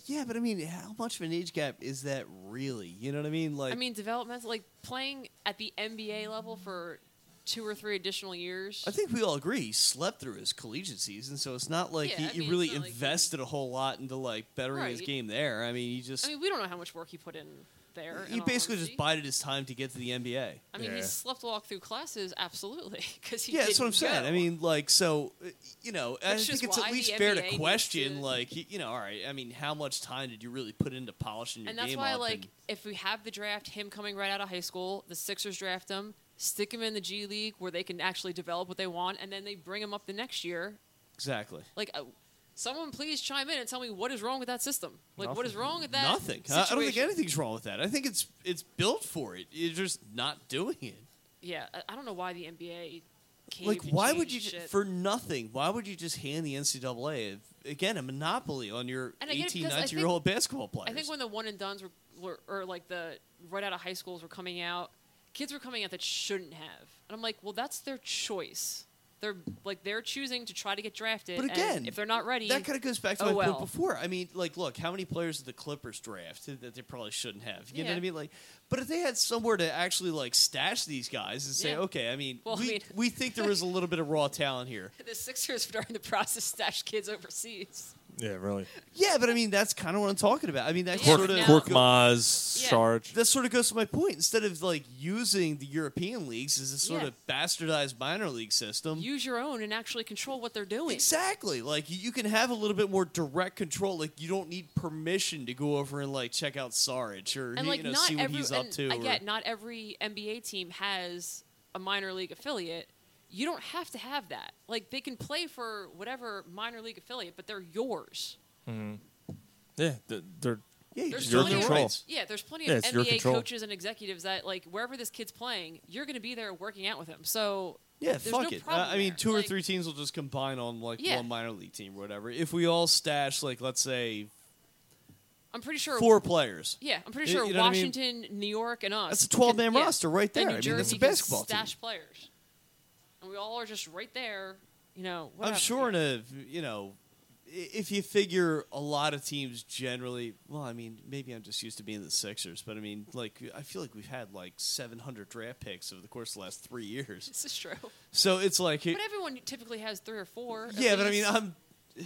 E: yeah, but I mean, how much of an age gap is that really? You know what I mean? Like,
H: I mean, developmental like playing at the NBA level for two or three additional years.
E: I think we all agree he slept through his collegiate season, so it's not like
H: Yeah,
E: he,
H: I
E: he
H: mean,
E: really
H: it's not like he-
E: invested a whole lot into like bettering his
H: Right.
E: game there. I mean, he just
H: I mean, we don't know how much work he put in there. in
E: he
H: all
E: basically
H: honesty.
E: just bided his time to get to the NBA.
H: I mean,
F: Yeah.
H: he slept walk through classes absolutely because he.
E: Yeah, that's what I'm
H: didn't
E: saying.
H: go.
E: I mean, like, so uh, you know, I
H: Which is
E: think it's
H: why
E: at least
H: the
E: fair
H: NBA
E: to
H: needs
E: question,
H: to-
E: like, y- you know, all right. I mean, how much time did you really put into polishing your
H: and that's
E: game
H: why,
E: up
H: like,
E: and-
H: if we have the draft, him coming right out of high school, the Sixers draft him, stick him in the G League where they can actually develop what they want, and then they bring him up the next year.
E: exactly.
H: Like, uh, someone please chime in and tell me what is wrong with that system. Like, what is
F: Nothing.
H: wrong with that?
E: Nothing. I- I don't think
H: situation?
E: anything's wrong with that. I think it's it's built for it. You're just not doing it.
H: Yeah, I, I don't know why the NBA. Caved
E: Like,
H: and
E: why would you
H: changed
E: ju-
H: shit.
E: for nothing? Why would you just hand the NCAA again a monopoly on your
H: And I get it
E: 18,
H: because I
E: 19 year old
H: think-
E: basketball players?
H: I think when the one and duns were, were or like the right out of high schools were coming out, kids were coming out that shouldn't have. And I'm like, well, that's their choice. They're like they're choosing to try to get drafted.
E: But
H: and
E: again,
H: if they're not ready,
E: that kind of goes back to
H: oh
E: my
H: well.
E: point before. I mean, like, look, how many players did the Clippers draft that they probably shouldn't have? You know what
H: Yeah.
E: I mean? Like, but if they had somewhere to actually like stash these guys and say,
H: Yeah.
E: okay, I mean,
H: Well, I
E: we
H: mean-
E: we think there is a little bit of raw talent here.
H: The Sixers during the process stashed kids overseas.
F: Yeah, really.
E: Yeah, but I mean, that's kind of what I'm talking about. I mean, that
F: Cork,
H: Yeah,
E: sort of
H: now-
F: Cork
E: go-
F: Maz,
H: Yeah.
F: Sarge.
E: that sort of goes to my point. Instead of like using the European leagues as a sort
H: Yeah.
E: of bastardized minor league system,
H: Use your own and actually control what they're doing.
E: Mm. Exactly. Like you- you can have a little bit more direct control. Like you don't need permission to go over and like check out Sarge or
H: And
E: you
H: like
E: know
H: not
E: see what
H: every
E: he's up
H: and
E: to.
H: I
E: or-
H: get not every NBA team has a minor league affiliate. You don't have to have that. Like they can play for whatever minor league affiliate, but they're yours.
F: Yeah, th- they're
E: yeah, you
H: There's
E: just
F: Your
E: don't have
H: plenty of
F: control.
E: rights.
H: yeah, there's plenty
F: Yeah,
H: of
F: it's your
H: NBA
F: control.
H: coaches and executives that like wherever this kid's playing, you're going to be there working out with him. So
E: Yeah,
H: there's
E: fuck
H: no
E: it.
H: problem
E: I I mean,
H: there.
E: two or
H: Like,
E: three teams will just combine on like
H: Yeah.
E: one minor league team or whatever. If we all stash like let's say
H: I'm pretty sure.
E: four players,
H: Yeah, I'm pretty
E: You-
H: sure
E: you know what I mean?
H: Washington, New York, and us.
E: That's a
H: can-
E: 12-man
H: yeah.
E: roster right
H: Then
E: there.
H: New
E: I mean,
H: Jersey
E: that's a
H: can
E: basketball team.
H: stash players, and we all are just right there. You know,
E: I'm
H: whatever.
E: sure in a you know. i- If you figure a lot of teams generally, well, I mean, maybe I'm just used to being the Sixers, but I mean, like, I feel like we've had like 700 draft picks over the course of the last three years.
H: this is true.
E: So it's like,
H: But everyone typically has three or four. at
E: yeah, but I mean,
H: least.
E: I'm. Yeah,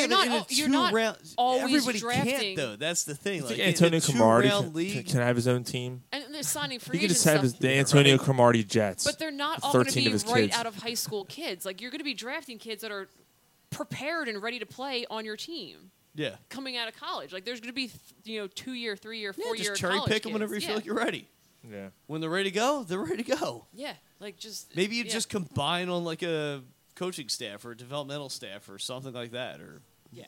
H: you're
E: but
H: not
E: in a
H: al- you're
E: two
H: not
E: round,
H: always
E: everybody
H: drafting-
E: can't though. That's the thing.
F: I
E: Like
F: think
E: in a
F: Antonio
E: two
F: Cromardi
E: round
F: can, can,
E: league,
F: can have his own team.
H: and they're signing free
F: He could
H: agent
F: just have
H: stuff.
F: his the Antonio Cromartie Jets.
H: But they're not
F: with
H: all going to
F: 13
H: be
F: of his
H: right
F: kids.
H: out of high school kids. Like you're going to be drafting kids that are prepared and ready to play on your team
E: yeah,
H: coming out of college. Like there's going to be th- you know two year, three year,
E: yeah,
H: four year
E: just cherry
H: college
E: pick them whenever you
H: kids.
E: feel
H: yeah.
E: like you're ready.
F: Yeah.
E: When they're ready to go, they're ready to go.
H: Yeah, like just
E: Maybe you
H: yeah.
E: just combine on like a coaching staff or a developmental staff or something like that. Or
H: yeah.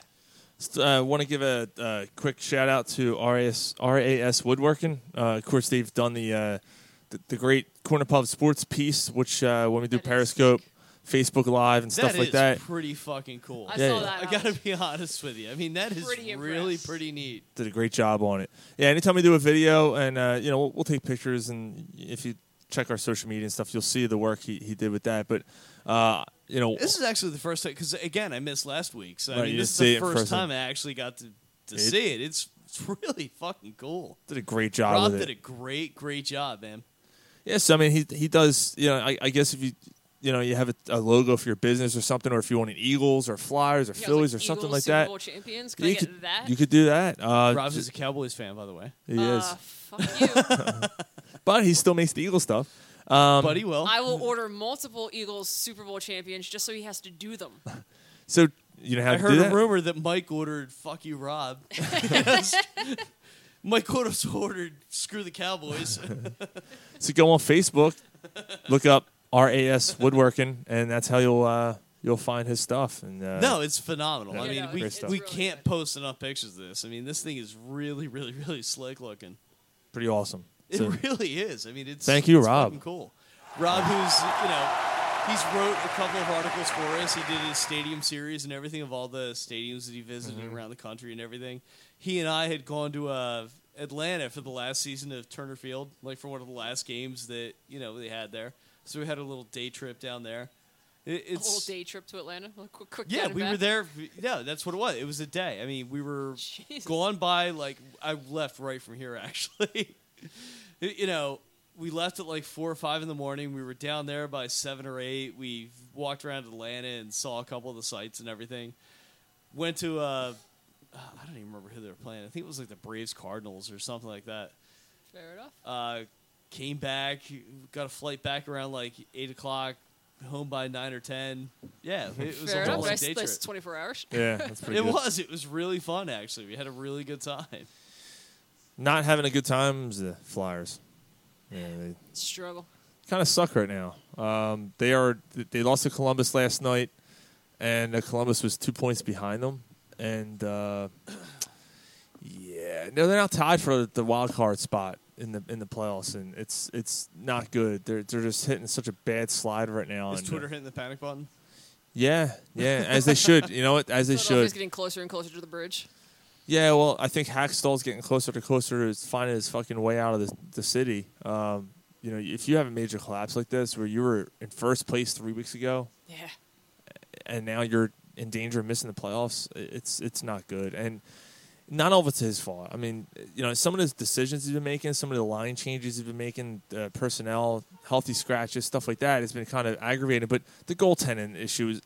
F: I uh, want to give a uh, quick shout out to RAS, RAS Woodworking. Uh, of course, they've done the, uh, the the great Corner Pub Sports piece, which uh, when we do
H: That is
F: Periscope, Facebook Live, and stuff
E: That
F: like
E: is
F: that,
E: pretty fucking cool.
H: I
F: Yeah,
H: saw
F: yeah.
H: that.
E: I gotta be honest with you. I mean, that is
H: Pretty
E: really
H: impressed.
E: pretty neat.
F: did a great job on it. Yeah, anytime we do a video, and uh, you know, we'll, we'll take pictures, and if you check our social media and stuff, you'll see the work he, he did with that. But uh, you know,
E: This is actually the first time because again, I missed last week, so I
F: Right,
E: mean,
F: you
E: this
F: didn't see
E: is the
F: it
E: first
F: firsthand.
E: time I actually got to, to
F: It-
E: see it. It's, it's really fucking cool.
F: did a great job.
E: Rob
F: with it.
E: did a great, great job, man.
F: Yes, I mean he he does. You know, I, I guess if you you know you have a, a logo for your business or something, or if you want an Eagles or Flyers or
H: Yeah, I was
F: Phillies
H: like,
F: or something
H: Eagles,
F: like
H: Super
F: that,
H: Bowl champions. Can
F: you
H: I get
F: could
H: that?
F: you could do that. Uh,
E: Rob is a Cowboys fan, by the way,
F: he
H: uh,
F: is,
H: fuck you.
F: but he still makes the Eagle stuff. Um,
E: but he will.
H: I will order multiple Eagles Super Bowl champions just so he has to do them.
F: So you know how
E: I
F: to
E: heard
F: do
E: a
F: that?
E: rumor that Mike ordered "fuck you, Rob." Mike Cordov's ordered screw the Cowboys.
F: So go on Facebook, look up RAS Woodworking, and that's how you'll uh, you'll find his stuff. And uh,
E: no, it's phenomenal.
F: Yeah,
E: I mean,
F: no,
E: we,
F: it's- it's
E: we
F: really
E: can't post enough pictures of this. I mean, this thing is really, really, really slick looking.
F: pretty awesome.
E: It
F: So-
E: really is. I mean, it's
F: Thank you,
E: it's
F: Rob.
E: fucking Cool, Rob, who's you know, he's wrote a couple of articles for us. He did his stadium series and everything of all the stadiums that he visited
F: Mhm.
E: around the country and everything. He and I had gone to uh, Atlanta for the last season of Turner Field, like for one of the last games that you know they had there. So we had a little day trip down there. It,
H: a whole
E: it's
H: day trip to Atlanta. A quick, quick down
E: yeah,
H: and
E: we
H: back.
E: were there. No, that's what it was. It was a day. I mean, we were gone by like I left right from here actually. you know, we left at like four or five in the morning. We were down there by seven or eight. We walked around Atlanta and saw a couple of the sites and everything. Went to uh, I don't even remember who they were playing. I think it was like the Braves Cardinals or something like that.
H: Fair enough.
E: Uh, came back, got a flight back around like eight o'clock. Home by nine or ten. Yeah, it was
H: Fair
E: a
H: enough.
E: long
H: Nice-
E: day
H: nice
E: trip.
H: 24 hours.
F: Yeah, that's pretty
E: it
F: good.
E: was. It was really fun. Actually, we had a really good time.
F: Not having a good time is the Flyers. Yeah, they
H: Struggle.
F: kind of suck right now. Um, they are they lost to Columbus last night, and uh, Columbus was two points behind them. And uh, yeah, no, they're now tied for the wild card spot in the in the playoffs, and it's it's not good. They're they're just hitting such a bad slide right now.
E: Is
F: and, uh,
E: Twitter hitting the panic button?
F: Yeah, yeah, as they should. You know what? As they
H: Philadelphia's
F: should.
H: getting closer and closer to the bridge.
F: Yeah, well, I think Hackstall's getting closer to closer to his- finding his fucking way out of the, the city. Um, you know, if you have a major collapse like this, where you were in first place three weeks ago,
H: Yeah.
F: and now you're in danger of missing the playoffs, i- it's it's not good. And not all of it's his fault. I mean, you know, some of his decisions he's been making, some of the line changes he's been making, uh, personnel, healthy scratches, stuff like that, has been kind of aggravating. But the goaltending issue is,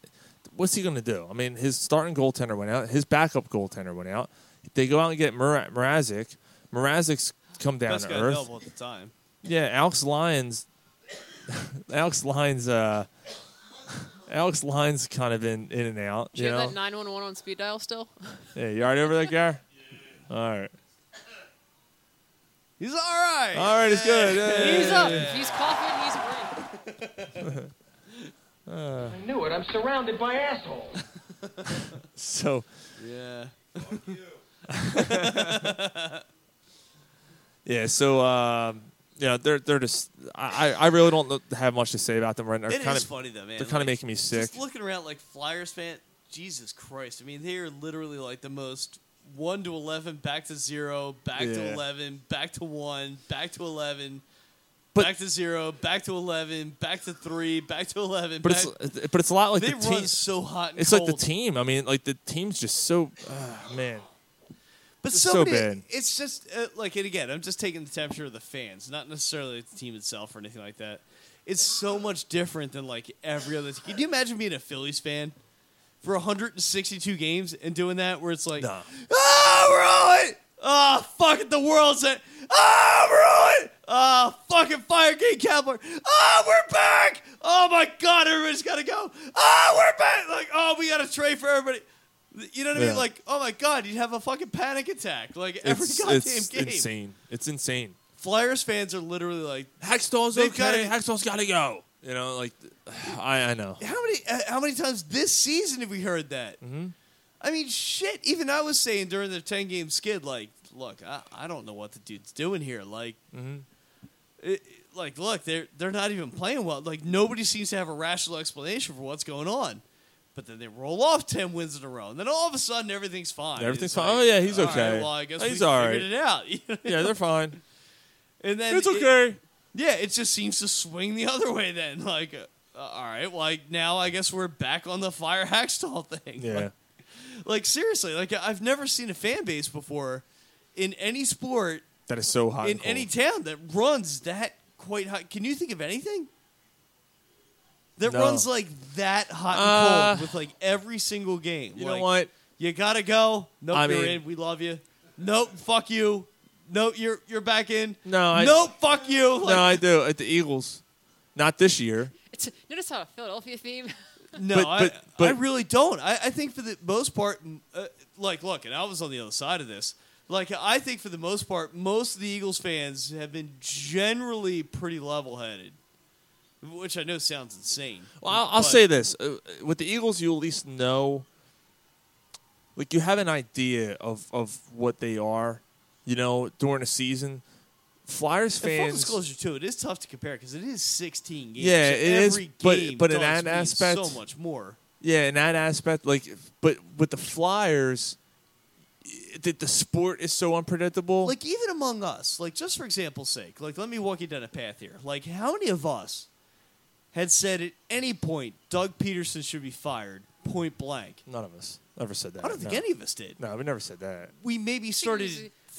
F: what's he going to do? I mean, his starting goaltender went out, his backup goaltender went out. They go out and get Mora- Mrazek. Mrazek's come down
E: Best
F: to
E: guy
F: earth.
E: available at the time.
F: Yeah, Alex Lyons. Alex Lyons. Uh, Alex Lyons kind of in in and out.
H: Do
F: you
H: you
F: know.
H: have that 911 on speed dial still?
F: Yeah, you all right over there, Gar? All right.
E: He's all right.
F: All right, it's good. Yeah.
H: He's up. He's coughing. He's breathing.
F: Uh,
J: I knew it. I'm surrounded by assholes.
F: so,
E: Yeah.
F: yeah, so, um, yeah, they're they're just. I, I I really don't know- have much to say about them right now.
E: It
F: They're
E: is
F: kinda,
E: funny though, man.
F: They're kind
E: Like,
F: of making me sick.
E: Just looking around like Flyers fan, Jesus Christ! I mean, they are literally like the most one to eleven, back to zero, back to
F: Yeah.
E: eleven, back to one, back to eleven.
F: But-
E: back to zero, back to eleven, back to three, back to eleven.
F: But
E: back,
F: it's but it's a lot like
E: they
F: the team.
E: run so hot. And
F: it's
E: cold.
F: like the team. I mean, like the team's just so uh, man.
E: But
F: It's
E: so,
F: so
E: many-
F: bad.
E: It's just uh, like, and again, I'm just taking the temperature of the fans, not necessarily the team itself or anything like that. It's so much different than like every other. Team. Can you imagine being a Phillies fan for 162 games and doing that, where it's like, ah, we're on it. Ah, fuck it, the world's it. Ah, we're on it. Ah, fucking Firegate Cowboy. Ah, we're back. Oh my god, everybody's gotta go. Ah, we're back. Like, oh, we got to trade for everybody. You know what I
F: Yeah.
E: mean? Like, oh my god, you'd have a fucking panic attack. Like every
F: it's
E: goddamn
F: it's
E: game.
F: insane. It's insane.
E: Flyers fans are literally like,
F: Hextall's
E: They've
F: okay.
E: gotta-
F: Hextall's got to go. You know, like I I know.
E: how many uh, how many times this season have we heard that?
F: Mhm.
E: I mean, shit. Even I was saying during the ten game skid, like, look, I, I don't know what the dude's doing here. Like,
F: Mm-hmm.
E: it, it- like look, they're they're not even playing well. Like nobody seems to have a rational explanation for what's going on. But then they roll off ten wins in a row, and then all of a sudden everything's fine.
F: Everything's
E: It's
F: fine.
E: like,
F: Oh, yeah, he's
E: all right,
F: okay.
E: well, I guess
F: He's
E: we
F: all
E: figured it out. You know?
F: Yeah, they're fine.
E: And then
F: it's
E: it-
F: okay.
E: yeah, it just seems to swing the other way. Then like, uh, all right, like now I guess we're back on the fire hackstall thing.
F: yeah.
E: Like, like, seriously, like I've never seen a fan base before in any sport
F: That is so hot.
E: in any town that runs that quite hot. Can you think of anything that
F: No.
E: runs like that hot and
F: Uh,
E: cold with like every single game?
F: you
E: like,
F: know what?
E: You gotta go. Nope,
F: I
E: you're
F: mean-
E: in. We love you. Nope, fuck you. Nope, you're you're back in.
F: No, I-
E: nope, fuck you. Like,
F: no, I do. At the Eagles, not this year.
H: It's, notice how a Philadelphia theme.
E: No,
F: But-
E: I,
F: but- but-
E: I really don't. I, I think for the most part, m- uh, like, look, and I was on the other side of this. Like I think for the most part, most of the Eagles fans have been generally pretty level-headed, which I know sounds insane.
F: Well, I'll, I'll
E: but-
F: say this: Uh, with the Eagles, you at least know, like you have an idea of of what they are, you know, during the season. Flyers
E: And full
F: fans,
E: disclosure too, it is tough to compare because it is 16 games.
F: yeah,
E: so
F: it is,
E: every game
F: but but in
E: does
F: that
E: mean
F: aspect,
E: so much more.
F: Yeah, in that aspect, like, but with the Flyers, i- the, the sport is so unpredictable.
E: Like even among us, like just for example's sake, like let me walk you down a path here. Like how many of us had said at any point Doug Peterson should be fired, point blank?
F: none of us ever said that.
E: I don't think
F: no.
E: any of us did.
F: No, we never said that.
E: We maybe started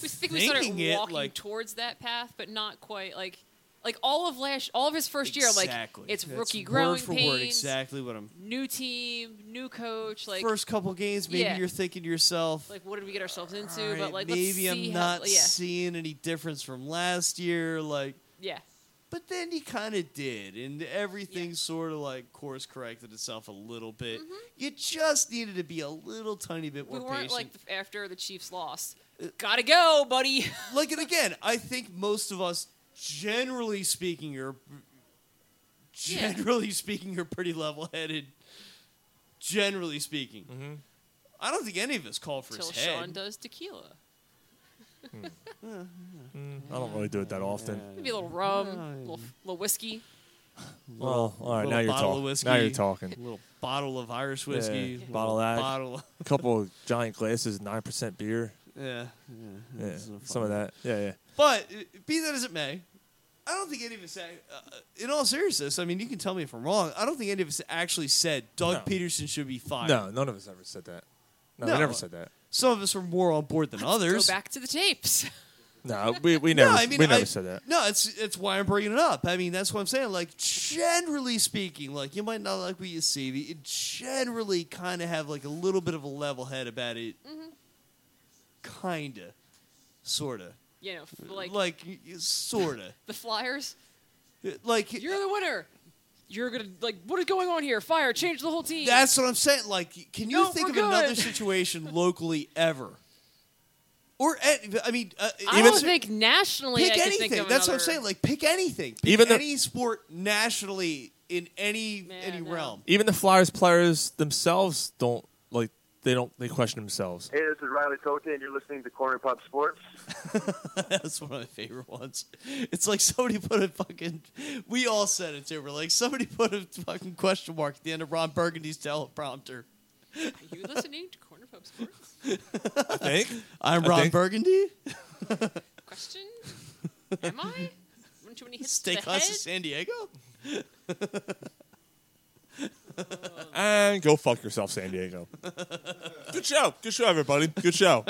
H: we think we started
E: thinking it,
H: walking
E: like-
H: towards that path, but not quite. Like, like all of last, all of his first year, like
E: exactly.
H: it's
E: That's
H: rookie
E: word
H: growing
E: for
H: pains,
E: word exactly what I'm.
H: new team, new coach. Like
E: First couple games, maybe
H: Yeah.
E: you're thinking to yourself,
H: like what did we get ourselves into?
E: "All right,
H: but like, let's
E: maybe
H: see
E: I'm
H: how-
E: not
H: yeah,
E: seeing any difference from last year. Like,
H: yeah.
E: but then he kind of did, and everything sort of like course corrected itself a little bit. You just needed to be a little tiny bit
H: Mm-hmm. We
E: more
H: weren't
E: patient. Uh,
H: like the, after the Chiefs lost. Gotta go, buddy.
E: like, and again, I think most of us, generally speaking, are
H: Yeah.
E: generally speaking, are pretty level-headed. Generally speaking, I don't think any of us call for
H: Until
E: his head.
H: Sean does tequila.
E: Mm-hmm.
F: I don't really do it that often.
H: Maybe a little rum, a little, little whiskey.
F: Well, all right,
E: Little
F: now you're
E: bottle of
F: talking.
E: whiskey.
F: Now you're talking.
E: little bottle of Irish
F: Yeah,
E: whiskey,
F: bottle
E: little
F: that.
E: bottle. Of,
F: A couple of giant glasses, nine percent beer.
E: yeah,
F: Yeah,
E: It's no
F: some of that. Yeah, yeah.
E: but uh, be that as it may, I don't think any of us. said- Uh, in all seriousness, I mean, you can tell me if I'm wrong. I don't think any of us actually said Doug
F: No.
E: Peterson should be fired.
F: No, none of us ever said that. No,
E: No.
F: we never said that.
E: Some of us were more on board than others.
H: Go back to the tapes.
F: No, we, we never
E: no, I mean,
F: we never
E: I-
F: said that.
E: No, it's it's why I'm bringing it up. I mean, that's what I'm saying. Like, generally speaking, like you might not like what you see, but you generally kind of have like a little bit of a level head about it. Kinda, sorta,
H: You know, f- Mm-hmm. like,
E: like y- y- sorta,
H: the Flyers.
E: like
H: You're the winner. You're gonna like what is going on here? Fire! Change the whole team.
E: That's what I'm saying. Like, can you
H: No,
E: think
H: we're
E: of another
H: good.
E: situation locally ever? Or at, I mean, uh,
H: I
E: even
H: don't think nationally.
E: pick
H: I could
E: anything.
H: Think of
E: That's what I'm
H: another-
E: saying. Like, pick anything. Pick
F: Even the-
E: any sport nationally in any
H: Man,
E: any
H: no.
E: realm.
F: Even the Flyers players themselves don't like. They don't. They question themselves.
K: Hey, this is Riley Tote, and you're listening to Corner Pop Sports.
E: That's one of my favorite ones. It's like somebody put a fucking. We all said it too. We're like somebody put a fucking question mark at the end of Ron Burgundy's teleprompter.
H: Are you listening to Corner Pub Sports?
F: I think.
E: I'm
F: I
E: Ron
F: think-
E: Burgundy.
H: Question? Am I? One too many hits to
E: Steakhouse
H: the head.
E: of San Diego.
F: And go fuck yourself, San Diego. Good show. Good show, everybody. Good show.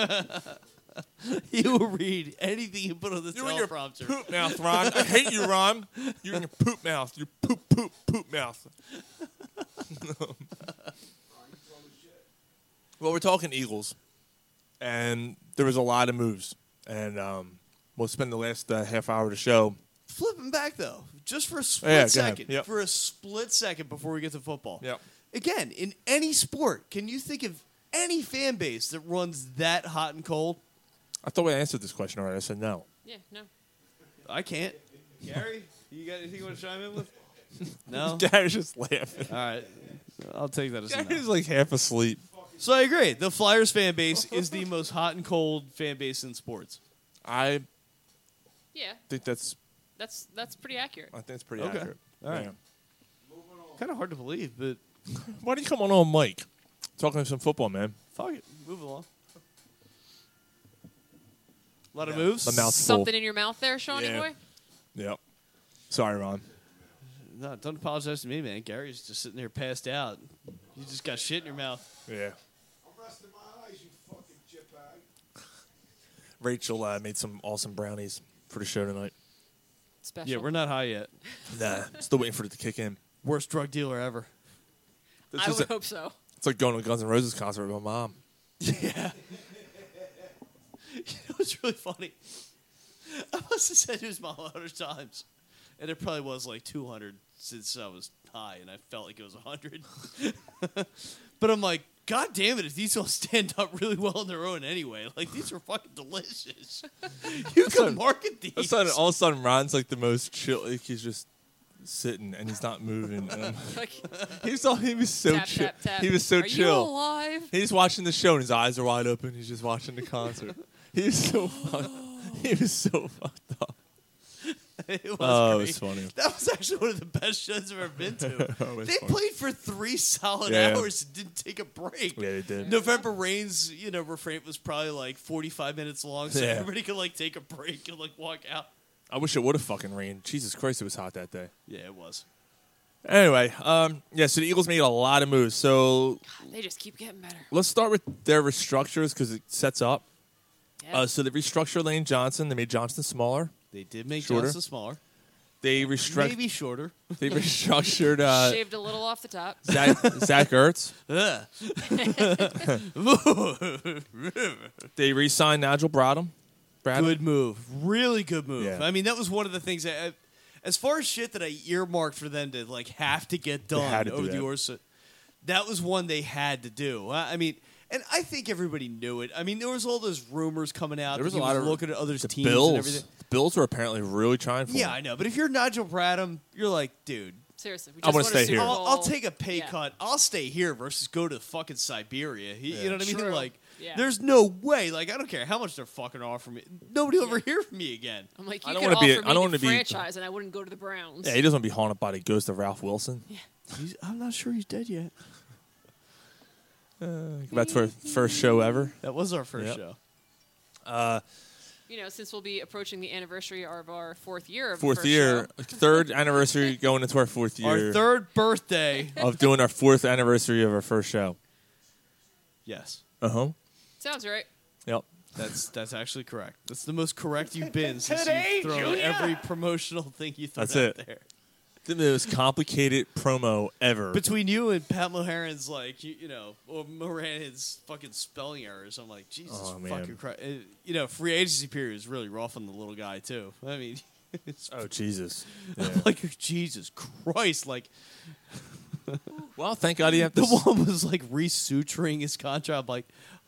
E: You will read anything you put on the
F: You and your
E: teleprompter.
F: poop mouth, Ron. I hate you, Ron. You and your poop mouth. Your poop, poop, poop mouth. well, we're talking Eagles, and there was a lot of moves, and um, we'll spend the last uh, half hour of the show.
E: Flipping back though, just for a split
F: Yeah, go ahead.
E: second,
F: Yep.
E: for a split second before we get to football.
F: Yep.
E: Again, in any sport, can you think of any fan base that runs that hot and cold?
F: I thought we answered this question already. I said no.
H: Yeah, no.
E: I can't. Gary, you got anything you want to chime in with? No.
F: Gary's just laughing.
E: All right. I'll take that as a no.
F: Gary's like half asleep.
E: So I agree. The Flyers fan base is the most hot and cold fan base in sports.
F: I
H: Yeah,
F: think that's
H: that's that's pretty accurate.
F: I think that's pretty
E: Okay.
F: accurate.
E: All right.
F: Yeah.
E: Kind of hard to believe, but
F: Why don't you come on on Mike? Talking some football, man.
E: fuck it. Move along. A lot of moves.
F: My mouth's full.
H: Something in your mouth there, Shawnee
F: Yeah.
H: boy.
F: Yep. Sorry, Ron.
E: No, don't apologize to me, man. Gary's just sitting there passed out. You just got shit in your mouth.
F: Yeah.
J: I'm resting my eyes, you fucking jitbag.
F: Rachel uh, made some awesome brownies for the show tonight.
H: Special.
E: Yeah, we're not high yet.
F: Nah, still waiting for it to kick in.
E: Worst drug dealer ever.
F: It's,
H: I
F: just
H: would
F: a-
H: hope so.
F: it's like going to a Guns N' Roses concert with my mom.
E: You know what's really funny? I must have said it was my hundred times, and it probably was like two hundred since I was high, and I felt like it was hundred. but I'm like, God damn it, if these don't stand up really well on their own anyway. Like, these are fucking delicious. You can market these.
F: All of a sudden, all of a sudden Ron's like the most chill. Like he's just sitting and he's not moving. And I'm- he was all, he was so
H: Tap,
F: chill.
H: tap, tap.
F: He was so
H: Are you
F: chill.
H: alive?
F: He's watching the show and his eyes are wide open. He's just watching the concert. he was so fucked. He was so fucked up.
E: It was
F: Oh, it
E: great.
F: was funny.
E: That was actually one of the best shows I've ever been to.
F: It was
E: they
F: funny.
E: played for three solid
F: Yeah.
E: hours and didn't take a break.
F: Yeah, they did.
E: November Rain's, you know, refrain was probably like 45 minutes long, so
F: Yeah.
E: everybody could like take a break and like walk out.
F: I wish it would have fucking rained. Jesus Christ, it was hot that day.
E: Yeah, it was.
F: Anyway, um, yeah. So the Eagles made a lot of moves. So
H: They just keep getting better.
F: Let's start with their restructures because it sets up.
H: Yeah.
F: Uh, so they restructured Lane Johnson. They made Johnson smaller.
E: They did make
F: Shorter.
E: Johnson smaller.
F: They restructured.
E: Maybe shorter.
F: They restructured uh,
H: Shaved a little off the top.
F: Zach, Zach Ertz. they re-signed Nigel Bradham. Bradham.
E: Good move. Really good move.
F: Yeah.
E: I mean, that was one of the things that, I- as far as shit that I earmarked for them to like have to get
F: They had
E: done
F: to do
E: over the
F: that.
E: Orsa, that was one they had to do. I I mean, and I think everybody knew it. I mean, there was all those rumors coming out.
F: There was
E: that
F: a
E: he
F: lot of
E: looking at other
F: the
E: teams
F: Bills.
E: and everything.
F: The Bills were apparently really trying for.
E: Yeah,
F: him.
E: I know. But if you're Nigel Bradham, you're like, dude.
H: Seriously, we
F: I
H: just
F: wanna
H: won a
F: stay
H: Super
F: here.
E: I'll,
H: Bowl.
E: I'll take a pay
H: Yeah.
E: cut. I'll stay here versus go to fucking Siberia. You, you
F: Yeah.
E: know what I mean?
H: True.
E: Like,
H: Yeah.
E: there's no way. Like, I don't care how much they're fucking offering me. Nobody will ever hear from me again.
H: I'm like,
F: I
H: you
F: don't
H: could
F: wanna be-
H: offer me
F: I don't
H: the
F: wanna be-
H: franchise, and I wouldn't go to the Browns.
F: Yeah, he doesn't want to be haunted by the ghost of Ralph Wilson.
E: He's, I'm not sure he's dead yet.
F: That's our first show ever.
E: That was our first
F: Yep.
E: show.
H: you know, since we'll be approaching the anniversary of our fourth year of the
F: Fourth
H: first
F: year,
H: show.
F: third anniversary, going into our fourth year
E: Our third birthday.
F: of doing our fourth anniversary of our first show.
E: yes,
F: Uh huh.
H: Sounds right.
F: Yep.
E: that's that's actually correct. That's the most correct you've been since you've thrown every promotional thing you threw
F: That's
E: out
F: it.
E: there.
F: the most complicated promo ever.
E: Between you and Pat Moharan's, like you, you know, or Moran's fucking spelling errors, I'm like, Jesus
F: Oh, man.
E: fucking Christ! Uh, You know, free agency period is really rough on the little guy too. I mean, it's
F: oh Jesus!
E: like Jesus Christ! Like
F: Well, thank God he have to.
E: the one was like resuturing his contract. Like,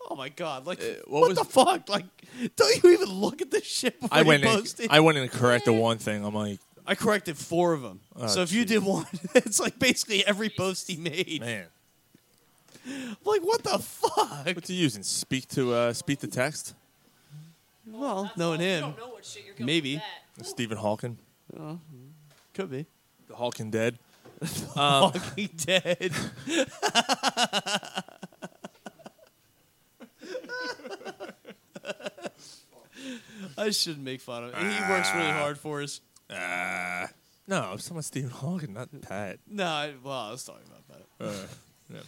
E: oh my god! Like,
F: Uh, what
E: what,
F: was-
E: the fuck? Like, don't you even look at this shit before
F: I went.
E: you
F: In,
E: post it?
F: I went in and corrected one thing. I'm like,
E: I corrected four of them.
F: Oh,
E: so if you
F: jeez.
E: did one, it's like basically every post he made.
F: man,
E: Like, what the fuck?
F: what's he using? Speak to uh, speak to text.
E: Well, knowing him, Maybe. with
F: Stephen Hawking,
E: could be
F: the Hawking dead. Um,
E: fucking dead. I shouldn't make fun of him. He works really hard for us.
F: No, I'm talking about Stephen Hawking, not Pat.
E: No, I, well, I was talking about that.
F: yeah.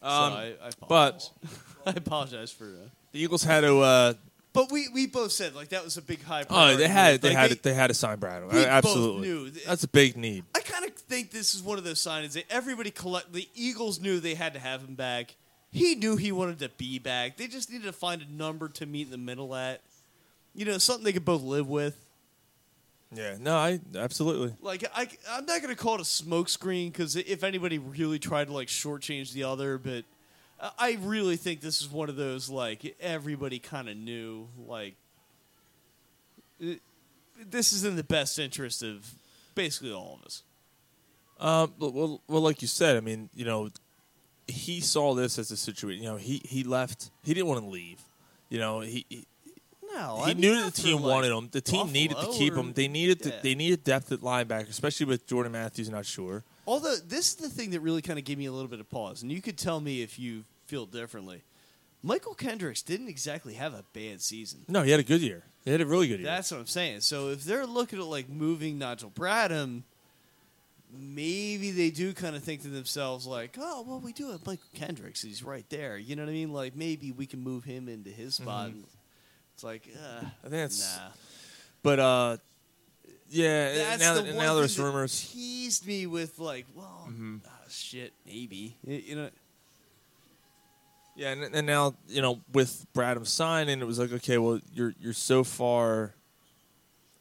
E: So I, I apologize.
F: But
E: I apologize for that.
F: the Eagles had to. Uh,
E: But we, we both said like that was a big high.
F: oh,
E: priority.
F: they had. They
E: Like,
F: had. They had to sign Bradham.
E: we both
F: Absolutely.
E: knew th-
F: That's a big need.
E: I kind of think this is one of those signings that everybody collect. The Eagles knew they had to have him back. He knew he wanted to be back. They just needed to find a number to meet in the middle at. You know, something they could both live with.
F: Yeah. No, I absolutely.
E: Like I, I'm not gonna call it a smokescreen because if anybody really tried to like shortchange the other, but I- I really think this is one of those like everybody kind of knew like it- this is in the best interest of basically all of us.
F: Um, but- well, well, like you said, I mean, you know, he saw this as a situation. You know, he he left. He didn't want to leave. You know, he he,
E: No,
F: he knew the team wanted him. The team needed to keep him. They needed to,
E: yeah.
F: they needed depth at linebacker, especially with Jordan Matthews not sure.
E: Although this is the thing that really kind of gave me a little bit of pause, and you could tell me if you feel differently. Michael Kendricks didn't exactly have a bad season.
F: No, he had a good year. He had a really good year.
E: That's what I'm saying. So if they're looking at like moving Nigel Bradham, maybe they do kind of think to themselves like, "Oh, well, we do have Michael Kendricks. He's right there. You know what I mean? Like maybe we can move him into his spot." And It's like, uh,
F: Mm-hmm. think that's-
E: nah.
F: but uh, yeah.
E: That's
F: now
E: the
F: that,
E: one
F: now
E: thing
F: there's
E: that
F: rumors. Mm-hmm.
E: teased me with like, well, ah, shit, maybe Y- you know.
F: Yeah, and, and now you know with Bradham signing, it was like okay, well you're you're so far,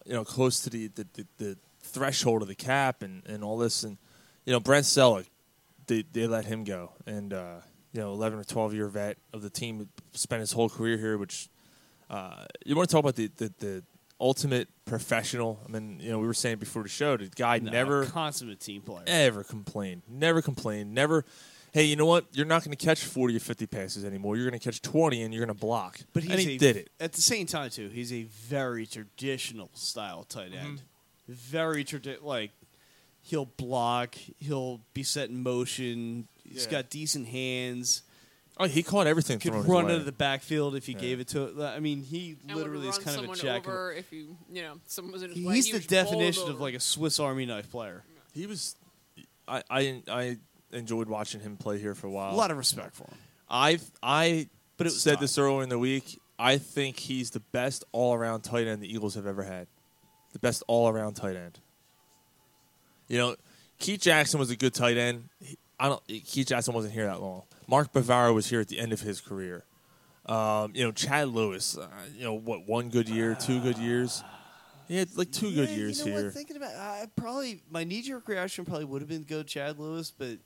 F: you know, close to the the, the, the threshold of the cap and, and all this, and you know Brent Selleck, they they let him go, and uh, you know, 11 or 12 year vet of the team, spent his whole career here, which uh, you want to talk about the, the, the ultimate professional. I mean, you know, we were saying before the show, the guy
E: No,
F: never
E: consummate team player.
F: ever complained, never complained, never. Hey, you know what? You're not going to catch 40 or 50 passes anymore. You're going to catch 20 and you're going to block.
E: But he's
F: and he
E: a,
F: did it.
E: At the same time, too, he's a very traditional style tight end.
F: Mm-hmm.
E: Very traditional. Like, he'll block, he'll be set in motion, he's
F: Yeah.
E: got decent hands.
F: Oh, he caught everything
E: Could
F: thrown his
E: run
F: way.
E: out of the backfield if you
F: Yeah.
E: gave it to I mean, he
H: And
E: literally
H: would
E: is
H: run
E: kind of a
H: someone
E: jack.
H: over if you you know someone was in his way.
E: He's
H: He
E: the
H: was bowled
E: definition
H: over.
E: of like a Swiss Army knife player.
F: He was. I, I I enjoyed watching him play here for a while.
E: A lot of respect for him.
F: I've I
E: But
F: but
E: it
F: it
E: was
F: said
E: time.
F: this earlier in the week. I think he's the best all around tight end the Eagles have ever had. The best all around tight end. You know, Keith Jackson was a good tight end. He- I don't. Keith Jackson wasn't here that long. Mark Bavaro was here at the end of his career. Um, you know, Chad Lewis. Uh, you know what? One good year, two good years. He had like two good
E: Yeah,
F: years
E: you know
F: here.
E: What, thinking about, I probably my knee jerk reaction probably would have been go Chad Lewis, but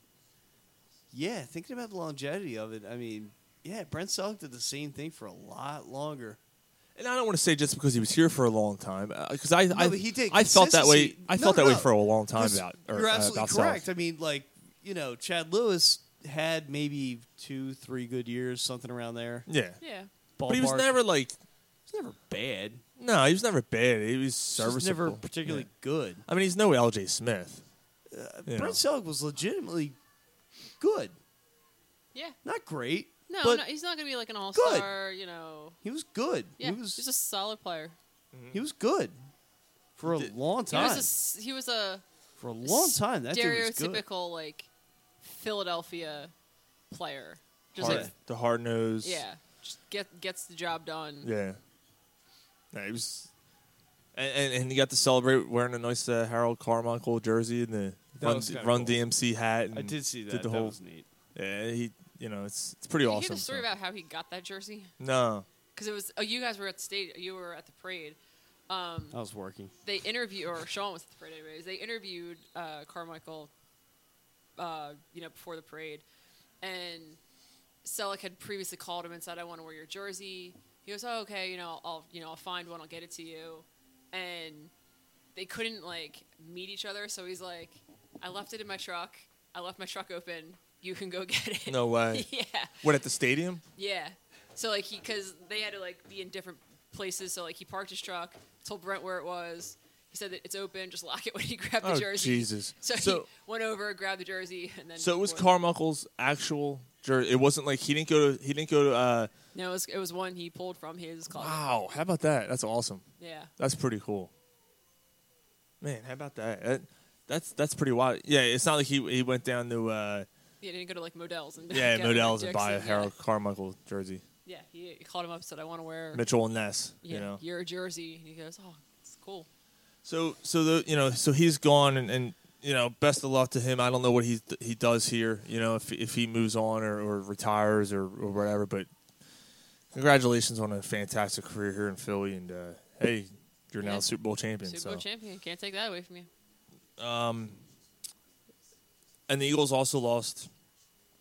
E: yeah, thinking about the longevity of it, I mean, yeah, Brent Selleck did the same thing for a lot longer.
F: And I don't want to say just because he was here for a long time, because I I,
E: but he did.
F: I felt that way.
E: Consistency-
F: I
E: No,
F: felt
E: no,
F: that
E: no.
F: way for a long time
E: 'Cause
F: about. Or,
E: you're
F: uh,
E: absolutely
F: about South.
E: correct. I mean, like you know, Chad Lewis had maybe two, three good years, something around there.
F: Yeah.
H: Yeah.
F: But he was
E: Ballpark.
F: never like.
E: He's never bad.
F: No, he was never bad. He was
E: He's just
F: serviceable.
E: never particularly
F: Yeah.
E: good.
F: I mean, he's no L.J. Smith. you know.
E: Brent Selleck was legitimately good,
H: yeah.
E: not great.
H: No,
E: but
H: no, he's not gonna be like an all star. You know,
E: he was good.
H: yeah,
E: he was
H: he's a solid player.
E: He was good for a long
H: He
E: time.
H: was a s- he was a
E: for a long time, that dude was good.
H: stereotypical like Philadelphia player. Just
F: Hard-
H: like
F: the hard nose.
H: yeah, just get gets the job done.
F: Yeah. No, he was. And, and, and he got to celebrate wearing a nice uh, Harold Carmichael jersey and the
E: That
F: Run,
E: was kinda
F: Run
E: cool.
F: DMC hat. And
E: I did see that.
F: Did the
E: That
F: whole,
E: was neat.
F: Yeah, he. You know, it's it's pretty
H: Did you
F: awesome.
H: hear the story
F: so.
H: about how he got that jersey?
F: no.
H: Because it was oh, you guys were at the state, you were at the parade. Um,
E: I was working.
H: they interviewed, or Sean was at the parade, anyways. They interviewed uh, Carmichael, uh, you know, before the parade, and Selleck had previously called him and said, "I want to wear your jersey." He goes, "Oh, okay, you know, I'll, you know, I'll find one, I'll get it to you," and they couldn't like meet each other, so he's like, "I left it in my truck. I left my truck open. You can go get it."
F: No way.
H: yeah.
F: What at the stadium?
H: Yeah. So like he, because they had to like be in different places. So like he parked his truck, told Brent where it was. He said that it's open. Just lock it when he grabbed the
F: Oh,
H: jersey.
F: Jesus.
H: So,
F: So-
H: he went over, grabbed the jersey, and then.
F: So it was
H: wore
F: Carmichael's actual jersey. It wasn't like he didn't go to he didn't go to. Uh,
H: No, it was, it was one he pulled from his closet.
F: wow, how about that? That's awesome.
H: Yeah.
F: that's pretty cool. Man, how about that? That- that's that's pretty wild. Yeah, it's not like he he went down to uh,
H: He didn't go to like Modell's and.
F: yeah
H: get one at
F: Modell's and buy a
H: Dixie, yeah.
F: Harold Carmichael jersey.
H: Yeah, he, he called him up and said, "I want to wear
F: Mitchell and Ness,
H: yeah,
F: you know.
H: your jersey." And he goes, "Oh, it's cool."
F: So so the you know so he's gone and, and you know best of luck to him. I don't know what he he does here. You know if if he moves on or, or retires or, or whatever. But congratulations on a fantastic career here in Philly. And uh, hey, you're now
H: Yeah.
F: a Super Bowl champion.
H: Super
F: so.
H: Bowl champion can't take that away from you.
F: Um, and the Eagles also lost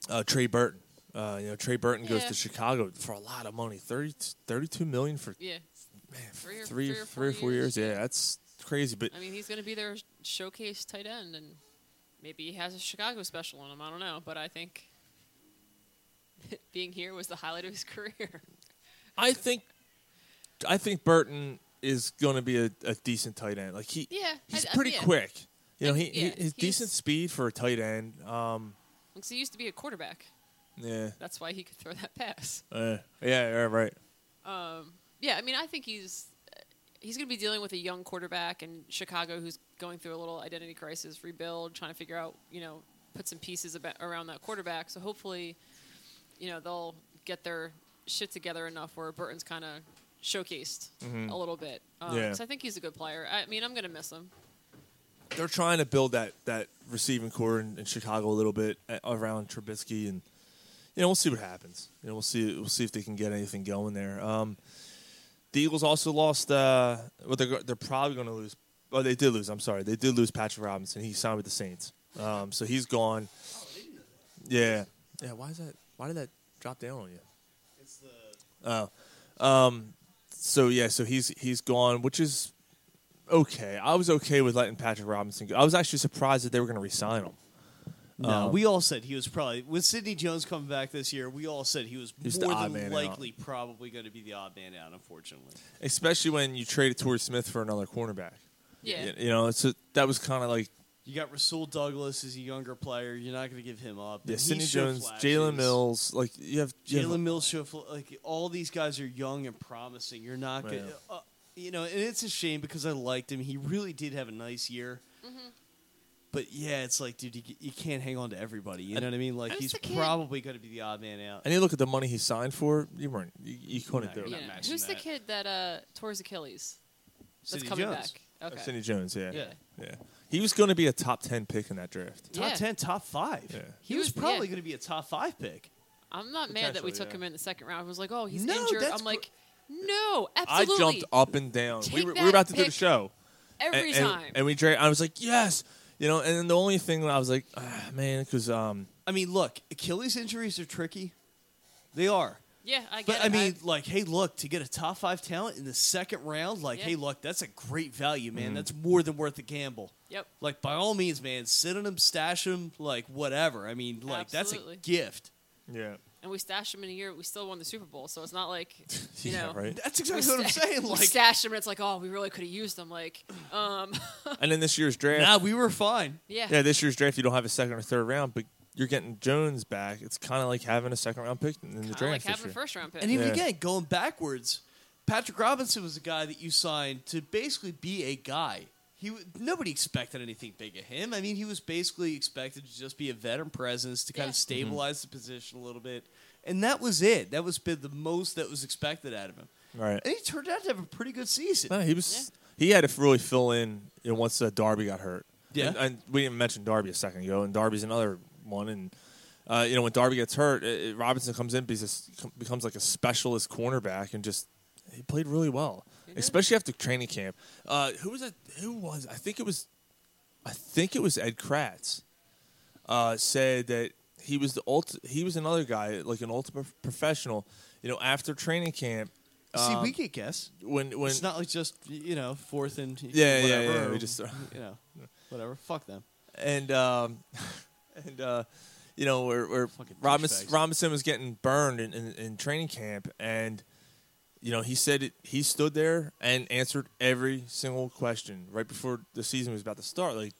F: uh, Trey Burton. Uh, you know, Trey Burton goes
H: Yeah.
F: to Chicago for a lot of money 30, 32 million for
H: Yeah.
F: man,
H: Three or-
F: three,
H: three or
F: three or
H: four
F: four
H: years,
F: years. Yeah, that's crazy. But
H: I mean, he's going to be their showcase tight end, and maybe he has a Chicago special on him. I don't know, but I think being here was the highlight of his career.
F: I think, I think Burton is going to be a, a decent tight end. Like he,
H: Yeah,
F: he's
H: I- I-
F: pretty
H: yeah.
F: quick. You know, he,
H: yeah,
F: he he's
H: he's-
F: decent speed for a tight end. Um,
H: Because he used to be a quarterback.
F: yeah,
H: That's why he could throw that pass.
F: uh, yeah, yeah, right.
H: Um, yeah, I mean, I think he's he's going to be dealing with a young quarterback in Chicago who's going through a little identity crisis, rebuild, trying to figure out, you know, put some pieces about, around that quarterback. So hopefully, you know, they'll get their shit together enough where Burton's kind of showcased
F: Mhm.
E: Mm-hmm.
H: a little bit. Um,
F: Yeah.
H: So I think he's a good player. I mean, I'm going to miss him.
F: they're trying to build that that receiving core in, in Chicago a little bit uh, around Trubisky, and you know we'll see what happens. You know we'll see we'll see if they can get anything going there. Um, the Eagles also lost. Uh, well, they're go- they're probably going to lose. Oh, they did lose. I'm sorry, they did lose Patrick Robinson. He signed with the Saints, um, so he's gone. Yeah, yeah. Why is that? Why did that drop down on you?
E: It's the
F: Oh, um, so yeah, so he's he's gone, which is okay. I was okay with letting Patrick Robinson go. I was actually surprised that they were going to resign him.
E: no.
F: Um,
E: we all said he was probably with Sidney Jones coming back this year. We all said he was
F: He's the
E: more
F: odd
E: than
F: man out.
E: likely probably going to be the odd man out. Unfortunately,
F: especially when you traded Torrey Smith for another cornerback.
E: Yeah.
F: you, you know, so that was kind of like
E: you got Rasul Douglas as a younger player. You're not going to give him up.
F: yeah,
E: And he
F: Sidney
E: showed
F: Jones,
E: flashes.
F: Jalen Mills, like you have you have-
E: Jalen Mills, show fl- like all these guys are young and promising. You're not gonna,
F: Yeah.
E: uh, you know, and it's a shame because I liked him. He really did have a nice year.
H: Mm-hmm.
E: But yeah, it's like, dude, you, you can't hang on to everybody. You know what I mean? Like he's probably going to be the odd man out.
F: and you look at the money he signed for. You weren't, you, you couldn't do
E: you're
F: it.
E: not matching
H: Who's the
E: that.
H: kid that uh, tore his Achilles? That's
E: Sidney
H: coming
E: Jones.
H: back. Okay.
F: Sidney Jones, yeah.
H: Yeah.
F: yeah, He was going to be a top ten pick in that draft.
E: Top
H: Yeah.
E: ten, top five.
F: Yeah.
E: He,
H: He
E: was,
H: was-
E: probably
H: yeah.
E: going to be a top five pick.
H: I'm not mad that
F: Potentially,
H: we took
F: yeah.
H: him in the second round. I was like, oh, he's
E: No,
H: injured.
E: that's
H: I'm like, no, absolutely.
F: I jumped up and down. we,
H: Take
F: were, we were
H: that
F: about to do the
H: pick
F: show
H: every
F: And- and-
H: time.
F: and we dra- I was like, yes, you know. And then the only thing that I was like, ah, man, because um,
E: I mean, look, Achilles injuries are tricky. They are.
H: yeah, I get
E: But
H: it.
E: I mean, like, hey, look, to get a top five talent in the second round, like,
H: Yeah.
E: hey, look, that's a great value, man.
F: Mhm.
E: That's more than worth the gamble.
H: Yep.
E: Like, by all means, man, sit on him, stash him, like, whatever. I mean, like,
H: Absolutely.
E: that's a gift.
F: yeah,
H: and we stashed him in a year. We still won the Super Bowl, so it's not like you
F: yeah,
H: know.
F: right.
E: That's
H: we
E: exactly what I'm
H: sta-
E: saying.
H: we
E: Like,
H: stashed him, and it's like, oh, we really could have used him. Like, um,
F: And then this year's draft,
E: nah, we were fine.
H: yeah,
F: yeah, this year's draft, you don't have a second or third round, but you're getting Jones back. It's kind of like having a second round pick in the
H: Kinda
F: draft
H: like
F: this
H: having a
F: year.
H: first round pick.
E: And even
F: Yeah.
E: again, going backwards, Patrick Robinson was a guy that you signed to basically be a guy. He w- nobody expected anything big of him. I mean, he was basically expected to just be a veteran presence to
F: Mm-hmm.
E: kind
H: Yeah.
E: of stabilize the position a little bit, and that was it. That was been the most that was expected out of him.
F: Right.
E: And he turned out to have a pretty good season.
F: No, he was. He had to really fill in you know, once uh, Darby got hurt.
E: Yeah.
F: and, and we didn't mention Darby a second ago, and Darby's another one. And uh, you know, when Darby gets hurt, it, it- Robinson comes in because becomes like a specialist cornerback, and just he played really well, especially after training camp. Uh, who was it? Who was? I think it was. I think it was Ed Kratz. Uh, said that he was the ulti- He was another guy, like an ultimate professional. You know, after training camp,
E: See,
F: um,
E: we could guess.
F: when when
E: it's not like just you know fourth and
F: Yeah, yeah,
E: whatever,
F: yeah,
E: or,
F: we just- uh,
E: you know whatever. Fuck them.
F: and um, and uh, you know where, where
E: Fucking
F: Robinson,
E: douchebags.
F: Robinson was getting burned in, in, in training camp, and you know he said it, he stood there and answered every single question right before the season was about to start. Like,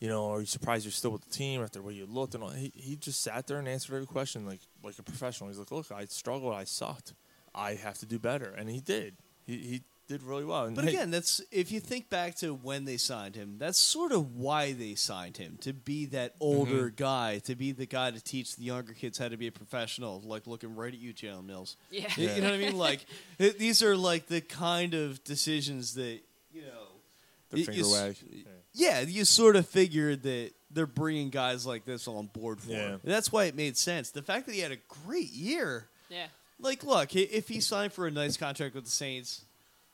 F: you know, are you surprised you're still with the team after the way you looked? And all? he he just sat there and answered every question like like a professional. He's like, look, I struggled, I sucked, I have to do better, and he did. He he did really well. And
E: But
F: hey,
E: again, that's if you think back to when they signed him, that's sort of why they signed him to be that older
F: Mm-hmm.
E: guy, to be the guy to teach the younger kids how to be a professional, like looking right at you, Jalen Mills.
H: Yeah.
E: You- you know what I mean? Like it, these are like the kind of decisions that you know.
F: the
E: you- you
F: finger
E: s-
F: wag.
E: Yeah, you sort of figured that they're bringing guys like this on board for
F: Yeah.
E: him. That's why it made sense. The fact that he had a great year,
H: yeah.
E: like, look, i- if he signed for a nice contract with the Saints,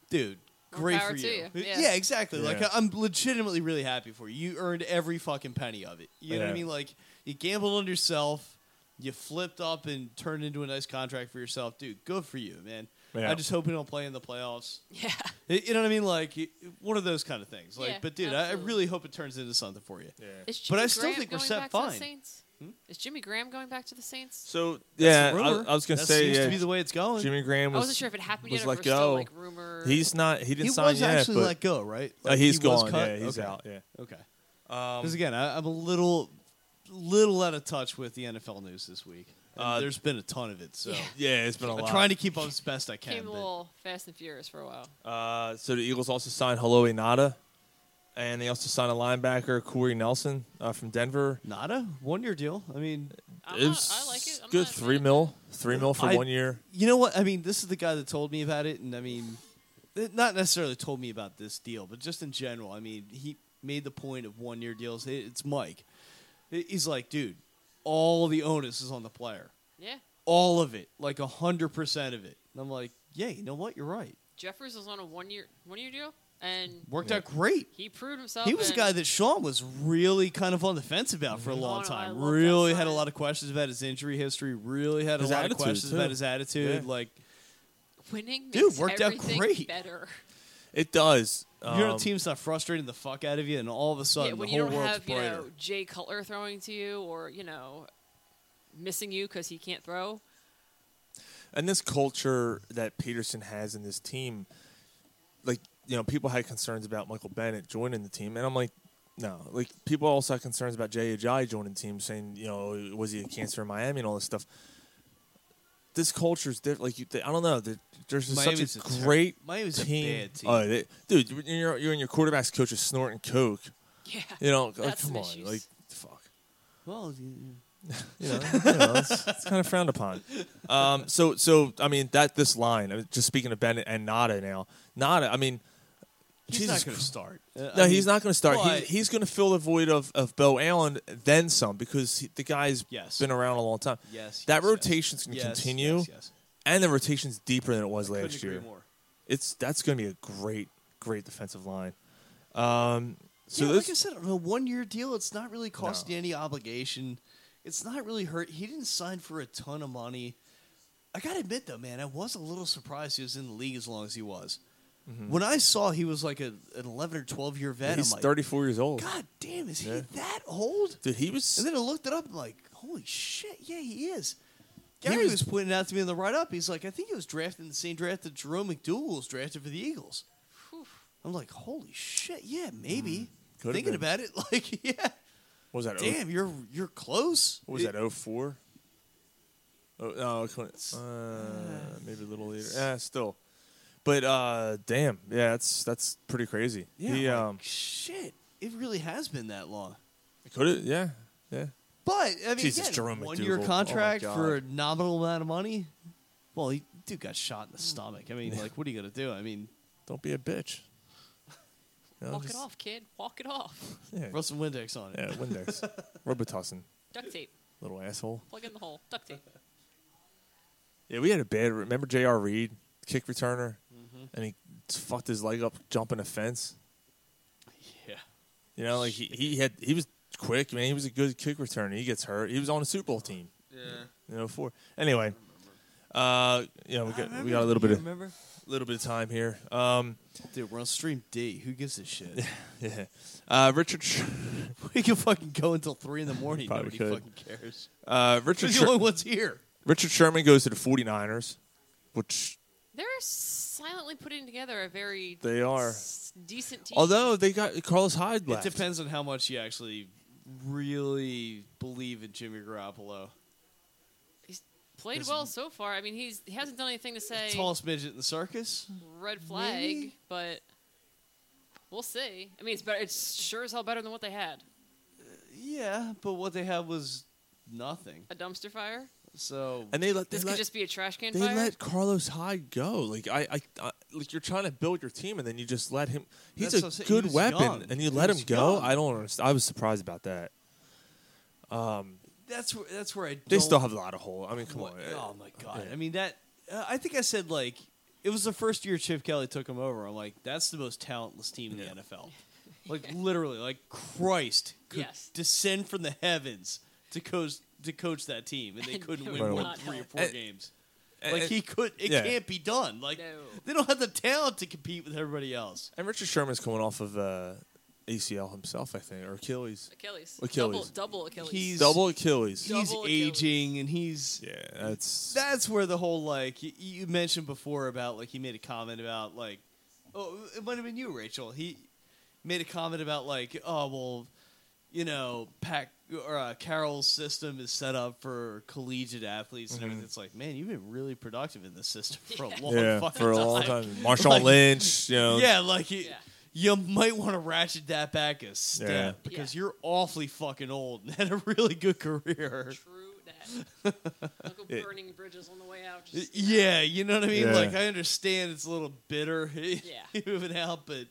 E: dude,
H: More
E: great
H: power
E: for
H: to
E: you.
H: you. Yeah.
E: exactly. Like,
F: Yeah.
E: I- I'm legitimately really happy for you. You earned every fucking penny of it. You know what
F: Yeah.
E: I mean? Like, you gambled on yourself, you flipped up and turned into a nice contract for yourself, dude. Good for you, man.
F: Yeah.
E: I just hope we don't play in the playoffs.
H: Yeah.
E: Y- You know what I mean? Like y- one of those kind of things. Like,
H: Yeah,
E: but dude, I, I
H: absolutely.
E: really hope it turns into something for you.
F: Yeah.
H: Is
E: But I
H: Jimmy
E: still
H: Graham
E: think we're
H: going
E: set
H: back To
E: fine. Hmm?
H: the Saints? Is Jimmy Graham going back to the Saints?
F: So
E: That's
F: yeah,
E: the
F: I,
E: rumor.
F: I was gonna
E: That
F: say
E: seems
F: yeah,
E: to be the way it's going.
F: Jimmy Graham
H: I
F: was
H: wasn't sure if it happened
F: was
H: yet.
F: let
H: or if we're
F: go.
E: oh,
H: Still, like rumor.
F: He's not. He didn't
E: he
F: sign
E: was
F: yet.
E: actually
F: but
E: let go, right?
F: Uh, he's
E: Like, he was
F: gone,
E: cut?
F: yeah, he's
E: Okay.
F: out, yeah.
E: Okay.
F: Um,
E: Because again, I, I'm a little, little out of touch with the NFL news this week. And
F: Uh,
E: there's been a ton of it, so
H: Yeah.
F: yeah, it's been a
E: I'm
F: lot.
E: uh, trying to keep up as best I
H: came
E: can.
H: a
E: but-
H: little fast and furious for a while.
F: Uh, so the Eagles also signed Haloi Nada, and they also signed a linebacker Corey Nelson uh, from Denver.
E: Nada, one year deal. I mean,
H: I'm
F: it
H: not-
F: was
H: I like it. I'm
F: good
H: not
F: three
H: mad.
F: mil, three mil for
E: I-
F: one year.
E: you know what? I mean, this is the guy that told me about it, and I mean, it- not necessarily told me about this deal, but just in general. I mean, he made the point of one year deals. It- It's Mike. It- He's like, dude, all the onus is on the player,
H: Yeah.
E: all of it, like hundred percent of it. And I'm like, yeah, you know what? You're right.
H: Jeffers was on a one year one year deal. and
E: Worked out great.
H: He proved himself.
E: He was a
H: and-
E: guy that Sean was really kind of on the fence about for a long time. Really had a lot of questions about his inry history. Really had a
F: His
E: lot
F: attitude,
E: of questions
F: too.
E: about his attitude.
F: Yeah.
E: Like
H: winning. Makes
E: Dude, worked out
H: everything
E: great.
H: Better.
F: It does.
E: you're on
F: Um,
E: a team that's not frustrating the fuck out of you, and all of a
H: Yeah,
E: sudden
H: when
E: the
H: you
E: whole
H: don't
E: world's
H: have
E: brighter.
H: you know Jay Cutler throwing to you, or you know, missing you because he can't throw.
F: and this culture that Peterson has in this team, like you know, people had concerns about Michael Bennett joining the team, and I'm like, no, like people also had concerns about Jay Ajayi joining the team, saying you know, was he a cancer in Miami and all this stuff. This culture's different. Like you, I don't know. There- There's just
E: Miami's a
F: such a,
E: ter-
F: great
E: Miami's a
F: team.
E: bad team.
F: Oh, they, dude, when you're, you're in your quarterback's coach is snorting coke.
H: Yeah,
F: you know, like,
H: that's
F: come
H: some
F: on,
H: issues.
F: like fuck.
E: Well, you,
F: you know, you know, it's, it's kind of frowned upon. Um, so, so I mean that this line, I mean, just speaking of Bennett and Nada now, Nada, I mean,
E: He's
F: Jesus
E: not going to
F: Christ.
E: start.
F: No, he's not going to start. He, he's going to fill the void of, of Bo Allen, then some, because he, the guy's
E: Yes.
F: been around a long time.
E: Yes,
F: that
E: yes,
F: rotation's going to
E: yes. Yes,
F: continue,
E: yes, yes.
F: and the rotation's deeper than it was
E: couldn't
F: last
E: agree
F: year.
E: more.
F: It's that's going to be a great, great defensive line. Um, so
E: yeah,
F: this,
E: like I said, on a one-year deal, it's not really costing
F: No.
E: you any obligation. It's not really hurt. He didn't sign for a ton of money. I gotta admit though, man, I was a little surprised he was in the league as long as he was. When I saw he was like a, an eleven or twelve year
F: Mm-hmm.
E: vet,
F: he's
E: I'm like,
F: 34 years old.
E: God damn, is
F: Yeah.
E: he that old?
F: Dude, he was-
E: And then I looked it up, I'm like, holy shit, yeah, he is.
F: He
E: Gary
F: was-
E: was, pointing out to me in the write up, he's like, I think he was drafted in the same draft that Jerome McDougal was drafted for the Eagles. I'm like, holy shit, yeah, maybe.
F: Could've
E: Thinking
F: Mm-hmm. been.
E: about it, like, yeah,
F: What was that? oh-
E: damn, you're you're close.
F: What was
E: It-
F: that? uh, 04? Oh no, it couldn't- uh, maybe a little later. Yeah, still. But uh, damn, yeah, that's that's pretty crazy.
E: Yeah,
F: he,
E: like,
F: um,
E: shit, it really has been that long.
F: could it? Yeah, yeah.
E: But I mean,
F: Jesus,
E: again,
F: Jerome
E: one
F: McDougal.
E: year
F: Oh, my
E: contract
F: God.
E: for a nominal amount of money. Well, he dude got
F: Mm.
E: shot in the stomach. I mean, like, what are you gonna do? I mean,
F: Don't be a bitch. You know,
H: Walk
F: just-
H: it off, kid. Walk it off.
F: Yeah,
E: Rub some Windex on it.
F: yeah, Windex, Robitussin,
H: Duct tape.
F: little asshole.
H: Plug in the hole. Duct tape.
F: Yeah, we had a bad. Remember J.R. Reed, kick returner,
E: Mm-hmm.
F: and he fucked his leg up jumping a fence.
E: Yeah.
F: You know, like he, he had he was quick, man. He was a good kick returner. He gets hurt. He was on a Super Bowl team.
E: Yeah.
F: You know, for anyway. Uh, you know, we got we got a little bit of
E: remember?
F: little bit of time here. Um,
E: Dude, we're on stream D. Who gives a shit?
F: yeah. Uh, Richard Sh-
E: we can fucking go until three in the morning.
F: Probably
E: Nobody
F: could.
E: fucking cares.
F: uh, Richard
E: Richard
F: Sher-
E: the only one's here.
F: Richard Sherman goes to the 49ers, which
H: They're silently putting together a very
F: they are.
H: s- decent team.
F: Although they got Carlos Hyde left.
E: It depends on how much you actually really believe in Jimmy Garoppolo.
H: he's played
E: This-
H: well so far. I mean, he's he hasn't done anything to say
E: Tallest midget in the circus.
H: red flag,
E: Maybe?
H: but we'll see. I mean, it's better. It's sure as hell better than what they had.
E: Yeah, but what they had was nothing.
H: A dumpster fire.
E: So
F: and they let they
H: This
F: let,
H: could just be a trash can
F: they
H: fire.
F: let Carlos Hyde go. Like I, I, I like you're trying to build your team and then you just let him. He's
E: That's what I'm
F: a
E: saying. He
F: good
E: was
F: weapon
E: young.
F: and you
E: He
F: let him
E: was
F: go.
E: young.
F: I don't understand. I was surprised about that.
E: that's where that's where I.
F: They
E: don't-
F: still have a lot of hole. I mean, come
E: What-
F: on. eh,
E: Oh my god! I mean that. Uh, I think I said like it was the first year Chip Kelly took him over. I'm like, that's the most talentless team in the NFL. Like literally, like Christ could
H: Yes.
E: descend from the heavens to coach to coach that team, and they
H: And
E: couldn't
H: it
E: win
F: would
E: more than
H: not
E: three or
H: help.
E: four
F: And-
E: games.
F: and-
E: like he could, it
F: Eh, yeah.
E: can't be done. Like
H: No.
E: they don't have the talent to compete with everybody else.
F: And Richard Sherman's coming off of uh, ACL himself, I think, or Achilles.
H: Achilles.
F: Achilles.
H: Double, double Achilles.
E: He's-
F: Double Achilles.
E: He's
H: Double Achilles.
E: aging, and he's
F: Yeah, that's
E: that's where the whole like you, you mentioned before about like he made a comment about like oh it might have been you Rachel he made a comment about like oh well you know pack or uh, Carroll's system is set up for collegiate athletes
F: Mm-hmm.
E: and everything it's like man you've been really productive in this system for a long
F: yeah
E: fucking
F: for a
E: time.
F: long time. Marshawn
E: Like-
F: Lynch, you know.
E: yeah like you,
H: Yeah.
E: you might want to ratchet that back a step
F: Yeah.
E: because
H: Yeah.
E: you're awfully fucking old and had a really good career
H: True that. Don't go
F: It-
H: burning bridges on the way out. Just, you know.
E: Yeah, you know what I mean.
F: Yeah.
E: Like I understand it's a little bitter
H: Yeah.
E: moving out, but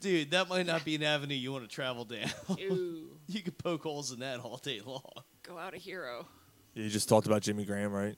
E: dude, that might not be an avenue you want to travel down.
H: Ew.
E: you could poke holes in that all day long.
H: Go out a hero.
F: You just talked about Jimmy Graham, right?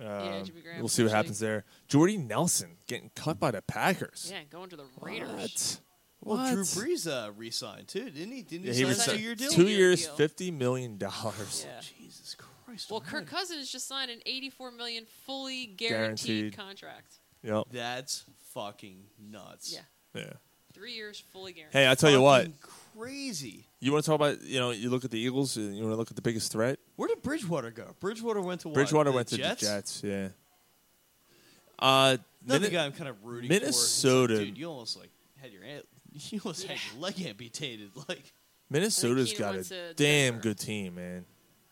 F: Um,
H: Jimmy Graham
F: we'll see what
H: potentially.
F: happens there. Jordy Nelson getting cut by the Packers.
H: Yeah, going to the Raiders.
E: Well,
F: What?
E: Drew Brees uh, re-signed too, didn't he? Didn't
F: Yeah,
E: he,
F: he
E: sign a
F: resigned.
E: two-year deal?
F: Two years, fifty million dollars.
H: Yeah.
E: Jesus Christ.
H: Well, Kirk Cousins just signed an 84 million fully
F: Guaranteed.
H: guaranteed, contract.
F: Yep.
E: That's fucking nuts.
H: Yeah.
F: Yeah.
H: 3 years fully guaranteed.
F: Hey, I tell you what.
E: Fucking Crazy.
F: You want to talk about? You know, you look at the Eagles. and You want to look at the biggest threat.
E: Where did Bridgewater go? Bridgewater went to what?
F: Bridgewater
E: The
F: went to
E: Jets?
F: the Jets. Yeah. Uh,
E: Another
F: Minne-
E: guy I'm kind of rooting for.
F: Minnesota.
E: It's like, Dude, you almost like had your aunt, you almost had your leg amputated. Like
F: Minnesota's
E: Keenan
F: got
E: went
F: a
E: to
F: damn good team, man.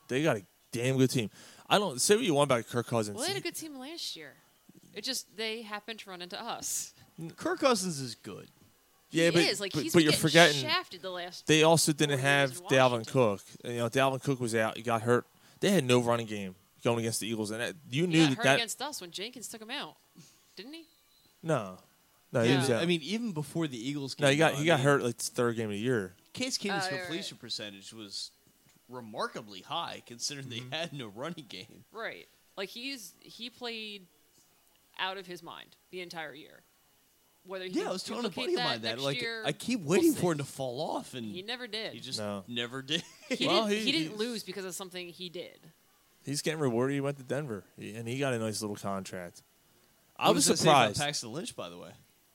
F: They got a damn good team. I don't say what you want about Kirk Cousins.
H: Well, they had a good team last year. It just they happened to run into us.
E: Kirk Cousins is good.
H: he
F: yeah, but
H: is. Like,
F: but,
H: he's
F: but
H: been
F: you're
H: getting
F: forgetting
H: shafted the last
F: They also didn't have Dalvin Cook. You know, Dalvin Cook was out. He got hurt. They had no running game going against the Eagles, and that, you
H: He
F: knew
H: got
F: that
H: hurt
F: that
H: against us when Jenkins took him out, didn't he?
F: no, no, he
E: Yeah,
F: was out.
E: I mean, even before the Eagles. Game,
F: no, he got
E: though,
F: he
E: I
F: got
E: mean,
F: hurt like third game of the year.
E: Case Keenum's
H: Oh, yeah, right.
E: completion percentage was remarkably high, considering
F: Mm-hmm.
E: they had no running game.
H: Right. Like he's he played out of his mind the entire year. Whether he
E: Yeah, I was telling a buddy
H: duplicate
E: of mine that.
H: next
E: Like,
H: year,
E: I keep
H: we'll
E: waiting
H: see.
E: for him to fall off, and
H: He never did.
E: He just
F: No.
E: never did.
H: He didn't, he didn't lose because of something he did.
F: He's getting rewarded. He went to Denver, He- and he got a nice little contract. I
E: What
F: was
E: does that say about
F: surprised.
E: Paxton Lynch, by the way.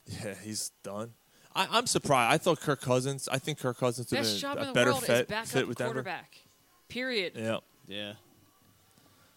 F: Yeah, he's done. I, I'm surprised. I thought Kirk Cousins. I think Kirk Cousins would
H: Best
F: have
H: job
F: been a,
H: in the
F: better
H: world is
F: fit,
H: backup
F: fit with Denver.
H: quarterback. Period.
F: Yeah,
E: yeah.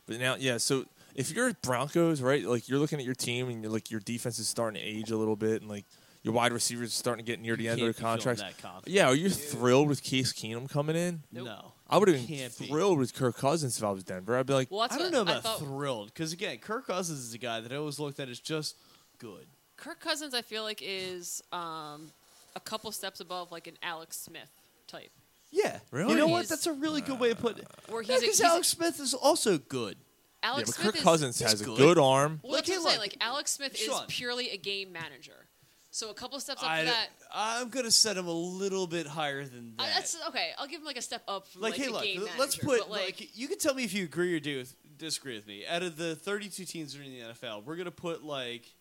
F: But now, yeah. So if you're Broncos, right? Like you're looking at your team, and you're like your defense is starting to age a little bit, and like your wide receivers are starting to get near the end of
E: can't
F: their
E: be feeling
F: contracts.
E: that confident.
F: Yeah, are you thrilled with Case Keenum coming in?
E: No,
F: I would have been
E: Can't be.
F: thrilled with Kirk Cousins if I was Denver. I'd be like,
E: I don't know about thrilled because again, Kirk Cousins is a guy that I always looked at as just good.
H: Kirk Cousins, I feel like, is um, a couple steps above like an Alex Smith type.
E: Yeah,
F: Really?
E: You know what?
F: He's-
E: That's a really good way to put it.
H: Where
E: No,
H: he's a-
E: 'cause
H: he's a-
E: Alex Smith is also good.
H: Alex
F: yeah, but
H: Smith
F: Kirk
H: is-
F: Cousins
E: he's
F: has
E: good.
F: a good arm.
H: Well, that's what I'm saying. Like Alex Smith is
E: Sean.
H: purely a game manager. So a couple steps up
E: I,
H: from that.
E: I'm gonna set him a little bit higher than
H: I-
E: that.
H: that's okay. I'll give him like a step up from
E: like,
H: like,
E: hey,
H: a
E: look,
H: game
E: l-
H: manager.
E: let's put
H: but, like,
E: like you can tell me if you agree or do disagree with me. Out of the 32 teams that are in the NFL, we're gonna put like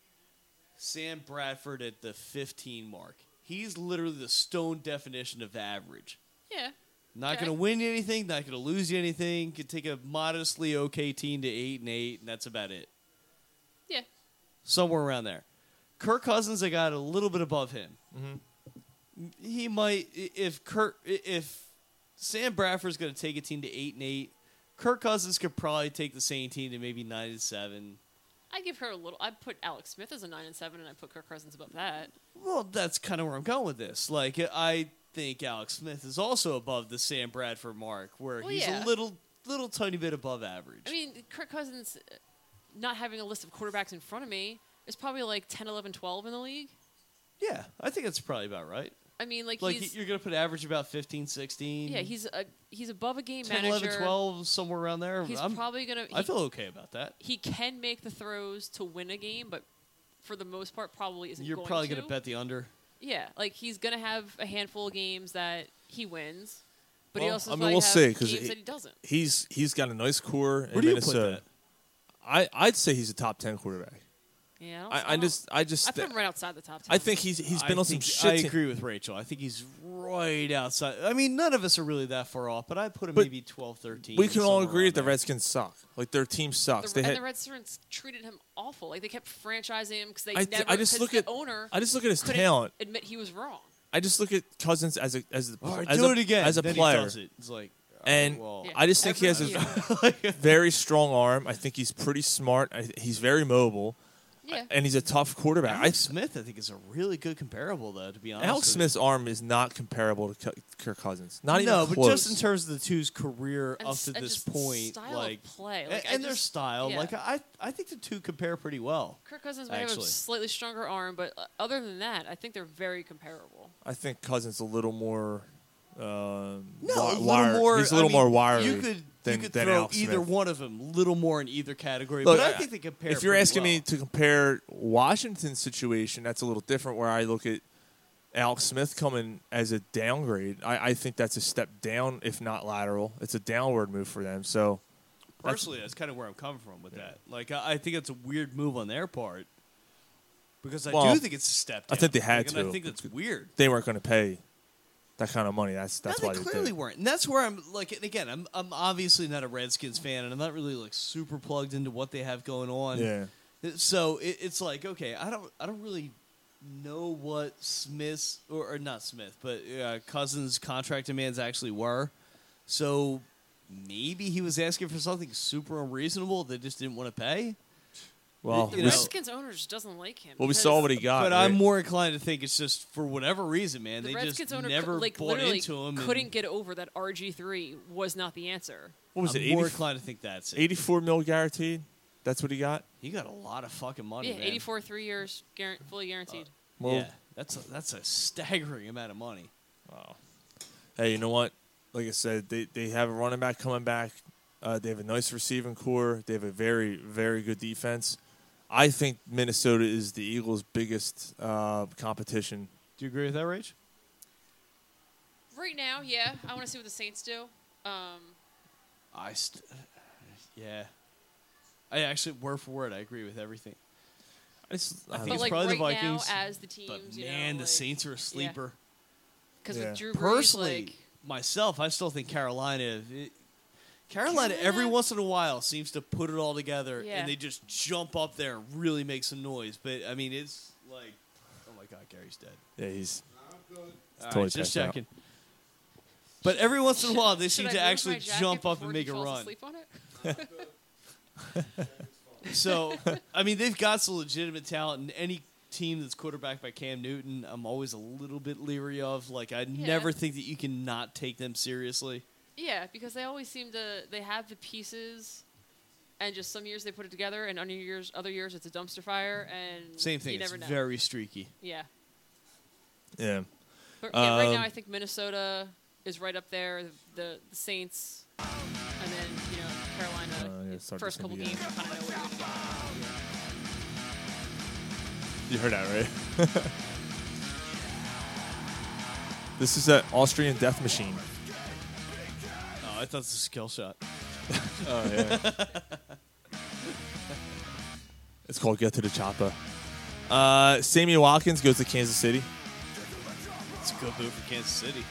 E: Sam Bradford at the 15 mark. He's literally the stone definition of average.
H: yeah.
E: Not
H: Okay.
E: going to win you anything. Not going to lose you anything. Could take a modestly okay team to eight and eight, and that's about it.
H: Yeah.
E: Somewhere around there. Kirk Cousins, I got a little bit above him.
F: Mhm.
E: He might i- if Kirk i- if Sam Bradford's going to take a team to eight and eight. Kirk Cousins could probably take the same team to maybe nine and seven.
H: I give her a little. I put Alex Smith as a nine and seven, and I put Kirk Cousins above that.
E: Well, that's kind of where I'm going with this. Like, I think Alex Smith is also above the Sam Bradford mark, where
H: Well,
E: he's
H: yeah.
E: a little, little tiny bit above average.
H: I mean, Kirk Cousins uh, not having a list of quarterbacks in front of me is probably like 10, 11, 12 in the league.
E: Yeah, I think that's probably about right.
H: I mean, like,
E: Like
H: he's
E: you're going to put average about 15, 16.
H: yeah, he's a he's above a game
E: 10,
H: manager.
E: 11, 12, somewhere around there.
H: He's
E: I'm-
H: probably gonna-
E: I
H: he-
E: feel okay about that.
H: He can make the throws to win a game, but for the most part, probably isn't.
E: You're
H: going
E: probably
H: to
E: going to bet the under.
H: Yeah, like he's gonna have a handful of games that he wins, but he
F: Well,
H: also
F: I mean,
H: probably
F: we'll
H: have
F: see
H: games
F: because
H: that he doesn't.
F: He's he's got a nice core in
E: Where do you put
F: Minnesota. I I'd say he's a top ten quarterback.
H: Yeah, I, don't,
F: I- I
H: don't-
F: just- I just
H: I put
F: th-
H: him right outside the top ten.
F: I think he's he's been
E: I
F: on some
E: think-
F: shit.
E: I
F: team.
E: agree with Rachel. I think he's right outside. I mean, none of us are really that far off, but I put him
F: But
E: maybe 12, 13.
F: We can all
E: somewhere
F: agree
E: around
F: that the
E: there.
F: Redskins suck. Like their team sucks.
H: the,
F: they
H: and
F: had,
H: the Red Sox treated him awful. Like they kept franchising him because they
F: I
H: never.
F: th- I just
H: 'cause
F: look
H: the
F: at-
H: owner.
F: I just look at his
H: couldn't
F: talent.
H: Admit he was wrong.
F: I just look at Cousins as a as a
E: All right,
F: as
E: do
F: a,
E: it again.
F: as a
E: Then he
F: player.
E: does it. It's like, all right,
F: and
E: well,
F: I just think he has a very strong arm. I think he's pretty smart. I, he's very mobile.
H: Yeah.
F: And he's a tough quarterback.
E: Alex
F: I,
E: Smith, I think, is a really good comparable, though, to be honest.
F: Alex
E: with you.
F: Smith's arm is not comparable to Cu- Kirk Cousins. Not even
E: no,
F: close.
E: but just in terms of the two's career
H: And
E: up
H: s-
E: to
H: and
E: this
H: just
E: point,
H: style of
E: like
H: play.
E: a-
H: Like, I
E: and their
H: just-
E: style,
H: yeah.
E: like I, I think the two compare pretty well.
H: Kirk Cousins might have
E: actually,
H: a slightly stronger arm, but uh, other than that, I think they're very comparable.
F: I think Cousins a little more. Uh,
E: no, a
F: wi-
E: little
F: wired.
E: more.
F: He's a
E: I
F: little
E: mean,
F: more wiry.
E: You could,
F: than,
E: you could
F: than
E: throw
F: Alex
E: either
F: Smith.
E: one of them, little more in either category,
F: Look,
E: but I, think they compare.
F: If you're
E: pretty
F: asking
E: well.
F: me to compare Washington's situation, that's a little different. Where I look at Alex Smith coming as a downgrade, I, I think that's a step down, if not lateral. It's a downward move for them. So
E: personally, that's, kind of where I'm coming from with that. Like, I, I think it's a weird move on their part because I
F: Well,
E: do think it's a step.
F: I think they
E: down.
F: had
E: Like,
F: to.
E: And I think that's weird.
F: They weren't going to pay that kind of money. That's that's
E: no,
F: why
E: they
F: they,
E: clearly
F: did.
E: weren't. And that's where I'm like, and again, I'm I'm obviously not a Redskins fan, and I'm not really like super plugged into what they have going on.
F: Yeah.
E: So it, it's like, okay, I don't I don't really know what Smith's or, or not Smith, but uh, Cousins' contract demands actually were. So maybe he was asking for something super unreasonable. They just didn't want to pay.
F: Well,
E: You
H: The
E: know?
H: Redskins owners doesn't like him.
F: Well, we
H: because
F: saw what he got.
E: but
F: right?
E: I'm more inclined to think it's just for whatever reason, man.
H: The
E: they
H: Redskins
E: just
H: owner cou-
E: never
H: like
E: bought
H: literally
E: into him. and-
H: couldn't get over that RG three was not the answer.
F: What was
E: I'm
F: it?
E: more
F: 80
E: inclined to think that's it.
F: 84 mil guaranteed. That's what he got.
E: He got a lot of fucking money.
H: Yeah,
E: man.
H: eighty four three years, guaran- fully guaranteed.
F: Well-
E: yeah, that's a, that's a staggering amount of money.
F: Wow. Hey, you know what? Like I said, they, they have a running back coming back. Uh, they have a nice receiving core. They have a very, very good defense. I think Minnesota is the Eagles' biggest uh, competition.
E: Do you agree with that, Rach?
H: Right now, yeah, I want to see what the Saints do. Um,
E: I, st- yeah, I actually word for word, I agree with everything.
F: I, just,
E: I
F: I
E: think
F: don't
E: it's
H: but like
E: probably
H: right
E: the Vikings.
H: now, as the
E: but
H: teams, you know,
E: man, the
H: like-
E: Saints are a sleeper.
H: Because
F: Yeah.
H: with Drew Brees,
E: Personally,
H: like,
E: myself, I still think Carolina. it- Carolina, every
H: Carolina-
E: once in a while, seems to put it all together,
H: Yeah.
E: and they just jump up there and really make some noise. But I mean, it's like, oh my God, Gary's dead.
F: Yeah, he's
E: All
F: totally
E: right, just
F: passed out.
E: checking. But every once in a while, they
H: should
E: seem
H: I
E: to
H: move my
E: actually
H: jacket
E: jump up
H: before
E: and
H: he
E: make a
H: falls
E: run.
H: asleep on it?
E: So, I mean, they've got some legitimate talent, and any team that's quarterbacked by Cam Newton, I'm always a little bit leery of. Like, I
H: Yeah.
E: never think that you can not take them seriously.
H: Yeah, because they always seem to they have the pieces, and just some years they put it together, and other years other years it's a dumpster fire, and
E: Same thing.
H: You
E: It's
H: never know.
E: very streaky.
H: yeah.
F: Yeah.
H: But yeah, right now
F: Um,
H: I think Minnesota is right up there. The, the Saints, and then you know
F: Uh, yeah,
H: Carolina.
F: start
H: first
F: this
H: couple
F: one
H: games,
F: again.
H: I kinda know where they're at.
F: You heard that, right? this is an Austrian death machine.
E: Oh, I thought it was a skill shot.
F: Oh, yeah. it's called Get to the Chopper. Uh, Sammy Watkins goes to Kansas City.
E: It's a good move for Kansas City.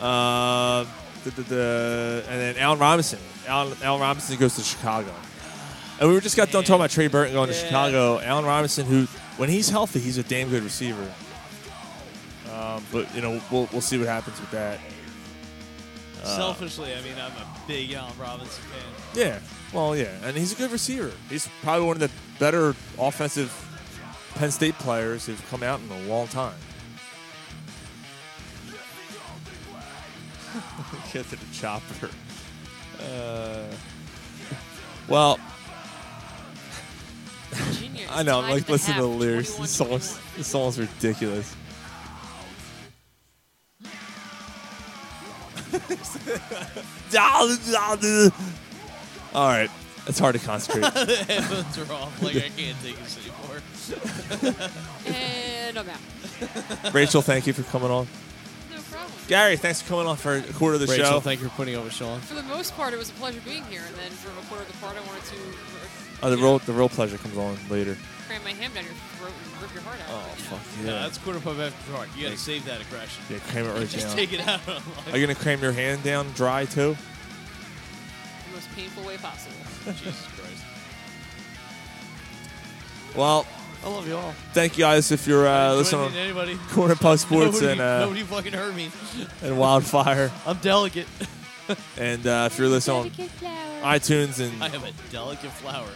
F: Uh, the, the, the, and then Allen Robinson. Allen, Allen Robinson goes to Chicago. And we were just got done talking about Trey Burton going to
E: Yeah.
F: Chicago. Allen Robinson, who, when he's healthy, he's a damn good receiver. Um, but, you know, we'll, we'll see what happens with that.
E: Uh, Selfishly, I mean, I'm a big Allen Robinson fan.
F: Yeah. Well, yeah. And he's a good receiver. He's probably one of the better offensive Penn State players who've come out in a long time. Get to the chopper. Uh, well,
H: Junior.
F: I know.
H: is
F: I'm like
H: tied at
F: listening to
H: half,
F: the lyrics. This
H: 21-21.
F: song's, this song's ridiculous. All right. It's hard to concentrate.
E: the headphones are off. Like, I can't take this anymore.
H: And I'm out.
F: Rachel, thank you for coming on.
H: No problem.
F: Gary, thanks for coming on for a quarter of the
E: Rachel,
F: show.
E: thank you for putting over Sean.
H: For the most part, it was a pleasure being here, and then for a quarter of the part, I wanted to
F: oh, the real the real pleasure comes on later.
H: cram my hand down your throat and rip your heart out.
F: Oh
H: but, you know.
F: fuck yeah!
E: No, that's quarter pub after dark. You got to save that aggression.
F: yeah, cram it right
E: Just
F: down.
E: take it out. on
F: Are you gonna cram your hand down dry too?
H: the most painful way possible.
E: Jesus Christ.
F: Well,
E: I love you all.
F: thank you guys if you're uh, listening
E: Joining
F: Uh, on
E: anybody.
F: Corner Puck Sports
E: nobody,
F: and uh,
E: nobody fucking hurt me.
F: and Wildfire,
E: I'm delicate.
F: and uh, if you're listening on iTunes
E: I
F: and
E: am a delicate flower.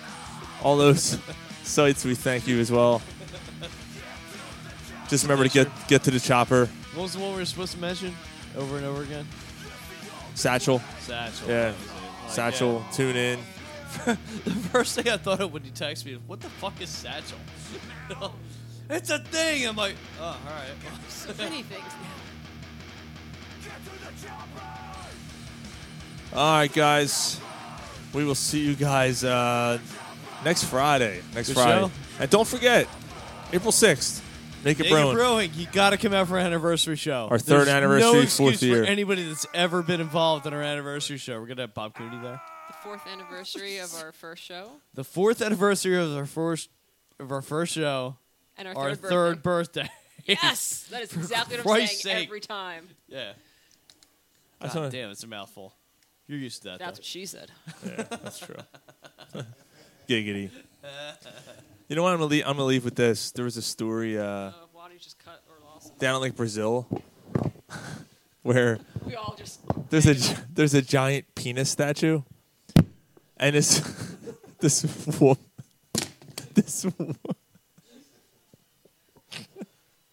F: all those sites, we thank you as well. Just remember to get get to the chopper
E: What was the one we were supposed to mention over and over again?
F: satchel.
E: Satchel.
F: Oh, Yeah,
E: That was it. Like,
F: satchel. Tune in.
E: yeah. The first thing I thought of when you texted me was, "What the fuck is satchel?" it's a thing. I'm like, oh, all right.
H: So many things now.
F: All right, guys. We will see you guys uh, next Friday. Next
E: Good
F: Friday.
E: show.
F: And don't forget, April 6th, Naked,
E: Naked
F: Brewing.
E: Brewing, you got to come out for our anniversary show.
F: Our third
E: There's
F: anniversary,
E: no excuse
F: fourth year.
E: For anybody that's ever been involved in our anniversary show, we're gonna have Bob Cooney there.
H: The fourth anniversary of our first show.
E: The fourth anniversary of our first of our first show,
H: And our
E: our
H: third
E: third birthday.
H: Yes, that is
E: For
H: exactly what I'm saying
E: Christ's sake.
H: every time.
E: Yeah.
F: That's
E: God
F: what-
E: damn, it's a mouthful. You're used to that.
H: That's
E: though.
H: what she said.
F: Yeah, that's true. Giggity. You know what? I'm gonna leave. I'm gonna leave with this. There was a story uh,
H: Wadi just cut or lost.
F: down in like Brazil, where
H: We all just.
F: there's a gi- there's a giant penis statue, and this this woman this woman,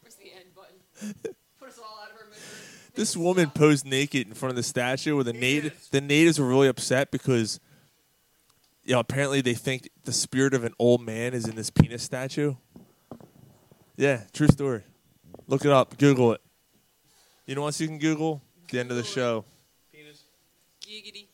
H: Where's the end button? Put us all out of our misery.
F: this woman posed naked in front of the statue. Where the native the natives were really upset because, you know, apparently they think the spirit of an old man is in this penis statue. Yeah, true story. Look it up. Google it. You know what else you can Google? The end of the show.
H: Giggity.